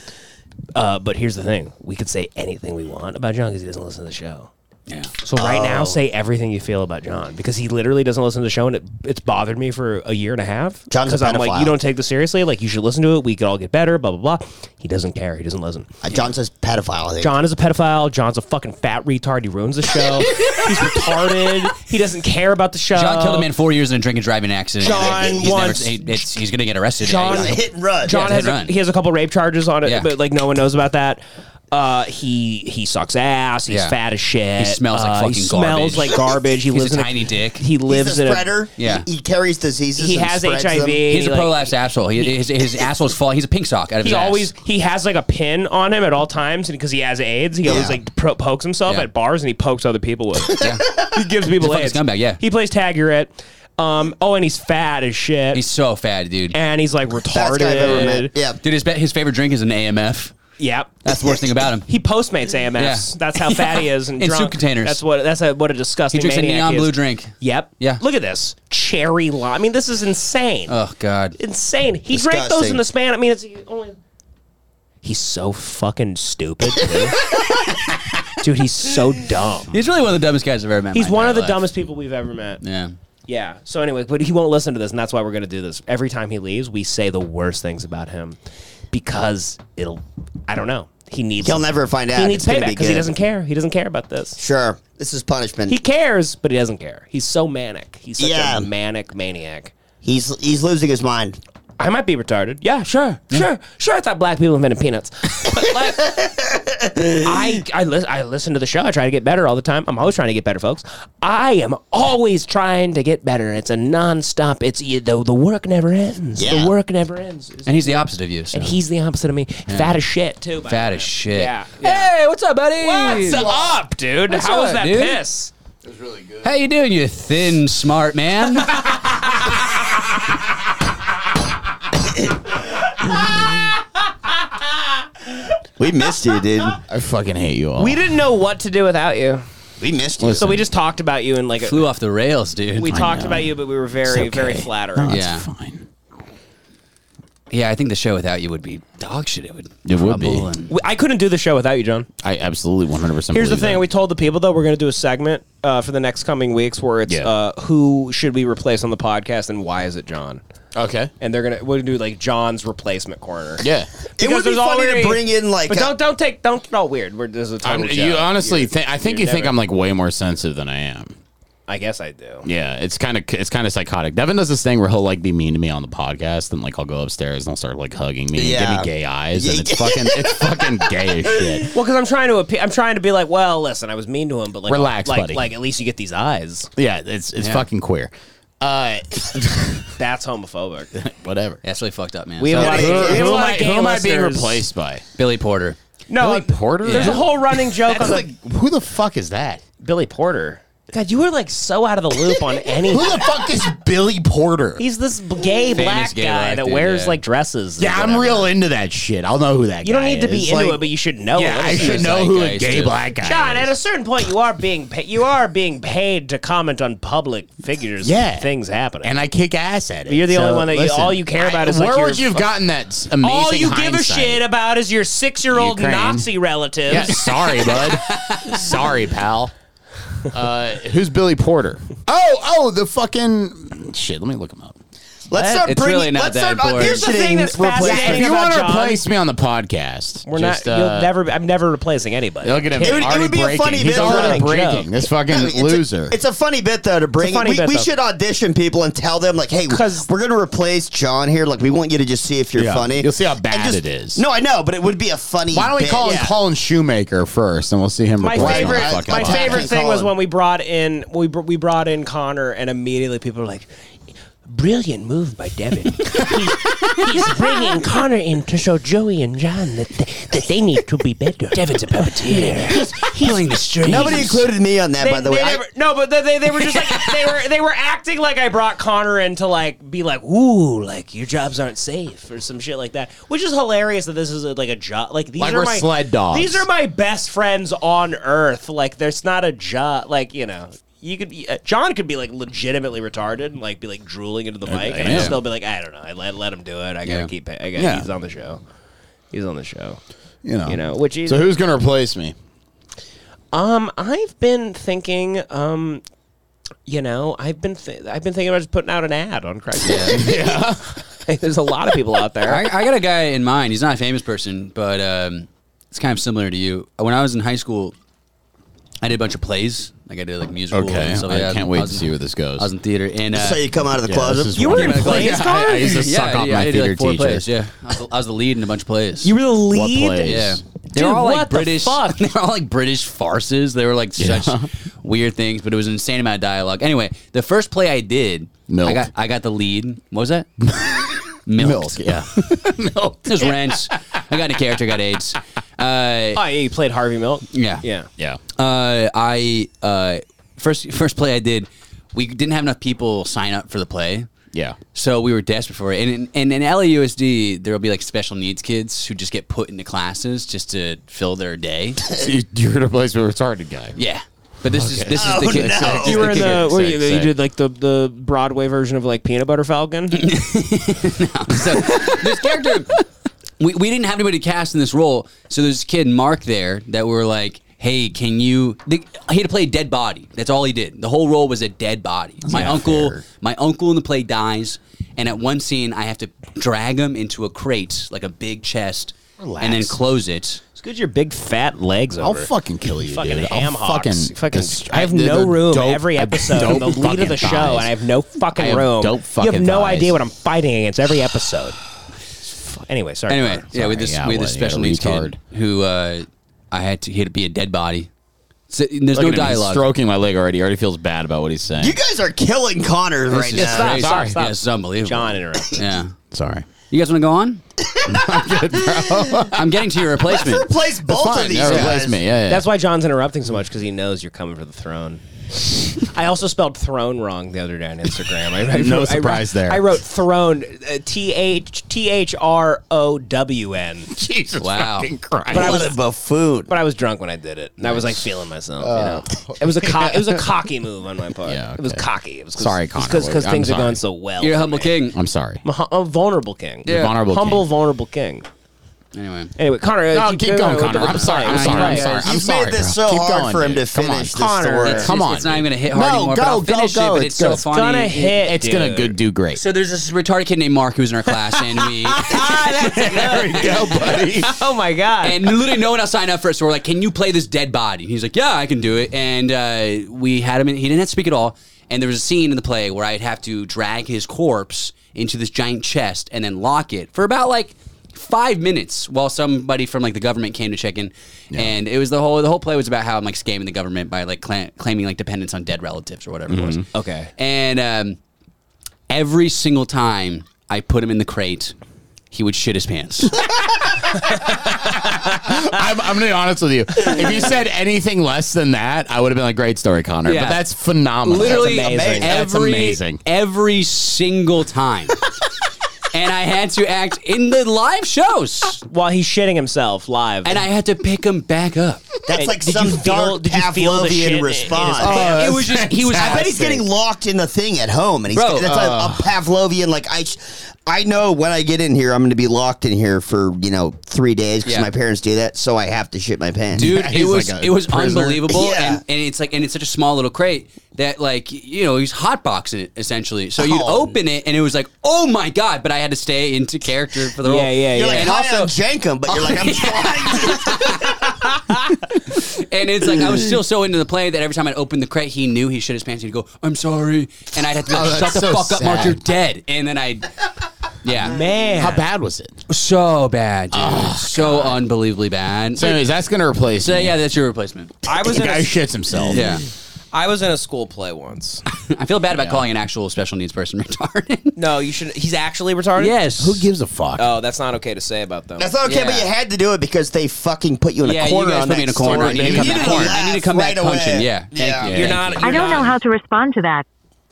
S6: Uh, but here's the thing: we could say anything we want about John because he doesn't listen to the show.
S5: yeah.
S6: So right now, say everything you feel about John because he literally doesn't listen to the show, and it, it's bothered me for a year and a half.
S4: John's a
S6: because I'm like,
S4: pedophile.
S6: you don't take this seriously. Like you should listen to it. We could all get better. Blah blah blah. He doesn't care. He doesn't listen.
S4: I, Uh, John says pedophile. I think.
S6: John is a pedophile. John's a fucking fat retard. He ruins the show. He's retarded. He doesn't care about the show.
S5: John killed a man four years in a drink and driving accident.
S6: John
S5: He's never-
S6: wants-
S5: he- it's- he's gonna get arrested.
S6: John-
S5: Yeah,
S4: hit and run.
S6: John
S5: Yeah,
S6: has
S5: hit
S6: a,
S5: and run.
S6: he has a couple rape charges on it,
S5: Yeah.
S6: but like no one knows about that. Uh, he he sucks ass. He's
S5: Yeah.
S6: fat as shit.
S5: He smells like
S6: Uh,
S5: fucking
S6: he smells
S5: garbage.
S6: like garbage. He
S5: He's a
S6: lives in
S5: tiny dick.
S6: He
S4: He's
S6: lives
S4: a
S6: in
S4: spreader.
S5: Yeah.
S4: He, he carries diseases.
S6: He
S4: and
S6: has
S4: spreads them.
S6: HIV.
S5: He's a
S6: like-
S5: prolapse asshole. He, his his asshole's fall. He's a pink sock out of
S6: He
S5: his ass.
S6: always he has like a pin on him at all times because he has AIDS. He always
S4: Yeah.
S6: like pro- pokes himself
S5: Yeah.
S6: at bars and he pokes other people with. it. he gives people
S5: He's a
S6: AIDS.
S5: fucking scumbag, yeah.
S6: he plays Taggart. Um. Oh, and he's fat as shit.
S5: He's so fat, dude.
S6: and he's like
S4: Best
S6: retarded.
S4: guy I've ever met. Yeah.
S5: Dude, his, be- his favorite drink is an AMF.
S6: Yep.
S5: That's the worst thing about him.
S6: He postmates AMFs.
S5: Yeah.
S6: That's how fat he is and
S5: In
S6: drunk.
S5: soup containers.
S6: That's what that's a, what a disgusting.
S5: He drinks a
S6: maniac
S5: neon
S6: he is.
S5: blue drink.
S6: Yep.
S5: Yeah.
S6: Look at this cherry lime. I mean, this is insane.
S5: Oh God.
S6: insane. He drank
S4: Disgusting.
S6: those in the span. I mean, it's only. He's so fucking stupid, dude. dude, he's so dumb.
S5: He's really one of the dumbest guys I've ever met. in
S6: He's
S5: my
S6: one of the
S5: entire life.
S6: dumbest people we've ever met.
S5: Yeah.
S6: Yeah. So anyway, but he won't listen to this, and that's why we're gonna do this. Every time he leaves, we say the worst things about him because it'll. I don't know. He needs.
S4: He'll never find out.
S6: He needs
S4: It's gonna
S6: payback
S4: be
S6: because he
S4: good.
S6: doesn't care. He doesn't care about this.
S4: Sure. This is punishment.
S6: He cares, but he doesn't care. He's so manic. He's such
S4: Yeah.
S6: a manic maniac.
S4: he's he's losing his mind.
S6: I might be retarded. Yeah, sure, sure, sure. I thought black people invented peanuts. But like, I I, lis- I listen to the show. I try to get better all the time. I'm always trying to get better, folks. I am always trying to get better. It's a nonstop. It's you know, the work never ends. The work never ends.
S5: And he's the opposite of you. so-
S6: And he's the opposite of me. Fat as shit too. by
S5: fat
S6: the
S5: as
S6: way.
S5: shit.
S6: Yeah.
S12: Hey, what's up, buddy?
S6: What's up, dude?
S12: What's
S6: How was
S12: up,
S6: that
S5: dude?
S6: piss?
S5: How you doing, you thin, smart man?
S4: We missed you, dude.
S3: I fucking hate you all.
S12: We didn't know what to do without you,
S4: We missed you.
S12: so we just talked about you and like
S5: Flew off the rails, dude.
S12: we
S5: I
S12: talked
S5: know.
S12: about you, but we were very
S3: It's
S12: very
S3: okay.
S12: flattered.
S3: No, it's
S5: Yeah.
S3: fine.
S5: Yeah, I think the show without you would be dog shit. It would.
S3: It would be.
S5: crumble and-
S6: We- I couldn't do the show without you, John.
S3: I absolutely 100%.
S6: Here's the
S3: believe
S6: thing:
S3: that.
S6: we told the people though we're going to do a segment uh, for the next coming weeks where it's
S3: Yeah.
S6: uh, who should we replace on the podcast and why is it John?
S3: Okay.
S6: And they're gonna we're gonna do like John's replacement corner.
S3: Yeah.
S4: it would be
S6: there's
S4: funny
S6: already-
S4: to bring in like
S6: But
S4: a-
S6: don't don't take don't get all weird. We're, this is a
S3: I'm,
S6: total
S3: you
S6: joke.
S3: honestly, think, I think you
S6: you're
S3: think
S6: never-
S3: I'm like way more sensitive than I am.
S6: I guess I do.
S3: Yeah, it's kind of it's kind of psychotic. Devin does this thing where he'll like be mean to me on the podcast, and like I'll go upstairs and he'll start like hugging me
S4: Yeah.
S3: and give me gay eyes, and it's fucking it's fucking gay as shit.
S6: Well, because I'm trying to appe- I'm trying to be like, well, listen, I was mean to him, but like,
S3: Relax,
S6: like,
S3: buddy.
S6: Like at least you get these eyes.
S3: Yeah, it's it's fucking queer. Uh,
S6: That's homophobic.
S3: whatever.
S5: That's really fucked up, man.
S6: We have a
S3: Who,
S6: lot of,
S3: who,
S6: we have a
S3: am
S6: lot
S3: I,
S6: of
S3: who
S6: gay
S3: am I being
S6: listeners.
S3: replaced by?
S5: Billy Porter.
S6: No,
S3: Billy
S6: like,
S3: Porter?
S6: There's
S3: Yeah.
S6: a whole running joke on
S3: That's
S6: the
S3: like who the fuck is that?
S6: Billy Porter. God, you were like so out of the loop on any.
S3: Who the fuck is Billy Porter?
S6: He's this b- gay black
S5: gay
S6: guy
S5: black
S6: that
S5: dude,
S6: wears
S5: yeah.
S6: like dresses. and
S3: Yeah, I'm
S6: whatever.
S3: real into that shit. I'll know who that.
S6: You don't
S3: guy
S6: need to be
S3: is.
S6: into
S3: Like,
S6: it, but you should know.
S3: Yeah,
S6: it.
S3: I should know who a gay
S5: Zeitgeist,
S3: black guy
S6: John,
S3: is.
S6: at a certain point, you are being pa- you are being paid to comment on public figures.
S3: Yeah.
S6: and things happening.
S3: and I kick ass at it.
S6: You're the only one that you- all you care about is, like,
S3: where
S6: your
S3: would you have
S6: fu-
S3: gotten that s- amazing?
S6: all you give a
S3: hindsight?
S6: shit about is your six year old
S3: Ukraine.
S6: Nazi relatives.
S3: Yeah, sorry, bud. sorry, pal. Uh, who's Billy Porter? Oh, oh, the fucking shit. Let me look him up.
S4: let's start
S5: It's
S4: bringing.
S5: really not
S4: let's
S5: that
S4: start uh,
S5: important.
S6: Here's the thing
S4: auditioning
S6: that's
S4: replacement.
S6: fascinating.
S3: If you
S6: about
S3: want to
S6: John?
S3: replace me on the podcast,
S6: We're
S3: just,
S6: not.
S3: uh,
S6: you'll never. be- I'm never replacing anybody.
S3: Look at him.
S6: Kid.
S4: It would- it
S3: already
S4: would be a
S3: breaking.
S4: funny
S3: He's
S4: bit
S3: already
S6: of a
S3: breaking.
S6: joke.
S3: This fucking
S4: It's a-
S3: loser.
S4: It's a, funny bit though to bring.
S6: funny
S4: we,
S6: bit,
S4: we
S6: though.
S4: should audition people and tell them like, hey,
S6: 'Cause-
S4: we're gonna replace John here. Like, we want you to just see if you're
S3: Yeah.
S4: funny.
S3: You'll see how
S4: And
S3: bad it is.
S4: No, I know, but it would be a funny.
S3: Why don't we
S4: bit,
S3: call him
S4: yeah.
S3: Colin Shoemaker first, and we'll see him.
S6: My
S3: replace him on the
S6: favorite,
S3: fucking
S6: my
S3: podcast.
S6: favorite
S4: Fucking
S6: thing
S4: Colin.
S6: was when we brought in we br- we brought in Connor, and immediately people were like, "Brilliant move by Devin."
S7: he's, he's bringing Connor in to show Joey and John that they, that they need to be better. Devin's a puppeteer. He's, healing the strings.
S4: Nobody included me on that,
S6: They-
S4: by the
S6: they
S4: way. I-
S6: never- no, but they, they, they were just like they were they were acting like I brought Connor in to like be like, "Ooh, like your jobs aren't safe" or some shit like that, which is hilarious that this is a, like a job. Like these
S3: Like
S6: are
S3: we're
S6: my
S3: sled dogs.
S6: These are my best friends on earth. Like there's not a job. Like you know. You could be, uh, John could be like legitimately retarded and like be like drooling into the mic, and
S3: yeah.
S6: I'd still be like, I don't know, I let, let him do it. I gotta
S5: Yeah.
S6: keep it. I got
S3: Yeah.
S6: he's on the show, he's on the show.
S3: you know,
S6: you know, which is-
S3: so who's gonna replace me?
S6: Um, I've been thinking, um, you know, I've been th- I've been thinking about just putting out an ad on Craigslist. yeah, there's a lot of people out there.
S5: I, I got a guy in mind. He's not a famous person, but um, it's kind of similar to you. When I was in high school, I did a bunch of plays. Like I did like musical.
S3: Okay,
S5: and stuff like
S3: I
S5: that.
S3: can't wait
S5: was
S3: to
S5: in-
S3: see where this goes.
S5: I was in theater and uh,
S4: so you come out of the
S3: Yeah, this
S4: closet.
S3: is
S6: You were in
S3: wonderful.
S6: plays,
S3: Yeah, I,
S6: Connor?
S3: I used to suck
S5: yeah,
S3: off
S5: yeah, I
S3: my
S5: did,
S3: theater
S5: like, four
S3: teacher.
S5: plays. Yeah, I was, the, I was the lead in a bunch of plays.
S6: were the lead?
S3: What plays?
S5: Yeah.
S6: Dude, what the fuck?
S5: They were all like British farces. They were like such weird things, but it was an insane amount of dialogue. Anyway, the first play I did,
S3: Milk.
S5: I got I got the lead. What was that?
S3: Milk, yeah.
S5: Milk. It was rents. I got in a character, got AIDS. Uh,
S6: Oh, yeah, you played Harvey Milk.
S5: yeah.
S6: yeah.
S3: yeah.
S5: Uh, I uh, first first play I did, we didn't have enough people sign up for the play.
S3: Yeah.
S5: So we were desperate for it. And in, and in LAUSD, there will be like special needs kids who just get put into classes just to fill their day.
S3: So you- you're gonna replace me with a retarded guy.
S5: Yeah. But this is this is the kid.
S3: no.
S5: this is
S6: You were in
S5: kid-
S6: the were you,
S3: Sick,
S6: you
S3: sick.
S6: did like the, the Broadway version of like Peanut Butter Falcon.
S5: so this character we, we didn't have anybody to cast in this role so there's this kid mark there that were like hey can you the, he had to play a dead body that's all he did the whole role was a dead body my
S3: not
S5: uncle
S3: fair.
S5: my uncle in the play dies and at one scene i have to drag him into a crate like a big chest and then close it.
S16: It's good your big fat legs.
S3: I'll
S16: over.
S3: fucking kill you,
S16: fucking
S3: dude. I'll
S16: ham hocks.
S3: fucking-
S16: fucking.
S3: this-
S16: I have
S3: they're
S16: no
S3: the
S16: room
S3: dope-
S16: every
S3: I have
S16: episode. I'm
S3: dope
S16: the lead of
S3: fucking
S16: the show,
S3: thighs.
S16: and I have no fucking
S3: I have
S16: room.
S3: dope
S16: you
S3: fucking
S16: have no
S3: thighs.
S16: idea what I'm fighting against every episode. anyway, sorry.
S5: Anyway,
S16: Connor.
S5: yeah, we had this
S3: yeah,
S5: we had
S3: what,
S5: this
S3: yeah,
S5: special needs
S3: retard.
S5: kid who uh, I had to he had to be a dead body. So,
S3: Look
S5: there's no
S3: at him, he's
S5: dialogue.
S3: stroking my leg already. He already feels bad about what he's saying.
S4: You guys are killing Connor
S5: This
S4: right
S5: is
S4: now.
S5: crazy.
S16: stop, stop.
S5: Yeah, it's unbelievable.
S16: John interrupted.
S5: Yeah.
S3: Sorry.
S5: You guys want to go on? I'm getting to your replacement.
S4: Replace both of
S3: Fine,
S4: these
S3: yeah,
S4: guys.
S3: replace me. Yeah, yeah.
S16: That's why John's interrupting so much because he knows you're coming for the throne. I also spelled throne wrong the other day on Instagram. I, I
S3: No
S16: wrote- I
S3: surprise
S16: wrote-
S3: there.
S16: I wrote throne, uh, T H T H R O W N.
S3: Jesus
S5: Wow.
S3: Christ.
S16: But I
S4: What
S16: was
S4: a buffoon.
S16: But I was drunk when I did it, and I was like feeling myself. you know, it was a co- it was a cocky move on my part.
S3: Yeah,
S16: It was
S3: okay.
S16: cocky. It was
S3: Sorry, Connor.
S16: because
S3: I'm
S16: things are
S3: sorry.
S16: going so well.
S5: You're a
S16: for
S5: humble
S16: me.
S5: king.
S3: I'm sorry.
S16: I'm a, hu- a vulnerable king.
S5: Yeah.
S3: Vulnerable
S16: humble,
S3: king.
S16: vulnerable king.
S5: Anyway,
S16: Anyway, Connor, uh,
S3: No, keep going,
S16: with the-
S3: Connor.
S16: with
S3: I'm
S16: the
S3: sorry. I'm
S16: fight.
S3: sorry. I'm
S16: Yeah,
S3: sorry. I'm
S4: You've
S3: sorry.
S4: made this
S3: bro.
S4: so
S3: Keep
S4: hard
S3: going,
S4: for him
S3: dude.
S4: to
S3: Come on.
S4: finish
S16: Connor,
S4: the story.
S16: it's-
S5: come on.
S3: on,
S5: It's not
S3: dude.
S5: even gonna hit hard
S4: No,
S5: anymore.
S4: go,
S5: but I'll
S4: go,
S5: finish
S4: go.
S5: it.
S4: It's
S5: But it's, so
S4: gonna-
S5: funny.
S16: gonna
S5: It-
S16: hit.
S3: It's gonna
S16: dude.
S3: good do great.
S5: So there's this retarded kid named Mark who's in our class, and we
S3: there we go, buddy.
S6: Oh my god.
S5: and literally no one else signed up for it. So we're like, "Can you play this dead body?" He's like, "Yeah, I can do it." And uh, we had him. In, he didn't have to speak at all. And there was a scene in the play where I'd have to drag his corpse into this giant chest and then lock it for about like five minutes while somebody from like the government came to check in. And it was the whole the whole play was about how I'm like scamming the government by like cla claiming like dependence on dead relatives or whatever it was.
S6: Mm-hmm.
S16: Okay.
S5: And um, every single time I put him in the crate, he would shit his pants.
S3: I'm, I'm gonna be honest with you. If you said anything less than that, I would have been like, "Great story, Connor."
S5: Yeah.
S3: But that's phenomenal.
S5: literally
S3: That's amazing. That's
S5: every
S3: amazing.
S5: every single time. and I had to act in the live shows,
S16: While he's shitting himself live,
S5: and I had to pick him back up.
S4: That's
S16: Hey,
S4: like
S16: did
S4: some
S16: you feel-
S4: dark
S16: did you feel the shit in-
S4: Pavlovian
S16: in his-
S4: response.
S3: Oh,
S5: it was just he was.
S4: Uh, I bet he's getting locked in the thing at home, and he's
S5: Bro,
S4: that's a, a Pavlovian. Like I, sh- I know when I get in here, I'm going to be locked in here for you know three days because
S5: Yeah.
S4: my parents do that, so I have to shit my pants.
S5: dude
S3: Yeah,
S5: it
S3: he's
S5: was
S3: like a
S5: it was
S3: prisoner.
S5: unbelievable
S4: Yeah.
S5: and, and it's like and it's such a small little crate that like you know he's hotboxing it essentially so you'd
S4: Oh.
S5: open it and it was like oh my god but i had to stay into character for the role
S16: yeah, yeah,
S4: you're
S16: yeah.
S4: like
S5: and
S4: high
S5: also-
S4: on Jankum, but you're like I'm trying. To-
S5: and it's like i was still so into the play that every time i'd open the crate he knew he shit his pants he'd go i'm sorry and i'd have to be
S3: Oh,
S5: like
S3: that's
S5: shut
S3: so
S5: the fuck up mark
S3: sad.
S5: you're dead and then i'd yeah
S16: man,
S3: How bad was it?
S5: so bad dude
S6: Oh,
S5: so unbelievably bad
S3: So, anyways, that's gonna replace.
S5: so
S3: me.
S5: yeah that's your replacement
S6: I was
S3: the
S6: in
S3: guy
S6: a,
S3: who shits himself.
S5: yeah
S6: I was in a school play once.
S5: i feel bad about calling an actual special needs person retarded
S6: No, you should he's actually retarded?
S5: yes
S3: Who gives a fuck?
S6: Oh, that's not okay to say about them.
S4: that's not okay, but
S5: Yeah.
S4: you had to do it because they fucking put you in
S5: Yeah,
S4: a
S5: you
S4: corner
S5: guys
S4: on
S5: put
S4: that
S5: me in a
S4: story,
S5: corner. I need to
S4: dude.
S5: come
S4: You
S5: back
S4: didn't
S5: corner. I need to
S4: laugh
S5: come back
S4: right away.
S5: punching. Yeah. Thank you.
S6: you're
S5: Thank
S6: not
S5: you.
S6: you're not-
S17: how to respond to that.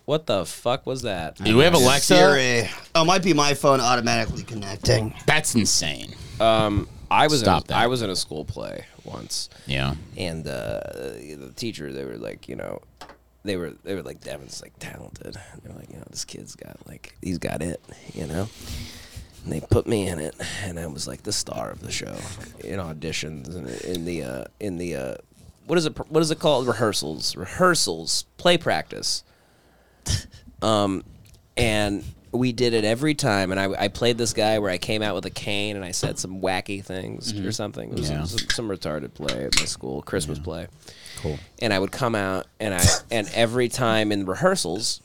S6: What the fuck was that?
S3: Do we have Alexa?
S4: Siri. Oh, might be my phone automatically connecting.
S3: That's insane.
S6: I was
S3: Stop
S6: in,
S3: that.
S6: I was in a school play once.
S3: Yeah.
S6: and uh, the teacher they were like you know they were they were like Devin's like talented and they're like you know this kid's got like he's got it you know and they put me in it and I was like the star of the show in auditions and in the uh, in the uh, what is it what is it called rehearsals rehearsals play practice and we did it every time. And I, I played this guy where I came out with a cane and I said some wacky things or something. It was
S3: Yeah.
S6: some, some retarded play at my school, Christmas play. Cool. And I would come out and I and every time in rehearsals,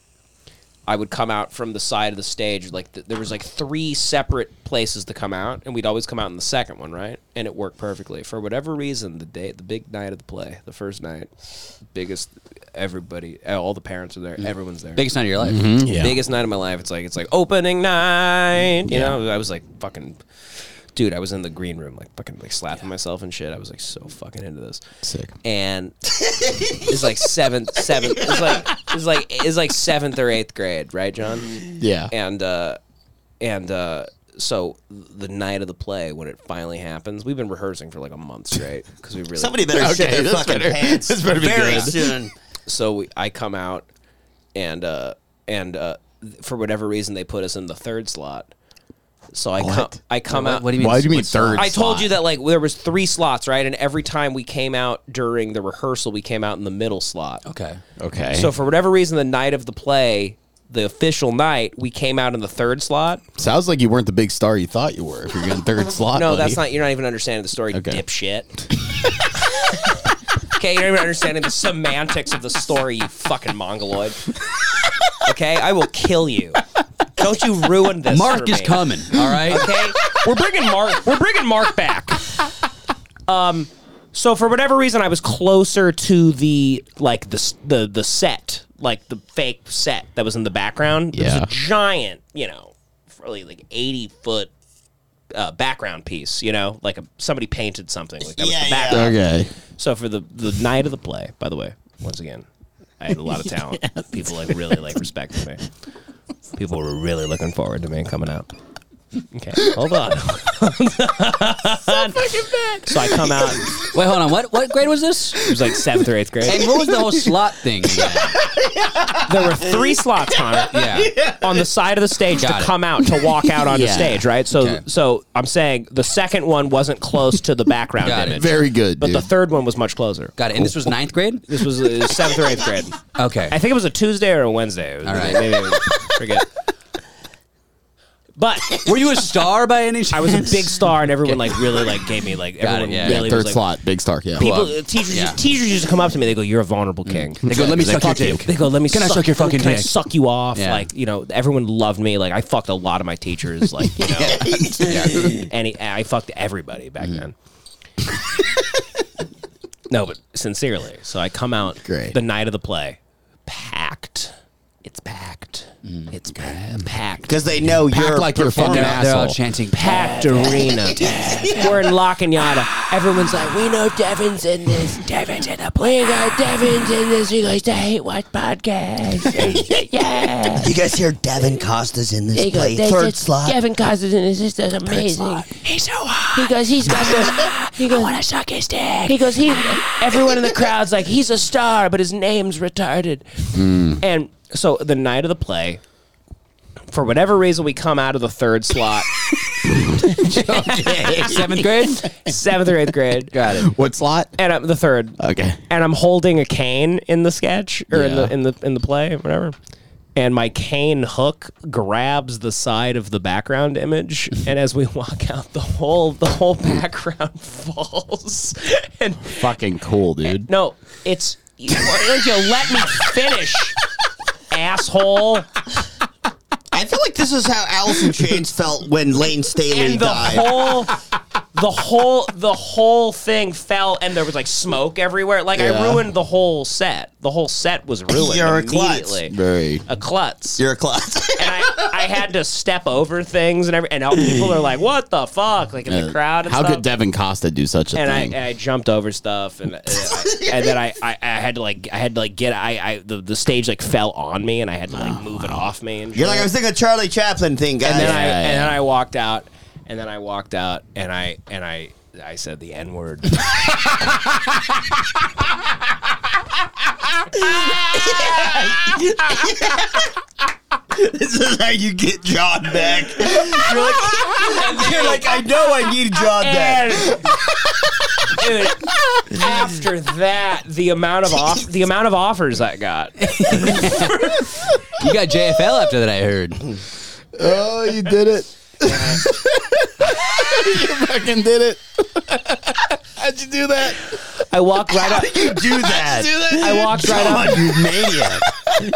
S6: I would come out from the side of the stage. Like th- there was like three separate places to come out, and we'd always come out in the second one, right? And it worked perfectly for whatever reason. The day, the big night of the play, the first night, biggest. Everybody, all the parents are there. Everyone's there
S5: Biggest night of your life.
S3: Yeah.
S6: biggest night of my life. It's like it's like opening night. You know, I was like fucking, dude. I was in the green room, like fucking, like slapping myself and shit. I was like so fucking into this.
S3: Sick.
S6: And it's like seventh, seventh. It's like it's like it's like seventh or eighth grade, right, John?
S3: Yeah.
S6: And uh, and uh, so the night of the play when it finally happens, we've been rehearsing for like a month straight because we really
S4: Somebody better shit
S3: Okay,
S4: their
S3: that's
S4: fucking
S3: better.
S4: pants
S3: This better be
S4: very
S3: good.
S4: soon.
S6: so we, I come out, and uh, and uh, th- for whatever reason they put us in the third slot. So I come, I come out.
S5: What do you mean?
S3: Why do you mean third?
S6: I told
S3: slot?
S6: you that like there was three slots, right? And every time we came out during the rehearsal, we came out in the middle slot.
S5: Okay.
S3: Okay.
S6: So for whatever reason, the night of the play, the official night, we came out in the third slot.
S3: Sounds like you weren't the big star you thought you were. If you're in third slot,
S6: no,
S3: buddy.
S6: that's not. You're not even understanding the story, dipshit. okay, you're not even understanding the semantics of the story, you fucking mongoloid. Okay, I will kill you. Don't you ruin this.
S5: Mark
S6: for
S5: is
S6: me.
S5: coming, all right?
S6: Okay, we're bringing Mark. We're bringing Mark back. Um, so for whatever reason, I was closer to the like the s- the the set, like the fake set that was in the background. It was
S3: Yeah.
S6: a giant, you know, probably like eighty foot uh, background piece. You know, like a, somebody painted something like that was the background.
S3: Okay.
S6: So for the the night of the play, by the way, once again, I had a lot of talent. People like really like respected me. People were really looking forward to me coming out. Okay, hold on. so I come out.
S5: Wait, hold on. What what grade was this?
S6: It was like seventh or eighth grade.
S5: And what was the whole slot thing? again?
S6: there were three slots, Connor,
S5: Yeah.
S6: on the side of the stage
S5: Got
S6: to
S5: it.
S6: come out to walk out onto
S5: Yeah.
S6: stage, right? So,
S5: Okay.
S6: so I'm saying the second one wasn't close to the background
S5: Got it.
S6: image,
S3: Very good,
S6: but
S3: dude.
S6: the third one was much closer.
S5: Got it. And this was ninth grade.
S6: This was uh, seventh or eighth grade.
S5: Okay.
S6: I think it was a Tuesday or a Wednesday. It was-
S5: All right.
S6: maybe it was- forget. But
S5: Were you a star by any chance?
S6: I was a big star, and everyone like really like gave me like
S5: it,
S6: everyone
S5: yeah.
S6: really
S3: third
S6: was, like,
S3: slot, big star. Yeah.
S6: People,
S5: Well,
S6: teachers,
S5: yeah. Mm.
S6: teachers used to come up to me. They go, "You're a vulnerable king." They
S5: go, "Let me suck your
S6: "Fuck you."
S5: dick."
S6: They go, "Let me
S5: Can I suck your fucking
S6: can I
S5: dick?"
S6: suck you off?"
S5: Yeah.
S6: Like you know, everyone loved me. Like I fucked a lot of my teachers. Like you know, and he- I fucked everybody back
S5: Mm-hmm.
S6: then. no, but sincerely. So I come out
S3: Great.
S6: the night of the play, packed. It's packed. It's pa- packed.
S4: because they know you're
S3: like you're fucking
S5: Mm, they're, they're all
S3: asshole.
S5: chanting
S6: Packed arena. We're in La Cunada. Everyone's like,
S11: We know Devin's in this. Devin's in the play. We got Devin's in this. You guys, the Hate Watch podcast. yeah.
S4: You guys hear Devin Costa's in this
S11: They go,
S4: play?
S11: they
S4: Third
S11: just-
S4: slot.
S11: Devin Costa's in this. This is amazing.
S5: He's so hot.
S11: He goes, he's got this. He goes,
S5: I suck his dick.
S11: he goes, he. Everyone in the crowd's like, he's a star, but his name's retarded.
S5: Hmm.
S6: And so the night of the play, for whatever reason, we come out of the third slot,
S5: Seventh grade.
S6: seventh or eighth grade,
S5: Got it.
S3: What slot?
S6: and I'm the third.
S3: Okay.
S6: And I'm holding a cane in the sketch or in
S3: Yeah.
S6: the in the in the play, whatever. And my cane hook grabs the side of the background image, and as we walk out, the whole the whole background falls. And
S3: Fucking cool, dude.
S6: no, it's you, why don't you let me finish, asshole.
S4: I feel like this is how Allison Chains felt when Lane Staley
S6: and the
S4: died.
S6: whole the whole the whole thing fell and there was like smoke everywhere like i
S3: Yeah.
S6: ruined the whole set the whole set was ruined
S4: You're a klutz.
S6: immediately
S3: Very.
S6: a klutz
S4: you're a klutz.
S6: and I, I had to step over things and every and all- people are like what the fuck like in the crowd and
S3: How
S6: stuff.
S3: could Devin Costa do such a
S6: and I,
S3: thing?
S6: and I jumped over stuff and and, I, and then I, I, I had to like I had to like get I, I the, the stage like fell on me and I had to like move it off me and
S4: You're like
S6: shit
S4: I was thinking of Charlie Chaplin thing, guys.
S6: and then I
S3: yeah.
S6: and then I walked out, and then I walked out, and I and I I said the n word.
S4: this is how you get John back. You're like, you're like, I know I need John back.
S6: And dude, after that, the amount of off the amount of offers I got.
S5: You got JFL after that. I heard.
S3: oh, you did it. you fucking did it. How'd you do that?
S6: I walked right up.
S4: You do that.
S3: Do that?
S6: I walked right up.
S4: John, you maniac.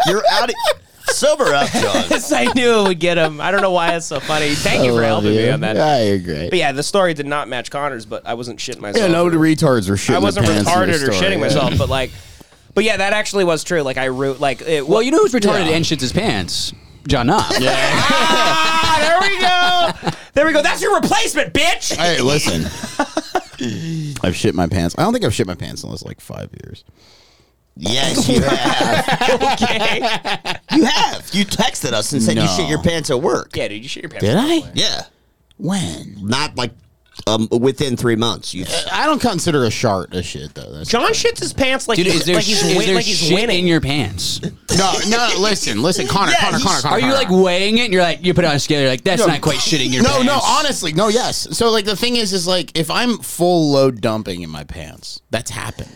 S4: You're out of. Sober up, John.
S6: because I knew it would get him. I don't know why it's so funny. Thank you for helping me on that.
S3: Yeah, you're great.
S6: But yeah, the story did not match Connor's, but I wasn't shitting myself.
S3: Yeah, no
S6: for-
S3: the retards were shitting
S6: I wasn't
S3: their pants in your
S6: retarded or
S3: story,
S6: shitting
S3: yeah.
S6: myself, but like, but yeah, that actually was true. Like I root like it,
S5: Well, you know who's retarded
S3: Yeah.
S5: and shits his pants? John Knopf.
S6: Ah, there we go. There we go. That's your replacement, bitch.
S3: Hey, listen. I've shit my pants. I don't think I've shit my pants in the last like five years.
S4: Yes, you have. You have. You texted us and said you
S3: No.
S4: shit your pants at work.
S6: Yeah, dude, you shit your pants.
S3: Did I?
S4: Yeah.
S3: When? Uh,
S4: Not like um, within three months. You
S3: I don't consider a shart a shit though. That's
S6: John shits his pants like
S5: Dude,
S6: he's,
S5: is there,
S6: like he's,
S5: sh- is
S6: win-
S5: there
S6: like he's
S5: shit
S6: winning.
S5: in your pants?
S3: no, no. Listen, listen, Connor,
S4: Yeah,
S3: Connor,
S4: he's-
S3: Connor, Connor.
S5: Are you
S3: Connor.
S5: like weighing it? And you're like you put it on a scale. You're like that's
S3: No.
S5: not quite shitting your
S3: No,
S5: pants.
S3: no. Honestly, no. Yes. So like the thing is, is like if I'm full load dumping in my pants, that's happened.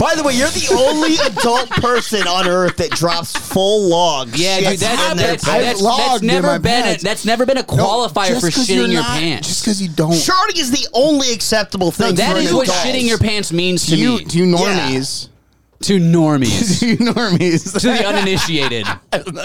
S4: By the way, you're the only adult person on Earth that drops full logs.
S5: Yeah, dude, that's, that's, that's, that's never been a, that's never been a qualifier for shitting your pants.
S4: Just because you don't. Sharding is the only acceptable thing.
S5: No, that
S4: for an
S5: is what
S4: adult.
S5: shitting your pants means to
S4: You-
S5: me.
S4: to normies.
S5: To normies.
S3: to normies.
S5: to the uninitiated.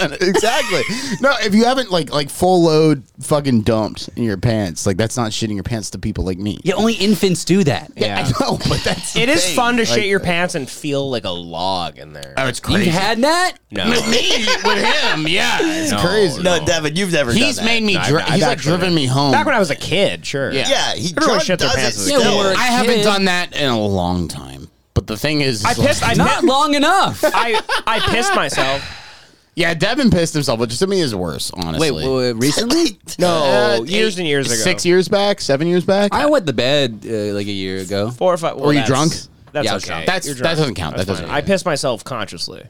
S3: exactly. No, if you haven't like like full load fucking dumped in your pants, like that's not shitting your pants to people like me.
S5: Yeah, only infants do that.
S3: Yeah, I know, but that's
S6: It is fun to
S3: Like-
S6: shit your pants and feel like a log in there.
S3: oh, it's
S5: You
S3: crazy.
S5: had that?
S6: No,
S3: With me, with him, yeah, it's
S6: Oh, No,
S3: crazy.
S4: No, Devin, you've never.
S3: he's
S4: done that.
S3: made me.
S6: No, I've-
S3: Dri-
S6: I've
S3: he's like
S6: actually-
S3: driven me home.
S6: back when I was a kid, sure.
S3: Yeah.
S4: Yeah, he
S6: Everyone
S4: John
S6: shit their
S4: does
S6: pants
S4: it
S6: as a
S5: Yeah,
S4: still.
S5: we're-
S3: I haven't
S5: Kid.
S3: done that in a long time. But the thing is,
S6: I
S3: is like-
S6: pissed. I
S5: Not long enough.
S6: I I pissed myself.
S3: yeah, Devin pissed himself, which to me is worse. Honestly,
S5: Wait, wait, recently?
S6: No,
S3: Uh,
S6: years and years ago.
S3: six years back, seven years back.
S5: I went to bed uh, like a year ago.
S6: four or five. Well,
S3: Were you
S6: that's-
S3: drunk?
S6: That's
S5: Yeah,
S6: okay.
S5: okay.
S3: That's-
S6: You're
S3: that
S6: drunk.
S3: doesn't count.
S6: That's
S3: That
S6: fine.
S3: doesn't
S6: I pissed myself consciously,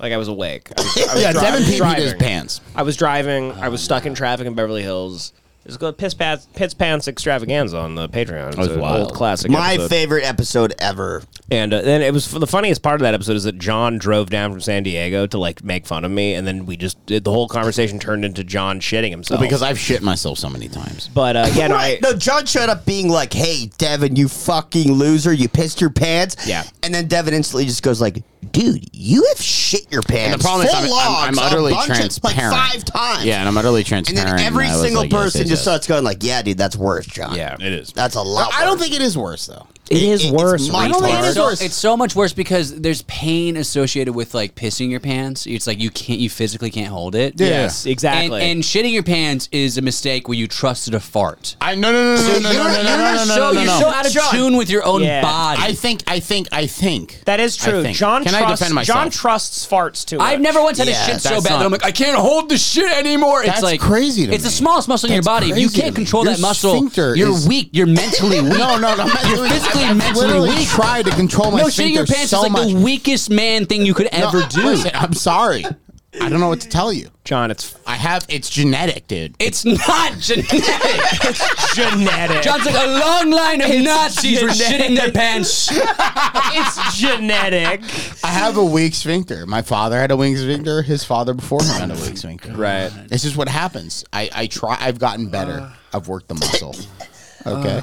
S6: like I was awake. I was, I was
S3: yeah,
S6: driving-
S3: Devin peed
S6: driving.
S3: his pants.
S6: I was driving. I was stuck in traffic in Beverly Hills. It was called Piss Pants, Piss Pants Extravaganza on the Patreon. It was
S3: was
S6: an
S3: wild.
S6: old classic.
S4: My
S6: episode.
S4: favorite episode ever.
S6: And uh, then it was the funniest part of that episode is that John drove down from San Diego to like make fun of me, and then we just did the whole conversation turned into John shitting himself.
S3: Because I've shit myself so many times.
S6: but uh, yeah, no, I-
S4: right. no, John showed up being like, "Hey, Devin, you fucking loser! You pissed your pants."
S6: Yeah.
S4: and then Devin instantly just goes like, "Dude, you have shit your pants."
S3: problem is
S4: full
S3: I'm- I'm-
S4: logs,
S3: I'm utterly
S4: a bunch of-
S3: transparent.
S4: like five times.
S3: Yeah, and I'm utterly
S4: and
S3: transparent.
S4: then every
S3: I was
S4: single
S3: like, yes,
S4: person
S3: yes,
S4: just
S3: yes.
S4: starts going like, "Yeah, dude, that's worse, John.
S6: yeah, it is.
S4: that's a lot."
S3: I don't
S4: worse."
S3: think it is worse though.
S6: It is
S4: it's
S6: worse.
S4: my- I don't think it
S6: retard.
S4: is
S5: So,
S4: worse.
S5: it's so much worse because there's pain associated with like pissing your pants. It's like you can't, you physically can't hold it.
S3: Yeah.
S6: Yes, exactly.
S5: And, and shitting your pants is a mistake where you trusted a fart.
S3: I no no no no no no
S5: you're,
S3: no no
S5: you're
S3: no no
S5: so,
S3: no no
S5: you're
S3: no.
S5: so out of tune with your own
S6: Yeah.
S5: body.
S3: I think I think I think
S6: that is
S3: I
S6: true.
S3: think.
S6: John
S3: Can I
S6: trusts,
S3: defend myself?
S6: John trusts farts too.
S5: I've
S6: much.
S5: never once had
S4: Yeah,
S5: a shit so
S3: that's
S5: bad
S3: not-
S5: that I'm like, I can't hold the shit anymore.
S3: That's
S5: it's like
S3: crazy to
S5: it's
S3: me.
S5: the smallest muscle in your
S3: That's
S5: body. If you
S3: crazy to
S5: can't
S3: me.
S5: control
S3: Your
S5: that muscle,
S3: sphincter
S5: you're
S3: is-
S5: weak. You're mentally weak.
S3: No, no, no. You're
S5: physically
S3: I've
S5: and mentally
S3: literally
S5: weak.
S3: tried to control my
S5: No, shitting
S3: sphincter
S5: your pants
S3: so
S5: is like
S3: much.
S5: the weakest man thing you could ever do.
S3: Listen, I'm sorry. I don't know what to tell you.
S6: John, it's
S3: I have. It's genetic, dude.
S5: It's not genetic.
S6: genetic.
S5: John's like a long line of Nazis were shitting their pants.
S6: it's genetic.
S3: I have a weak sphincter. My father had a weak sphincter. His father before him had a weak sphincter.
S6: Right.
S3: This is what happens. I, I try. I've gotten better. I've worked the muscle. Okay.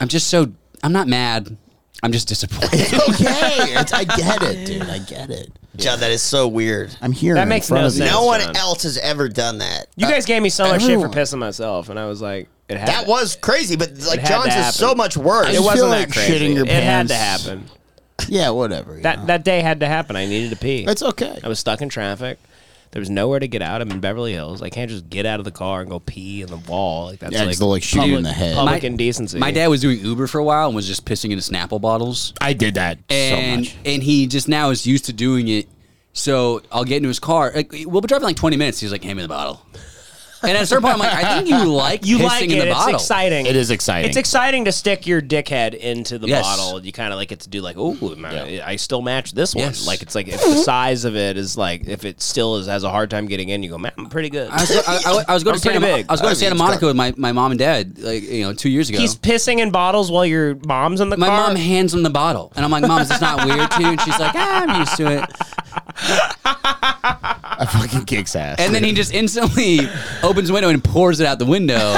S5: I'm just so I'm not mad. I'm just disappointed.
S3: okay. It's, I get it, dude. I get it.
S4: John, that is so weird.
S3: I'm here.
S6: That
S3: in
S6: makes
S3: front
S6: no
S3: of you.
S6: sense.
S4: No one
S6: John.
S4: else has ever done that.
S6: You guys gave me so much
S3: Uh, everyone.
S6: shit for pissing myself, and I was like, it had
S4: Uh, that was crazy, but like
S6: had to
S4: John's
S6: happen.
S4: is so much worse.
S6: It
S3: just
S6: wasn't
S3: feel
S6: that
S3: like
S6: crazy.
S3: shitting your
S6: it had
S3: pants.
S6: to happen.
S3: Yeah. Whatever. you
S6: That
S3: know.
S6: that day had to happen. I needed to pee.
S3: That's okay.
S6: I was stuck in traffic. There was nowhere to get out. I'm in Beverly Hills. I can't just get out of the car and go pee in the wall. Like that's
S3: Yeah, 'cause
S6: like,
S3: they'll, like, shoot you
S6: public,
S3: in the head.
S6: Public
S5: My-
S6: indecency.
S5: My dad was doing Uber for a while and was just pissing into Snapple bottles.
S3: I did that
S5: and
S3: so much.
S5: and he just now is used to doing it. So I'll get into his car. Like, we'll be driving like twenty minutes. He's like, "Hand me the bottle." And at a certain point, I'm like, "I think you like
S6: you
S5: pissing
S6: like it.
S5: in the
S6: it's
S5: bottle."
S6: exciting.
S3: It is exciting.
S6: It's exciting to stick your dickhead into the
S5: Yes.
S6: bottle. You kind of like get to do like, oh,
S3: Yeah.
S6: I still match this one.
S5: Yes.
S6: Like it's like if the size of it is like if it still is has a hard time getting in, you go, man, I'm pretty good.
S5: I was, I, I- I was going to
S6: I'm
S5: Santa,
S6: pretty
S5: Mo-
S6: big.
S5: I was going
S3: I
S5: to Santa
S3: mean,
S5: Monica with my, my mom and dad, like you know, two years ago.
S6: He's pissing in bottles while your mom's in the
S5: my
S6: car.
S5: mom hands him the bottle, and I'm like, "Mom, is this not weird to you?" And she's like, "Ah, I'm used to it."
S3: I fucking kicks ass.
S5: And then he just instantly opens the window and pours it out the window,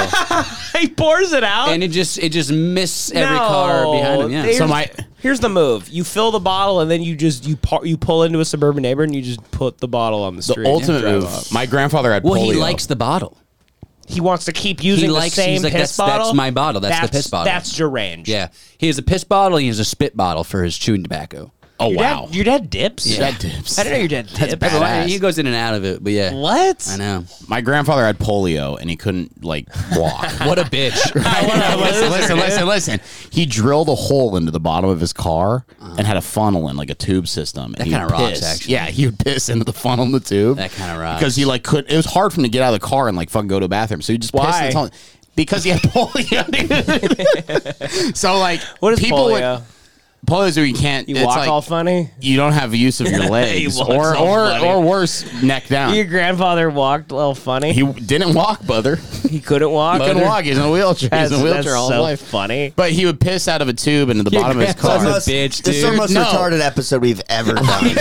S6: he pours it out.
S5: and it just it just miss every car behind him. Yeah.
S6: Here's,
S3: So my-
S6: here's the move: you fill the bottle, and then you just you par- you pull into a suburban neighbor, and you just put the bottle on the
S3: the
S6: street.
S3: ultimate
S6: Drive
S3: move.
S6: up.
S3: My grandfather had
S5: well,
S3: polio.
S5: he likes the bottle.
S6: He wants to keep using the
S5: likes-
S6: same
S5: he's like,
S6: piss
S5: "That's- that's
S6: bottle.
S5: my bottle. That's the piss bottle."
S6: That's deranged.
S5: Yeah, he has a piss bottle. and He has a spit bottle for his chewing tobacco.
S3: Oh
S6: Your
S3: wow.
S6: Dad, your dad dips.
S5: Yeah.
S3: That dips.
S6: I didn't know your dad dipped.
S5: Everyone- He goes in and out of it, but yeah.
S6: What?
S5: I know.
S3: My grandfather had polio and he couldn't like walk.
S5: What a bitch.
S3: listen, listen, listen, listen. He drilled a hole into the bottom of his car and had a funnel and like a tube system. That
S5: kinda rocks, actually.
S3: Yeah, he would piss into the funnel and the tube.
S5: That kinda rocks.
S3: Because he like could. It was hard for him to get out of the car and like fucking go to the bathroom. So he just pissed in
S6: Why?
S3: the tunnel. Because he had polio. dude. so like,
S6: What is
S3: people would-
S6: polio?
S3: polio is where you can't.
S6: you
S3: it's
S6: walk
S3: like,
S6: all funny.
S3: You don't have use of your legs,
S6: walks
S3: or
S6: all
S3: or
S6: funny.
S3: or worse, neck down.
S6: Your grandfather walked all funny.
S3: He didn't walk, brother.
S12: He couldn't walk.
S3: He couldn't walk. He's in a wheelchair. He's in
S12: That's-
S3: a wheelchair
S12: that's
S3: all his
S12: so
S3: life.
S12: Funny.
S3: But he would piss out of a tube into the
S12: Your
S3: bottom of his car.
S12: grandpa's a bitch,
S4: This is the
S12: dude.
S4: most
S12: No.
S4: retarded episode we've ever done.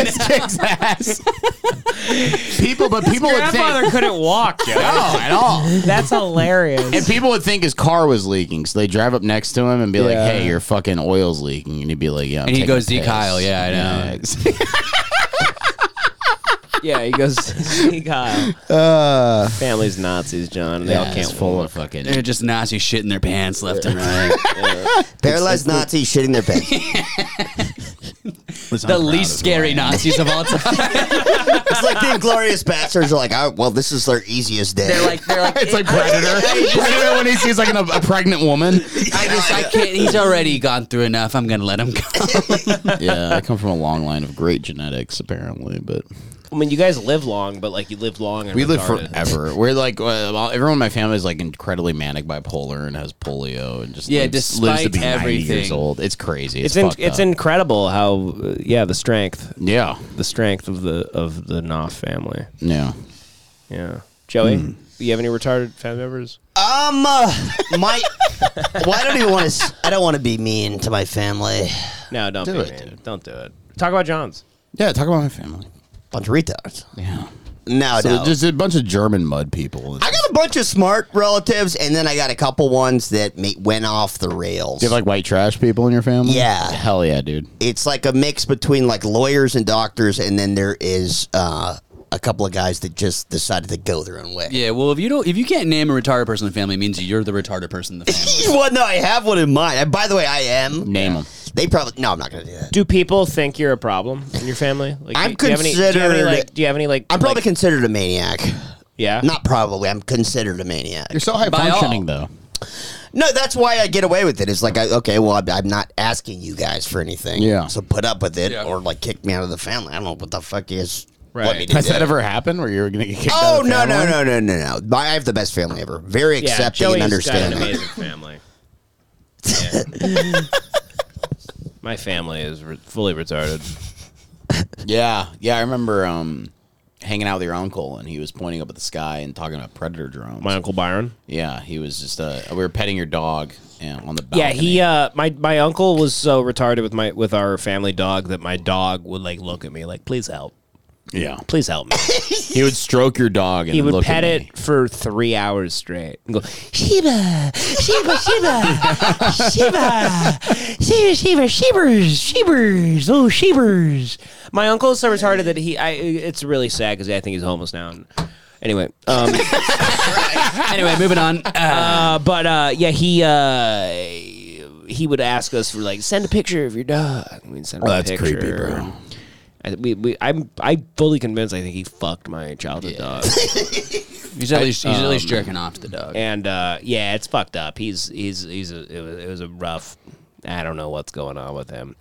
S3: people, but people would
S12: grandfather
S3: think
S12: couldn't walk.
S3: no, at all.
S12: That's hilarious.
S3: And people would think his car was leaking, so they drive up next to him and be like,
S12: Yeah.
S3: "Hey, your fucking oil's leaking," and he'd be like, "Yeah." I'm
S5: And he
S3: taking
S5: goes,
S3: a
S5: "D.
S3: piss."
S5: Kyle, yeah, I know.
S3: Yeah.
S12: Yeah, he goes. See Kyle.
S3: Uh,
S6: Family's Nazis, John. and They all
S3: yeah,
S6: can't
S3: it's full
S6: walk.
S3: of fucking.
S5: They're just Nazi shit in their pants left and right.
S4: Paralyzed Nazi shitting their pants.
S5: the least scary Nazis of all time.
S4: It's like the Inglorious Bastards are like, oh, well, this is their easiest day.
S5: They're like, they're like,
S3: It's like predator. predator when he sees like an, a pregnant woman.
S5: I just, I can't. He's already gone through enough. I'm gonna let him go.
S3: Yeah, I come from a long line of great genetics, apparently, but
S6: I mean, you guys live long, but like you live long. And
S3: we live
S6: retarded.
S3: forever. We're like uh, well, everyone in my family is like incredibly manic bipolar and has polio and just
S5: Yeah,
S3: lives, lives to
S5: despite
S3: be 90 years
S5: everything.
S3: old. It's crazy. It's
S6: It's in,
S3: fucked
S6: it's
S3: up.
S6: incredible how uh, yeah the strength
S3: yeah
S6: the strength of the of the Knopf family.
S3: yeah.
S6: Yeah, Joey, do you have any retarded family members?
S4: Um, uh, my. Well, I don't even want to. I don't want to be mean to my family.
S6: No, don't
S3: Do
S6: do
S3: it,
S6: it. Don't do it. Talk about John's.
S3: Yeah, talk about my family.
S4: Bunch of retards.
S3: Yeah.
S4: No,
S3: So
S4: no.
S3: just a bunch of German mud people.
S4: I got a bunch of smart relatives, and then I got a couple ones that ma- went off the rails.
S3: Do you have like white trash people in your family?
S4: Yeah.
S3: Hell yeah, dude.
S4: it's like a mix between like lawyers and doctors, and then there is uh, a couple of guys that just decided to go their own way.
S5: Yeah, well, if you don't, if you can't name a retarded person in the family, it means you're the retarded person in the family.
S4: well, no, I have one in mind. And by the way, I am.
S3: Name them.
S4: They probably no, I'm not gonna do that.
S6: Do people think you're a problem in your family? Like,
S4: I'm
S6: do you have any- do you have any,
S4: considered-
S6: like, do you have any like?
S4: I'm probably
S6: like-
S4: considered a maniac.
S6: yeah.
S4: Not probably. I'm considered a maniac.
S3: You're so high
S5: By all.
S3: functioning though.
S4: No, that's why I get away with it. It's like, I, okay, well, I'm, I'm not asking you guys for anything.
S3: Yeah.
S4: So put up with it or like kick me out of the family. I don't know what the fuck is. Right. Want me to
S3: Has
S4: do.
S3: that ever happened where you were gonna get kicked out?
S4: Oh
S3: of the
S4: no no
S3: family?
S4: no no no no! I have the best family ever. Very
S6: Yeah,
S4: accepting
S6: Joey's
S4: and
S6: Got an
S4: understanding.
S6: amazing family. Yeah. My family is re- fully retarded.
S3: Yeah, yeah. I remember um, hanging out with your uncle, and he was pointing up at the sky and talking about predator drones.
S6: My uncle Byron.
S3: yeah, he was just uh, we were petting your dog yeah, on the balcony.
S6: Yeah, he uh my my uncle was so retarded with my with our family dog that my dog would like look at me like please help.
S3: yeah
S6: Please help me.
S3: he would stroke your dog and
S6: he would
S3: look at
S6: pet
S3: me.
S6: it for 3 hours straight and go
S7: Sheba, Sheba, Sheba, Sheba, Sheba, Sheba, Shebers, Shebers, oh Shebers.
S6: My uncle's so retarded that he I it's really sad cuz I think he's homeless now. Anyway, um
S5: anyway, moving on. Uh,
S6: uh, but uh yeah, he uh he would ask us for like send a picture of your dog. We'd send him
S3: Oh,
S6: a
S3: that's
S6: picture.
S3: creepy, bro.
S6: I, we, we, I'm I'm fully convinced. I think he fucked my childhood dog.
S5: he's at least he's at
S3: um,
S5: least jerking off to the dog.
S6: and uh, yeah, it's fucked up. He's he's he's a, it, was, it was a rough. I don't know what's going on with him.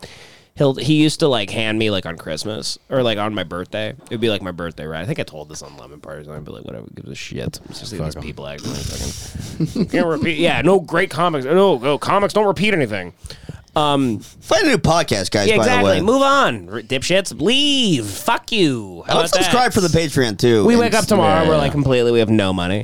S6: He'll he used to like hand me like on Christmas or like on my birthday. It'd be like my birthday, right? I think I told this on Lemon Party. So I'd be like, whatever, who gives a shit. It's just these people acting like fucking. Can't repeat. Yeah, no great comics. No, no comics don't repeat anything. Um,
S4: Find a new podcast, guys.
S6: yeah,
S4: By
S6: exactly.
S4: the way,
S6: Move on, r- dipshits. Leave. Fuck you. How
S4: I
S6: about that?
S4: subscribe for the Patreon too.
S6: We
S4: And
S6: wake up tomorrow, we're like completely, we have no money.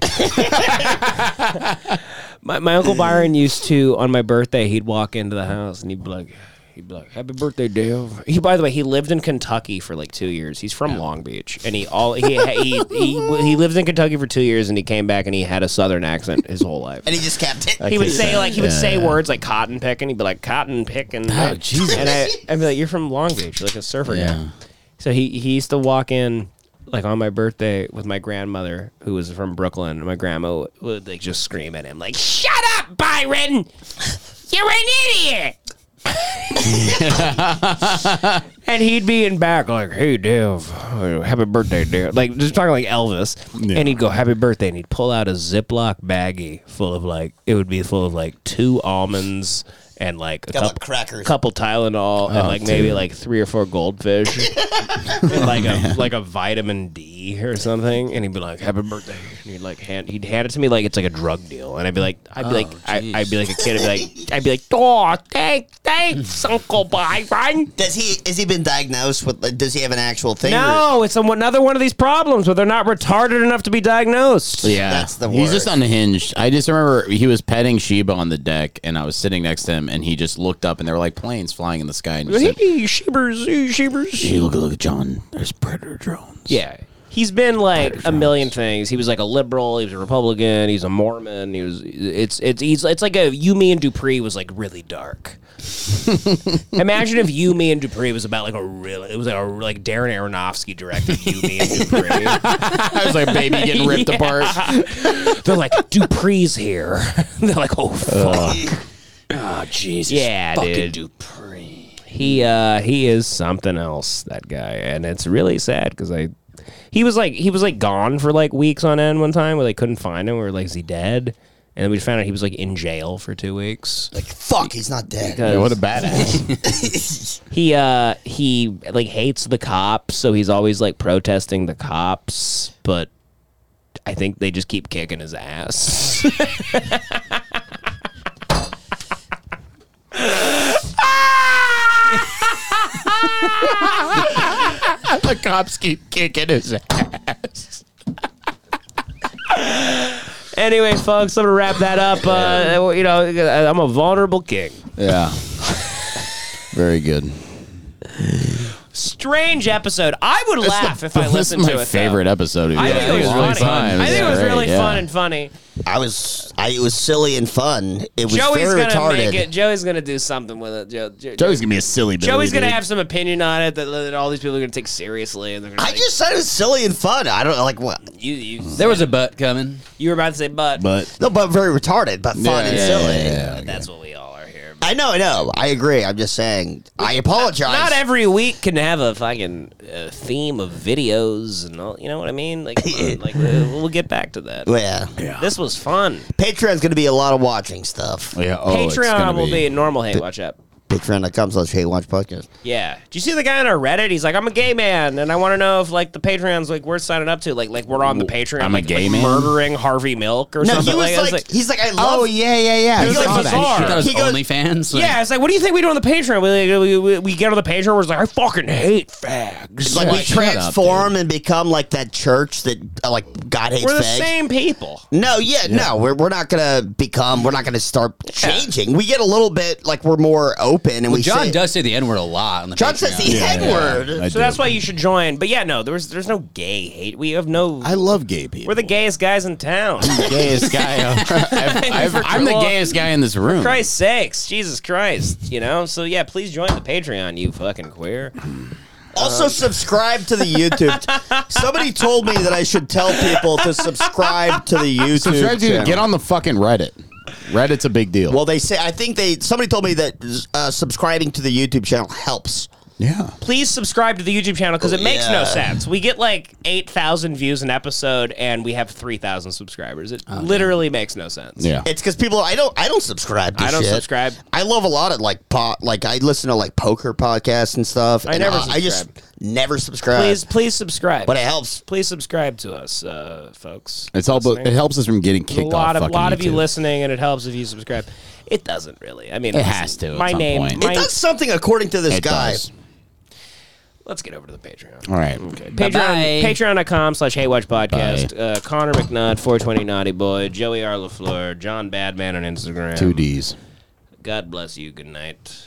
S6: my, my uncle Byron used to on my birthday, he'd walk into the house and he'd be like, he'd be like, "Happy birthday, Dave." He, by the way, he lived in Kentucky for like two years. He's from Long Beach, and he all he he, he he lived in Kentucky for two years, and he came back and he had a Southern accent his whole life.
S4: and he just kept it.
S6: he would say like he would say words like cotton picking. He'd be like cotton picking.
S3: Oh, Jesus.
S6: And I, I'd be like, "You're from Long Beach, You're like a surfer guy."
S3: Yeah.
S6: So he he used to walk in like on my birthday with my grandmother who was from Brooklyn. and My grandma would like just scream at him like, "Shut up, Byron! You're an idiot!" and he'd be in back like, "Hey, Dave, uh, happy birthday, Dave!" Like just talking like Elvis. And he'd go, "Happy birthday!" And he'd pull out a Ziploc baggie full of like it would be full of like two almonds. And like a
S4: Couple
S6: couple,
S4: crackers.
S6: couple Tylenol, and like maybe like three or four goldfish, and like a like a vitamin D D or something, and he'd be like, "Happy birthday," and he'd like hand he'd hand it to me like it's like a drug deal, and I'd be like, I'd be like, I, I'd be like a kid, I'd be like, I'd be like, oh, thanks, thanks, Uncle Byron.
S4: Does he has he been diagnosed with? like, Does he have an actual thing? or-
S6: No, it's some- another one of these problems where they're not retarded enough to be diagnosed.
S3: Yeah,
S4: That's the
S3: he's just
S4: worst.
S3: unhinged. I just remember he was petting Sheba on the deck, and I was sitting next to him, and he just looked up, and there were like planes flying in the sky, and he said,
S6: Hey, shivers, hey, shivers.
S3: "Hey, look, look, John, there's predator drones."
S6: Yeah. He's been like a million things. He was like a liberal. He was a Republican. He's a Mormon. He was. It's it's he's it's like a you me and Dupree was like really dark. Imagine if you me and Dupree was about like a real. It was like a like Darren Aronofsky directed you me and Dupree.
S3: I was like, baby, getting ripped apart.
S6: They're like Dupree's here. They're like oh fuck.
S5: Oh, Jesus.
S6: Yeah, dude.
S5: Dupree.
S6: He uh he is something else that guy, and it's really sad because I. He was like he was like gone for like weeks on end one time where they couldn't find him. We were like, is he dead? And then we found out he was like in jail for two weeks.
S4: Like fuck, he's not dead.
S6: Because
S3: What a badass!
S6: he uh he like hates the cops, so he's always like protesting the cops, but I think they just keep kicking his ass.
S3: the cops keep kicking his ass.
S6: anyway, folks, I'm gonna wrap that up. Uh, you know, I'm a vulnerable king.
S3: Yeah, very good.
S6: Strange episode. I would laugh if I
S3: This is
S6: listened
S3: my
S6: to it. though.
S3: favorite episode.
S6: I think it was, funny. I think it was really fun and funny.
S4: I was I it was silly and fun. It was
S6: Joey's
S4: very
S6: gonna
S4: retarded.
S6: make it. Joey's gonna do something with it. Joe, Joe,
S3: Joey's gonna be a silly. Billy,
S6: Joey's gonna
S3: dude.
S6: have some opinion on it that, that all these people are gonna take seriously. And they're gonna
S4: I
S6: like,
S4: just said it was silly and fun. I don't like what.
S6: you, you,
S5: There was a butt coming.
S6: you were about to say, but,
S3: but
S4: No, but very retarded, but fun and
S3: yeah,
S4: silly.
S3: yeah, yeah.
S6: that's what we all are here.
S4: I know, I know. I agree. I'm just saying. I apologize.
S6: Not every week can have a fucking uh, theme of videos and all. You know what I mean? Like, come on, like uh, we'll get back to that.
S4: Well, yeah.
S6: This was fun.
S4: Patreon's going to be a lot of watching stuff.
S3: Yeah, oh, it's gonna
S6: Patreon will be a normal hate watch app.
S4: Patreon.com slash hate watch podcast.
S6: Yeah. Do you see the guy on our Reddit? He's like, I'm a gay man, and I want to know if like the Patreon's like worth signing up to. Like, like we're on the Patreon.
S3: I'm a
S6: like,
S3: gay
S6: like,
S3: man?
S6: murdering Harvey Milk or
S4: No, he
S6: something.
S4: was
S6: I was
S4: like, he's like, I love. Oh yeah, yeah, yeah.
S6: He was like, bizarre.
S5: She thought it was
S4: He goes-
S5: OnlyFans. Like,
S6: yeah, it's like, what do you think we do on the Patreon? We, like, we, we, we get on the Patreon, we're just like, I fucking hate fags.
S4: Like we
S3: Like, shut up,
S4: transform and become like that church that uh, like God hates
S6: we're the
S4: fags.
S6: same people.
S4: No, yeah, no, we're, we're not gonna become. We're not gonna start changing. We get a little bit like we're more open, and we
S5: John
S4: say,
S5: does say the N word a lot on the
S4: John
S5: Patreon.
S4: says the
S3: Yeah,
S4: N word.
S3: yeah, I
S6: So
S3: do.
S6: that's why you should join. But yeah, no, there's there's no gay hate. We have no.
S3: I love gay people.
S6: we're the gayest guys in town. For
S3: gayest guy. I've, I've, I'm the gayest guy in this room.
S6: Christ's sakes, Jesus Christ, you know. So yeah, please join the Patreon, you fucking queer.
S4: Also, subscribe to the YouTube. Somebody told me that I should tell people to subscribe to the YouTube.
S3: Subscribe to
S4: channel.
S3: get on the fucking Reddit. Reddit's a big deal.
S4: Well, they say I think they. Somebody told me that uh, subscribing to the YouTube channel helps.
S3: yeah.
S6: please subscribe to the YouTube channel
S3: Oh,
S6: because it makes no
S4: Yeah.
S6: sense. We get like 8,000 views an episode and we have 3,000 subscribers. It literally makes no sense.
S3: Oh, Yeah.
S4: It's because people. I don't. I don't subscribe. To
S6: I don't
S4: shit.
S6: subscribe.
S4: I love a lot of like pot. Like I listen to like poker podcasts and stuff.
S6: I
S4: and,
S6: never
S4: uh, I just never subscribe.
S6: Please, please subscribe.
S4: but it helps.
S6: please subscribe to us, uh, folks.
S3: It's all. But it helps us from getting
S6: There's
S3: kicked
S6: a
S3: off.
S6: lot of
S3: fucking
S6: lot of you
S3: YouTube.
S6: listening, and it helps if you subscribe. It doesn't really. I mean,
S3: It
S6: listen,
S3: has to at
S6: My
S3: some
S6: name.
S3: point.
S6: My,
S4: It does something according to this
S3: It
S4: guy.
S3: does.
S6: Let's get over to the Patreon.
S3: All right.
S6: Patreon,
S5: Bye-bye.
S6: Patreon.com slash Haywatch Podcast. Uh, Connor McNutt, 420 Naughty Boy, Joey R. LaFleur, John Badman on Instagram.
S3: Two D's.
S6: God bless you. Good night.